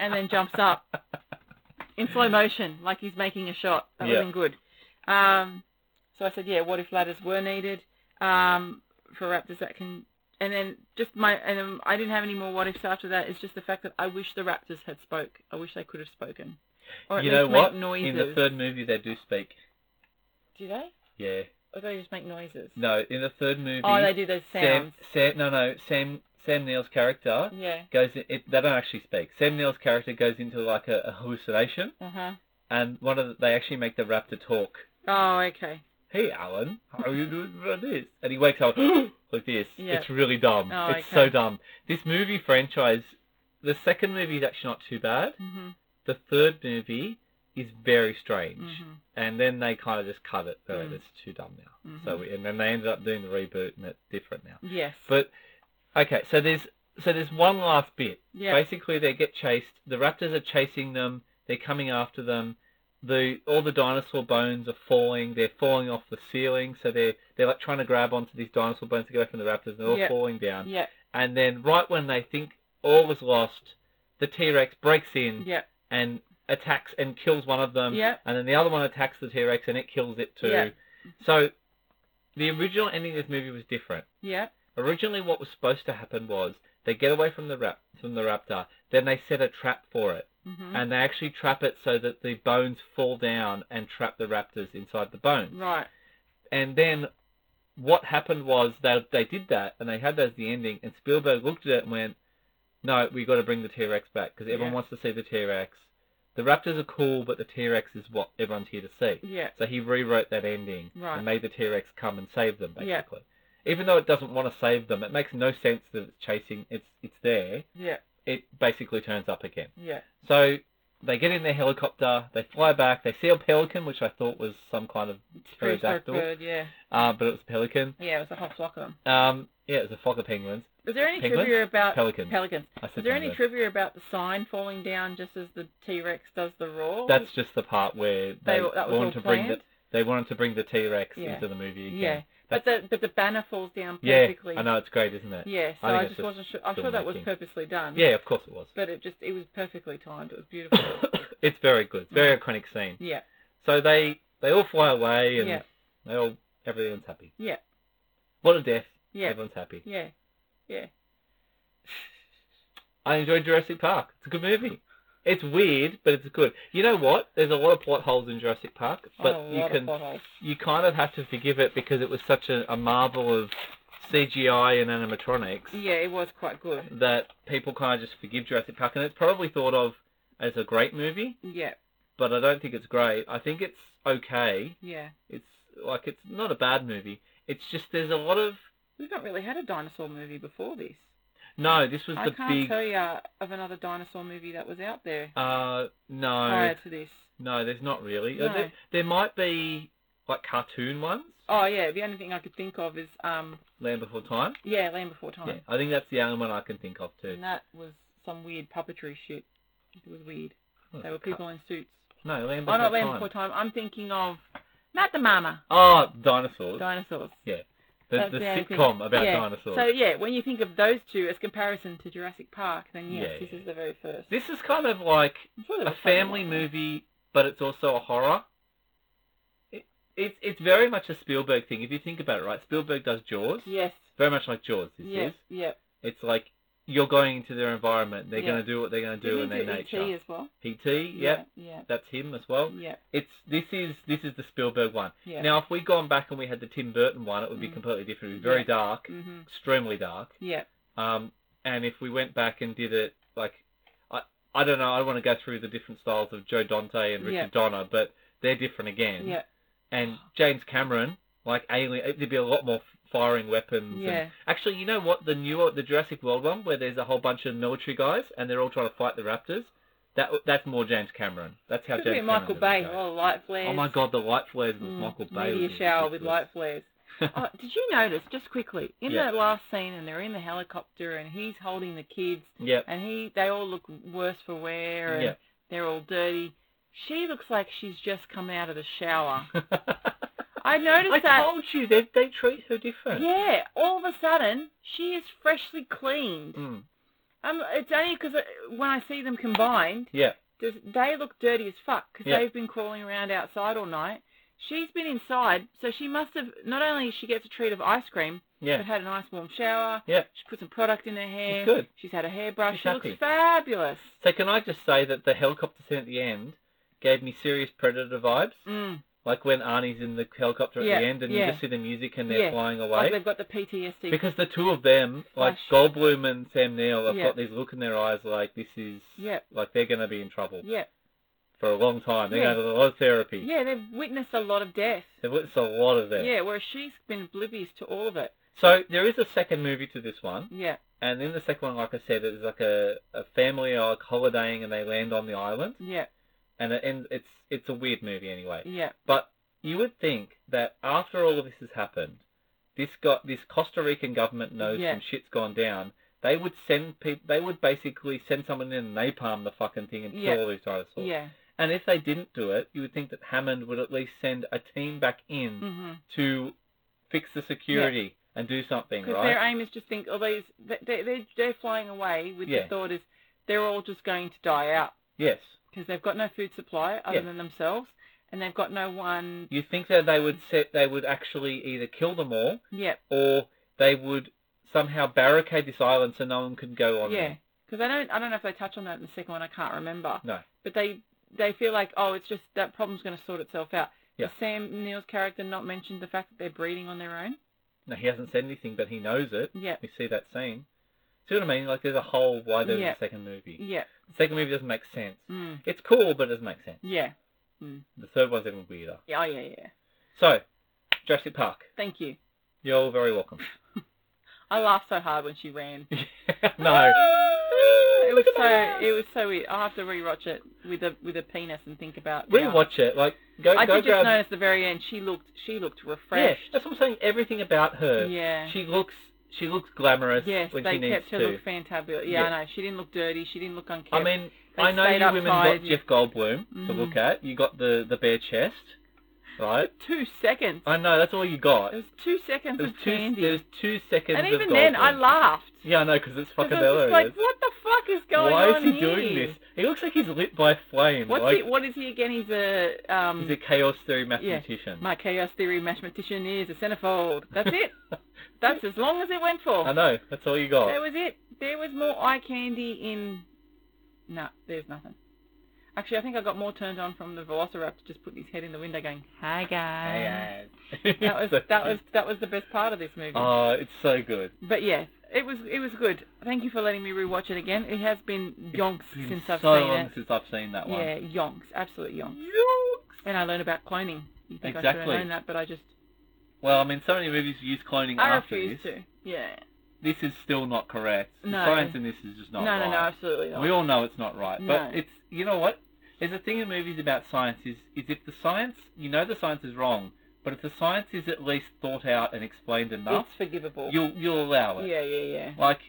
Speaker 2: and then jumps up in slow motion like he's making a shot. That
Speaker 1: Yeah.
Speaker 2: wasn't good. Um, so I said, yeah, what if ladders were needed um, for raptors that can. And then just my and um, I didn't have any more what ifs after that. It's just the fact that I wish the raptors had spoke. I wish they could have spoken. Or at
Speaker 1: you
Speaker 2: least
Speaker 1: know what?
Speaker 2: Make noises.
Speaker 1: In the third movie, they do speak.
Speaker 2: Do they?
Speaker 1: Yeah.
Speaker 2: Or Oh, they just make noises?
Speaker 1: No, in the third movie,
Speaker 2: Oh, they do those
Speaker 1: Sam,
Speaker 2: sounds.
Speaker 1: Sam, no, no, Sam, Sam Neill's character
Speaker 2: Yeah.
Speaker 1: goes. In, it, they don't actually speak. Sam Neill's character goes into like a, a hallucination,
Speaker 2: Uh huh.
Speaker 1: and one of the, they actually make the raptor talk.
Speaker 2: Oh, okay.
Speaker 1: Hey, Alan, how are you doing about this? And he wakes up [gasps] like this.
Speaker 2: Yeah.
Speaker 1: It's really dumb.
Speaker 2: Oh,
Speaker 1: it's
Speaker 2: okay.
Speaker 1: so dumb. This movie franchise, the second movie is actually not too bad.
Speaker 2: Mhm.
Speaker 1: The third movie is very strange.
Speaker 2: Mhm.
Speaker 1: And then they kind of just cut it. They're like,
Speaker 2: Mm.
Speaker 1: It's too dumb now.
Speaker 2: Mhm.
Speaker 1: So we, and then they ended up doing the reboot, and it's different now.
Speaker 2: Yes.
Speaker 1: But okay, so there's so there's one last bit.
Speaker 2: yeah.
Speaker 1: Basically, they get chased. The raptors are chasing them. They're coming after them. The all the dinosaur bones are falling. They're falling off the ceiling. So they're they're like trying to grab onto these dinosaur bones to go from the raptors, and they're all
Speaker 2: Yeah.
Speaker 1: falling down.
Speaker 2: Yeah.
Speaker 1: And then right when they think all was lost, the T Rex breaks in
Speaker 2: Yeah.
Speaker 1: and attacks and kills one of them.
Speaker 2: Yeah.
Speaker 1: And then the other one attacks the T Rex and it kills it too.
Speaker 2: Yeah.
Speaker 1: So the original ending of this movie was different.
Speaker 2: Yeah.
Speaker 1: Originally, what was supposed to happen was they get away from the rap- from the raptor, then they set a trap for it,
Speaker 2: Mhm.
Speaker 1: and they actually trap it so that the bones fall down and trap the raptors inside the bones.
Speaker 2: Right.
Speaker 1: And then what happened was they they did that and they had that as the ending, and Spielberg looked at it and went, "No, we got to bring the T Rex back because everyone
Speaker 2: Yeah.
Speaker 1: wants to see the T Rex. The raptors are cool, but the T Rex is what everyone's here to see."
Speaker 2: Yeah.
Speaker 1: So he rewrote that ending
Speaker 2: Right.
Speaker 1: and made the T Rex come and save them,
Speaker 2: Yeah.
Speaker 1: basically. Even though it doesn't want to save them, it makes no sense that it's chasing. It's it's there.
Speaker 2: Yeah.
Speaker 1: It basically turns up again.
Speaker 2: Yeah.
Speaker 1: So they get in their helicopter. They fly back. They see a pterodact, which I thought was some kind of,
Speaker 2: It's
Speaker 1: Very
Speaker 2: prehistoric
Speaker 1: dactyl.
Speaker 2: bird, Yeah.
Speaker 1: uh, but it was a pelican.
Speaker 2: Yeah. It was a whole flock of them.
Speaker 1: Um, yeah, it was a flock of penguins.
Speaker 2: Was there any
Speaker 1: Penguins?
Speaker 2: trivia about
Speaker 1: Pelicans.
Speaker 2: pelicans?
Speaker 1: I said
Speaker 2: Uh, Is there any
Speaker 1: penguins.
Speaker 2: trivia about the sign falling down just as the T Rex does the roar?
Speaker 1: That's just the part where they,
Speaker 2: They- that was all
Speaker 1: wanted to bring the
Speaker 2: planned?
Speaker 1: they wanted to bring the T Rex
Speaker 2: Yeah.
Speaker 1: into the movie again.
Speaker 2: yeah. But the but the banner falls down
Speaker 1: yeah.
Speaker 2: perfectly.
Speaker 1: I know it's great, isn't it?
Speaker 2: Yeah. So
Speaker 1: I think
Speaker 2: I,
Speaker 1: it's
Speaker 2: just
Speaker 1: just
Speaker 2: wasn't sure. I'm sure that was
Speaker 1: filmmaking.
Speaker 2: purposely done.
Speaker 1: Yeah, of course it was.
Speaker 2: But it just it was perfectly timed. It was beautiful.
Speaker 1: [coughs] it's very good. It's a very iconic scene. [laughs]
Speaker 2: yeah.
Speaker 1: So they they all fly away and
Speaker 2: Yeah.
Speaker 1: they all everyone's happy.
Speaker 2: Yeah.
Speaker 1: What a death.
Speaker 2: Yeah.
Speaker 1: Everyone's happy.
Speaker 2: Yeah.
Speaker 1: I enjoyed Jurassic Park. It's a good movie. It's weird, but it's good. You know what? There's a lot of plot holes in Jurassic Park,
Speaker 2: On Oh, a
Speaker 1: but you
Speaker 2: lot of
Speaker 1: can
Speaker 2: potholes.
Speaker 1: you kind of have to forgive it because it was such a, a marvel of CGI and animatronics
Speaker 2: Yeah, it was quite good.
Speaker 1: that people kind of just forgive Jurassic Park, and it's probably thought of as a great movie,
Speaker 2: Yeah,
Speaker 1: but I don't think it's great. I think it's okay.
Speaker 2: yeah.
Speaker 1: It's like it's not a bad movie. It's just there's a lot of
Speaker 2: We've not really had a dinosaur movie before this.
Speaker 1: no. This was
Speaker 2: I
Speaker 1: the
Speaker 2: can't
Speaker 1: big.
Speaker 2: tell you of another dinosaur movie that was out there
Speaker 1: Uh, no,
Speaker 2: prior to this.
Speaker 1: no, there's not really. Uh,
Speaker 2: No.
Speaker 1: There, there might be like cartoon ones.
Speaker 2: Oh yeah, the only thing I could think of is um
Speaker 1: Land Before Time.
Speaker 2: yeah, Land Before
Speaker 1: Yeah,
Speaker 2: Time.
Speaker 1: I think that's the only one I can think of too.
Speaker 2: And that was some weird puppetry shit. It was weird.
Speaker 1: Oh,
Speaker 2: They were people in suits.
Speaker 1: No, Land
Speaker 2: Oh
Speaker 1: Before
Speaker 2: not
Speaker 1: Time.
Speaker 2: Land Before Time. I'm thinking of Not the Mama.
Speaker 1: Oh, dinosaurs.
Speaker 2: Dinosaurs.
Speaker 1: the
Speaker 2: That's
Speaker 1: the
Speaker 2: the only thing.
Speaker 1: sitcom about
Speaker 2: uh, Yeah.
Speaker 1: dinosaurs.
Speaker 2: So yeah, when you think of those two as comparison to Jurassic Park, then yes,
Speaker 1: Yeah,
Speaker 2: this
Speaker 1: yeah.
Speaker 2: is the very first.
Speaker 1: this is kind of like
Speaker 2: I'm sure there
Speaker 1: a
Speaker 2: was something
Speaker 1: family
Speaker 2: like that.
Speaker 1: movie, but it's also a horror. It, it's it's very much a Spielberg thing. If you think about it, right? Spielberg does Jaws.
Speaker 2: Yes.
Speaker 1: Very much like Jaws. This
Speaker 2: Yeah,
Speaker 1: is.
Speaker 2: yeah.
Speaker 1: It's like you're going into their environment. They're
Speaker 2: Yeah.
Speaker 1: going to do what they're going to do in
Speaker 2: Didn't he
Speaker 1: their
Speaker 2: do
Speaker 1: nature.
Speaker 2: E.T. as well?
Speaker 1: PT, yeah,
Speaker 2: Yeah, yeah,
Speaker 1: that's him as well.
Speaker 2: E yeah,
Speaker 1: It's this is this is the Spielberg one.
Speaker 2: yeah.
Speaker 1: Now, if we'd gone back and we had the Tim Burton one, it would be
Speaker 2: Mm.
Speaker 1: completely different. It would be very
Speaker 2: Yeah.
Speaker 1: dark,
Speaker 2: hmm
Speaker 1: extremely dark.
Speaker 2: yeah,
Speaker 1: Um, and if we went back and did it like, I I don't know, I want to go through the different styles of Joe Dante and Richard
Speaker 2: Yeah.
Speaker 1: Donner, but they're different again.
Speaker 2: yeah,
Speaker 1: And James Cameron, like Alien, it'd be a lot more firing weapons. and-
Speaker 2: Yeah.
Speaker 1: actually, you know what? The newer, the Jurassic World one, where there's a whole bunch of military guys and they're all trying to fight the raptors. That that's more James Cameron. That's how
Speaker 2: Could
Speaker 1: James
Speaker 2: be Michael
Speaker 1: Cameron
Speaker 2: Bay.
Speaker 1: does it.
Speaker 2: Oh, light flares.
Speaker 1: Oh my God, the light flares with
Speaker 2: Mm,
Speaker 1: Michael Bay.
Speaker 2: Meteor
Speaker 1: was
Speaker 2: shower with
Speaker 1: ridiculous.
Speaker 2: light
Speaker 1: [laughs]
Speaker 2: flares. oh, did you notice just quickly in
Speaker 1: Yeah.
Speaker 2: that last scene and they're in the helicopter and he's holding the kids
Speaker 1: yep.
Speaker 2: and he they all look worse for wear and
Speaker 1: Yeah.
Speaker 2: they're all dirty. She looks like she's just come out of the
Speaker 1: [laughs]
Speaker 2: shower. I noticed
Speaker 1: I
Speaker 2: that.
Speaker 1: told you they they treat her different.
Speaker 2: Yeah, all of a sudden she is freshly cleaned.
Speaker 1: Mm,
Speaker 2: Um, it's only because when I see them combined,
Speaker 1: yeah.
Speaker 2: does, they look dirty as fuck because
Speaker 1: Yeah.
Speaker 2: they've been crawling around outside all night. She's been inside, so she must have not only she gets a treat of ice cream,
Speaker 1: Yeah.
Speaker 2: but had a nice warm shower.
Speaker 1: Yeah.
Speaker 2: She put some product in her
Speaker 1: She's
Speaker 2: hair.
Speaker 1: good.
Speaker 2: She's had a hairbrush.
Speaker 1: She's
Speaker 2: she looks
Speaker 1: happy.
Speaker 2: fabulous.
Speaker 1: So can I just say that the helicopter scene at the end gave me serious Predator vibes?
Speaker 2: Mm.
Speaker 1: Like when Arnie's in the helicopter at
Speaker 2: Yeah,
Speaker 1: the end and
Speaker 2: yeah.
Speaker 1: you just see the music and they're
Speaker 2: Yeah,
Speaker 1: flying
Speaker 2: Like
Speaker 1: away.
Speaker 2: they've got the PTSD.
Speaker 1: Because the two of them, like
Speaker 2: Flash.
Speaker 1: Goldblum and Sam Neill, have
Speaker 2: Yeah.
Speaker 1: got this look in their eyes like this is,
Speaker 2: yeah,
Speaker 1: like they're going to be in trouble
Speaker 2: yeah,
Speaker 1: for a long time. They're
Speaker 2: Yeah.
Speaker 1: going to a lot of therapy.
Speaker 2: yeah. They've witnessed a lot of death.
Speaker 1: They've witnessed a lot of that.
Speaker 2: Yeah, whereas she's been oblivious to all of it.
Speaker 1: So there is a second movie to this one.
Speaker 2: Yeah,
Speaker 1: And in the second one, like I said, it's like a, a family are like holidaying and they land on the island.
Speaker 2: yeah,
Speaker 1: And it ends, it's, it's a weird movie anyway.
Speaker 2: yeah.
Speaker 1: But you would think that after all of this has happened, this got this Costa Rican government knows
Speaker 2: Yeah.
Speaker 1: some shit's gone down. They would send people. They would basically send someone in and napalm the fucking thing and kill
Speaker 2: Yeah.
Speaker 1: all these dinosaurs.
Speaker 2: Yeah.
Speaker 1: And if they didn't do it, you would think that Hammond would at least send a team back in
Speaker 2: Mm-hmm.
Speaker 1: to fix the security and do something,
Speaker 2: Because
Speaker 1: right?
Speaker 2: their aim is just think, oh, these they they're, they're flying away with
Speaker 1: Yeah.
Speaker 2: the thought is they're all just going to die out
Speaker 1: Yes.
Speaker 2: because they've got no food supply other
Speaker 1: Yeah.
Speaker 2: than themselves, and they've got no one.
Speaker 1: You think that they would set? They would actually either kill them all,
Speaker 2: Yeah,
Speaker 1: or they would somehow barricade this island so no one could go on.
Speaker 2: yeah.
Speaker 1: there.
Speaker 2: Because I don't, I don't know if they touch on that in the second one. I can't remember.
Speaker 1: No.
Speaker 2: But they they feel like, oh, it's just that problem's going to sort itself out.
Speaker 1: Yeah.
Speaker 2: Has Sam Neill's character not mentioned the fact that they're breeding on their own?
Speaker 1: No, he hasn't said anything, but he knows it.
Speaker 2: Yeah,
Speaker 1: We see that scene. See what I mean? Like, there's a whole why there's
Speaker 2: Yeah.
Speaker 1: a second movie.
Speaker 2: yeah,
Speaker 1: The second movie doesn't make sense.
Speaker 2: mm.
Speaker 1: It's cool, but it doesn't make sense.
Speaker 2: yeah,
Speaker 1: The third one's even weirder.
Speaker 2: yeah, oh, yeah, yeah.
Speaker 1: So, Jurassic Park.
Speaker 2: Thank you.
Speaker 1: You're very
Speaker 2: [laughs]
Speaker 1: welcome.
Speaker 2: I laughed so hard when she ran.
Speaker 1: no.
Speaker 2: It was so it was so weird. I'll have to rewatch it with a with a penis and think about. the
Speaker 1: Rewatch it. Like, go,
Speaker 2: I
Speaker 1: go
Speaker 2: did just
Speaker 1: grab.
Speaker 2: notice the very end. She looked she looked
Speaker 1: yeah,
Speaker 2: refreshed.
Speaker 1: that's what I'm saying. Everything about her.
Speaker 2: Yeah.
Speaker 1: She looks. She looks glamorous
Speaker 2: yes,
Speaker 1: when
Speaker 2: they
Speaker 1: she needs
Speaker 2: kept her
Speaker 1: to.
Speaker 2: look fantabulous.
Speaker 1: Yeah.
Speaker 2: Yeah, I know. She didn't look dirty. She didn't look unkept.
Speaker 1: I mean,
Speaker 2: They
Speaker 1: I know
Speaker 2: stayed
Speaker 1: you
Speaker 2: up
Speaker 1: women
Speaker 2: tight.
Speaker 1: got Jeff Goldblum to
Speaker 2: Mhm.
Speaker 1: look at. You got the the bare chest, right?
Speaker 2: two seconds.
Speaker 1: I know that's all you got.
Speaker 2: It was two seconds
Speaker 1: There was
Speaker 2: of
Speaker 1: two,
Speaker 2: candy.
Speaker 1: there was two seconds
Speaker 2: and
Speaker 1: of
Speaker 2: even then,
Speaker 1: Goldblum.
Speaker 2: I laughed.
Speaker 1: Yeah, I know, because it's
Speaker 2: 'Cause
Speaker 1: fucking
Speaker 2: I was just like,
Speaker 1: hilarious.
Speaker 2: what the fuck is going
Speaker 1: Why
Speaker 2: on
Speaker 1: is he
Speaker 2: here?
Speaker 1: doing this? He looks like he's lit by a flame.
Speaker 2: What's
Speaker 1: like,
Speaker 2: he, what is he again? He's a um.
Speaker 1: he's a chaos theory mathematician.
Speaker 2: my chaos theory mathematician is a centerfold. That's
Speaker 1: [laughs]
Speaker 2: it. That's as long as it went for.
Speaker 1: I know, that's all you got. [laughs]
Speaker 2: That was it. There was more eye candy in. No, there's nothing. Actually, I think I got more turned on from the Velociraptor just putting his head in the window, going "Hi guys." That
Speaker 1: [laughs]
Speaker 2: was
Speaker 1: So
Speaker 2: that was that was the best part of this movie.
Speaker 1: cute. Oh, it's so good.
Speaker 2: But yeah, it was it was good. Thank you for letting me rewatch it again. It has been yonks
Speaker 1: It's been
Speaker 2: since I've
Speaker 1: so
Speaker 2: seen
Speaker 1: long
Speaker 2: it.
Speaker 1: since I've seen that one.
Speaker 2: Yeah, yonks, absolute yonks. And I learned about cloning. You think I should
Speaker 1: Exactly.
Speaker 2: have known that, but I just
Speaker 1: Well, I mean, so many movies use cloning
Speaker 2: I
Speaker 1: after
Speaker 2: refuse
Speaker 1: this.
Speaker 2: to. Yeah.
Speaker 1: This is still not correct. The
Speaker 2: No.
Speaker 1: science in this is just not
Speaker 2: no,
Speaker 1: right.
Speaker 2: no, no, absolutely not.
Speaker 1: We all know it's not right, but
Speaker 2: No.
Speaker 1: it's you know what? There's a thing in movies about science is is if the science you know the science is wrong, but if the science is at least thought out and explained enough,
Speaker 2: it's forgivable.
Speaker 1: you'll you'll allow it.
Speaker 2: yeah, yeah, yeah.
Speaker 1: Like,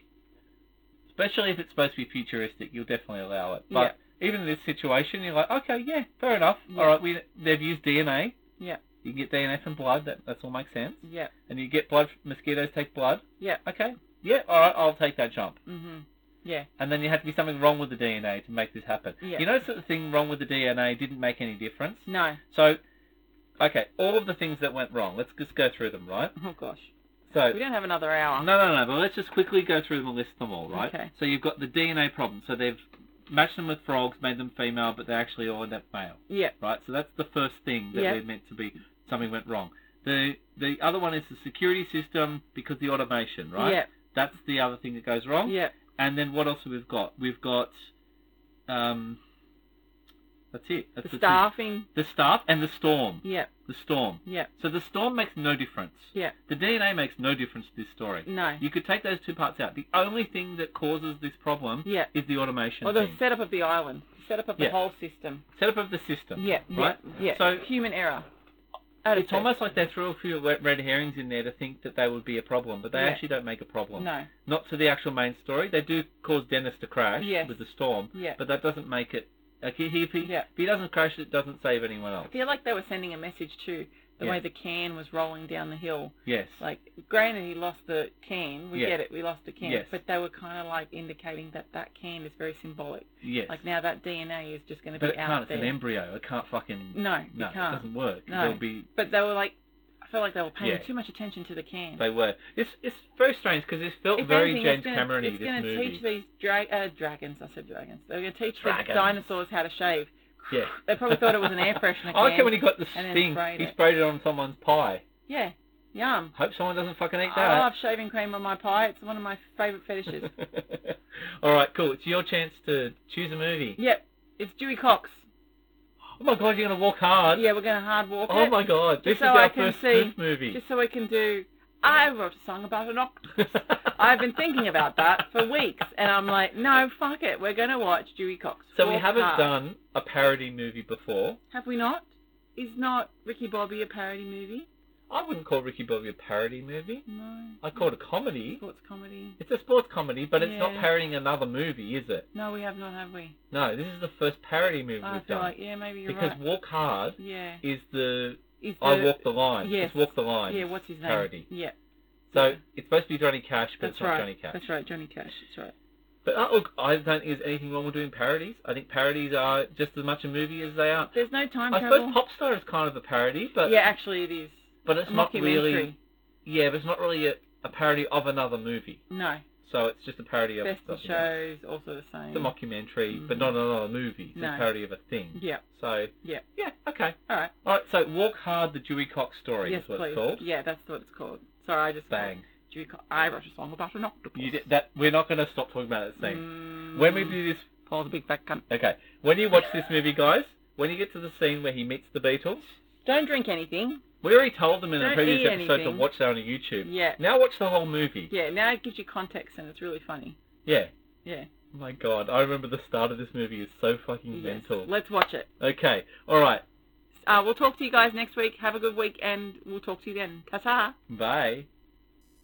Speaker 1: especially if it's supposed to be futuristic, you'll definitely allow it. But even in this situation, you're like, okay, yeah, fair enough.
Speaker 2: Yeah.
Speaker 1: All right, we they've used DNA.
Speaker 2: Yeah.
Speaker 1: You can get DNA from blood. That that's all makes sense.
Speaker 2: Yeah.
Speaker 1: And you get blood. Mosquitoes take blood.
Speaker 2: Yeah.
Speaker 1: Okay. Yeah. All right. I'll take that jump
Speaker 2: Mhm. Yeah.
Speaker 1: and then you had to be something wrong with the DNA to make this happen.
Speaker 2: Yeah.
Speaker 1: You notice that the thing wrong with the DNA didn't make any difference.
Speaker 2: No.
Speaker 1: So, okay, all of the things that went wrong. Let's just go through them, right?
Speaker 2: Oh gosh.
Speaker 1: So,
Speaker 2: We don't have another
Speaker 1: no,
Speaker 2: hour.
Speaker 1: no, no, but let's just quickly go through them and list them all, right?
Speaker 2: Okay.
Speaker 1: So you've got the DNA problem. So they've matched them with frogs, made them female, but they actually all end up male,
Speaker 2: Yeah.
Speaker 1: right? So that's the first thing that
Speaker 2: Yeah.
Speaker 1: we're meant to be. Something went wrong. The the other one is the security system because the automation, right?
Speaker 2: Yeah.
Speaker 1: That's the other thing that goes wrong.
Speaker 2: Yeah.
Speaker 1: And then what else have we got? We've got um, That's it. That's
Speaker 2: the
Speaker 1: two.
Speaker 2: staffing.
Speaker 1: The staff and the storm.
Speaker 2: Yep,
Speaker 1: The storm.
Speaker 2: yep,
Speaker 1: So the storm makes no difference.
Speaker 2: yep.
Speaker 1: The DNA makes no difference to this story.
Speaker 2: No.
Speaker 1: You could take those two parts out. The only thing that causes this problem
Speaker 2: Yeah.
Speaker 1: is the automation
Speaker 2: Or the
Speaker 1: thing.
Speaker 2: setup of the island, the setup of the
Speaker 1: Yeah.
Speaker 2: whole system.
Speaker 1: Setup of the system.
Speaker 2: Yeah,
Speaker 1: Right?
Speaker 2: yeah, yeah.
Speaker 1: So-
Speaker 2: human error.
Speaker 1: It's almost like they threw a few wet- red herrings in there to think that they would be a problem, but they
Speaker 2: Yeah.
Speaker 1: actually don't make a problem.
Speaker 2: no.
Speaker 1: Not to the actual main story. They do cause Dennis to crash
Speaker 2: Yes.
Speaker 1: with the storm,
Speaker 2: Yeah.
Speaker 1: but that doesn't make it. Like if he, if he,
Speaker 2: Yeah.
Speaker 1: if he doesn't crash, it doesn't save anyone else.
Speaker 2: I feel like they were sending a message too. The
Speaker 1: Yeah.
Speaker 2: way the can was rolling down the hill.
Speaker 1: Yes.
Speaker 2: Like, granted, he lost the can. We
Speaker 1: Yeah.
Speaker 2: get it. We lost the can.
Speaker 1: Yes.
Speaker 2: But they were kind of like indicating that that can is very symbolic.
Speaker 1: yes.
Speaker 2: Like now that DNA is just going to
Speaker 1: but it
Speaker 2: be out
Speaker 1: can't.
Speaker 2: there.
Speaker 1: It's an embryo. It can't fucking.
Speaker 2: no,
Speaker 1: No,
Speaker 2: it
Speaker 1: it
Speaker 2: can't.
Speaker 1: doesn't work.
Speaker 2: No.
Speaker 1: There'll be
Speaker 2: But they were like, I feel like they were paying
Speaker 1: Yeah.
Speaker 2: too much attention to the can.
Speaker 1: They were. It's it's very strange because it felt
Speaker 2: If
Speaker 1: very
Speaker 2: anything,
Speaker 1: James
Speaker 2: it's gonna,
Speaker 1: Cameron-y.
Speaker 2: It's
Speaker 1: This
Speaker 2: gonna
Speaker 1: movie.
Speaker 2: teach these dra- uh, dragons. I said dragons. They're going to teach the
Speaker 1: Dragons.
Speaker 2: dinosaurs how to shave.
Speaker 1: yeah.
Speaker 2: They probably thought it was an air freshener.
Speaker 1: [laughs] I like
Speaker 2: can.
Speaker 1: it when he got the
Speaker 2: and then
Speaker 1: thing.
Speaker 2: sprayed
Speaker 1: he
Speaker 2: it.
Speaker 1: sprayed it on someone's pie.
Speaker 2: Yeah, yum.
Speaker 1: Hope someone doesn't fucking eat
Speaker 2: I
Speaker 1: that.
Speaker 2: love shaving cream on my pie. It's one of my favourite
Speaker 1: [laughs]
Speaker 2: fetishes.
Speaker 1: All right, cool. It's your chance to choose a movie.
Speaker 2: yep, it's Dewey Cox.
Speaker 1: Oh my god, you're gonna walk hard.
Speaker 2: Yeah, we're going to hard walk
Speaker 1: Oh
Speaker 2: it,
Speaker 1: my god, this
Speaker 2: so
Speaker 1: is
Speaker 2: I
Speaker 1: our
Speaker 2: can
Speaker 1: first
Speaker 2: see-
Speaker 1: spoof movie.
Speaker 2: just so we can do. I wrote a song about an octopus.
Speaker 1: [laughs]
Speaker 2: I've been thinking about that for weeks, and I'm like, no, fuck it. We're going to watch Dewey Cox.
Speaker 1: So we
Speaker 2: Walk
Speaker 1: haven't
Speaker 2: Hard.
Speaker 1: done a parody movie before.
Speaker 2: Have we not? Is not Ricky Bobby a parody movie?
Speaker 1: I wouldn't call Ricky Bobby a parody movie.
Speaker 2: No.
Speaker 1: I call it a comedy.
Speaker 2: Sports comedy.
Speaker 1: It's a sports comedy, but it's not
Speaker 2: Yeah.
Speaker 1: parodying another movie, is it?
Speaker 2: No, we have not, have we?
Speaker 1: No, this is the first parody movie
Speaker 2: I
Speaker 1: we've
Speaker 2: feel
Speaker 1: done.
Speaker 2: like, yeah, maybe you're
Speaker 1: because
Speaker 2: right.
Speaker 1: Walk Hard
Speaker 2: Yeah.
Speaker 1: is the,
Speaker 2: Is
Speaker 1: I
Speaker 2: the-
Speaker 1: Walk the Line.
Speaker 2: yes.
Speaker 1: It's Walk the Line.
Speaker 2: Yeah, what's his name?
Speaker 1: Parody.
Speaker 2: Yeah,
Speaker 1: So it's supposed to be Johnny Cash, but
Speaker 2: that's
Speaker 1: it's not
Speaker 2: right.
Speaker 1: Johnny Cash.
Speaker 2: That's right, Johnny Cash. That's right.
Speaker 1: But uh, look, I don't think there's anything wrong with doing parodies. I think parodies are just as much a movie as they are.
Speaker 2: There's no time
Speaker 1: I
Speaker 2: travel.
Speaker 1: suppose Popstar is kind of a parody, but
Speaker 2: yeah, actually it is.
Speaker 1: but it's
Speaker 2: a
Speaker 1: not
Speaker 2: mockumentary.
Speaker 1: really yeah, but it's not really a, a parody of another movie.
Speaker 2: No.
Speaker 1: So it's just a parody of
Speaker 2: Best in
Speaker 1: something else.
Speaker 2: shows, also the
Speaker 1: It's
Speaker 2: same.
Speaker 1: a mockumentary, but
Speaker 2: Mhm.
Speaker 1: not another movie. It's
Speaker 2: No.
Speaker 1: a parody of a thing.
Speaker 2: Yeah.
Speaker 1: So
Speaker 2: Yeah.
Speaker 1: yeah, okay.
Speaker 2: All right.
Speaker 1: All right. So Walk Hard: The Dewey Cox Story
Speaker 2: yes,
Speaker 1: is what
Speaker 2: please.
Speaker 1: it's called.
Speaker 2: Yeah, that's what it's called. Sorry, I just
Speaker 1: Bang.
Speaker 2: Dewey Co- I wrote a song about an octopus.
Speaker 1: You did, that we're not going to stop talking about this thing.
Speaker 2: Mm,
Speaker 1: When we do this,
Speaker 2: Paul's a big fat cunt.
Speaker 1: okay. When you watch this movie, guys, when you get to the scene where he meets the Beatles,
Speaker 2: Don't drink anything.
Speaker 1: we already told them in a
Speaker 2: Don't
Speaker 1: previous
Speaker 2: eat
Speaker 1: episode
Speaker 2: anything.
Speaker 1: to watch that on YouTube.
Speaker 2: Yeah.
Speaker 1: Now watch the whole movie.
Speaker 2: Yeah. Now it gives you context and it's really funny.
Speaker 1: Yeah.
Speaker 2: Yeah.
Speaker 1: Oh my God, I remember the start of this movie is so fucking
Speaker 2: Yes.
Speaker 1: mental.
Speaker 2: Let's watch it.
Speaker 1: Okay. All right.
Speaker 2: Uh, we'll talk to you guys next week. Have a good week, and we'll talk to you then. Ta ta.
Speaker 1: Bye.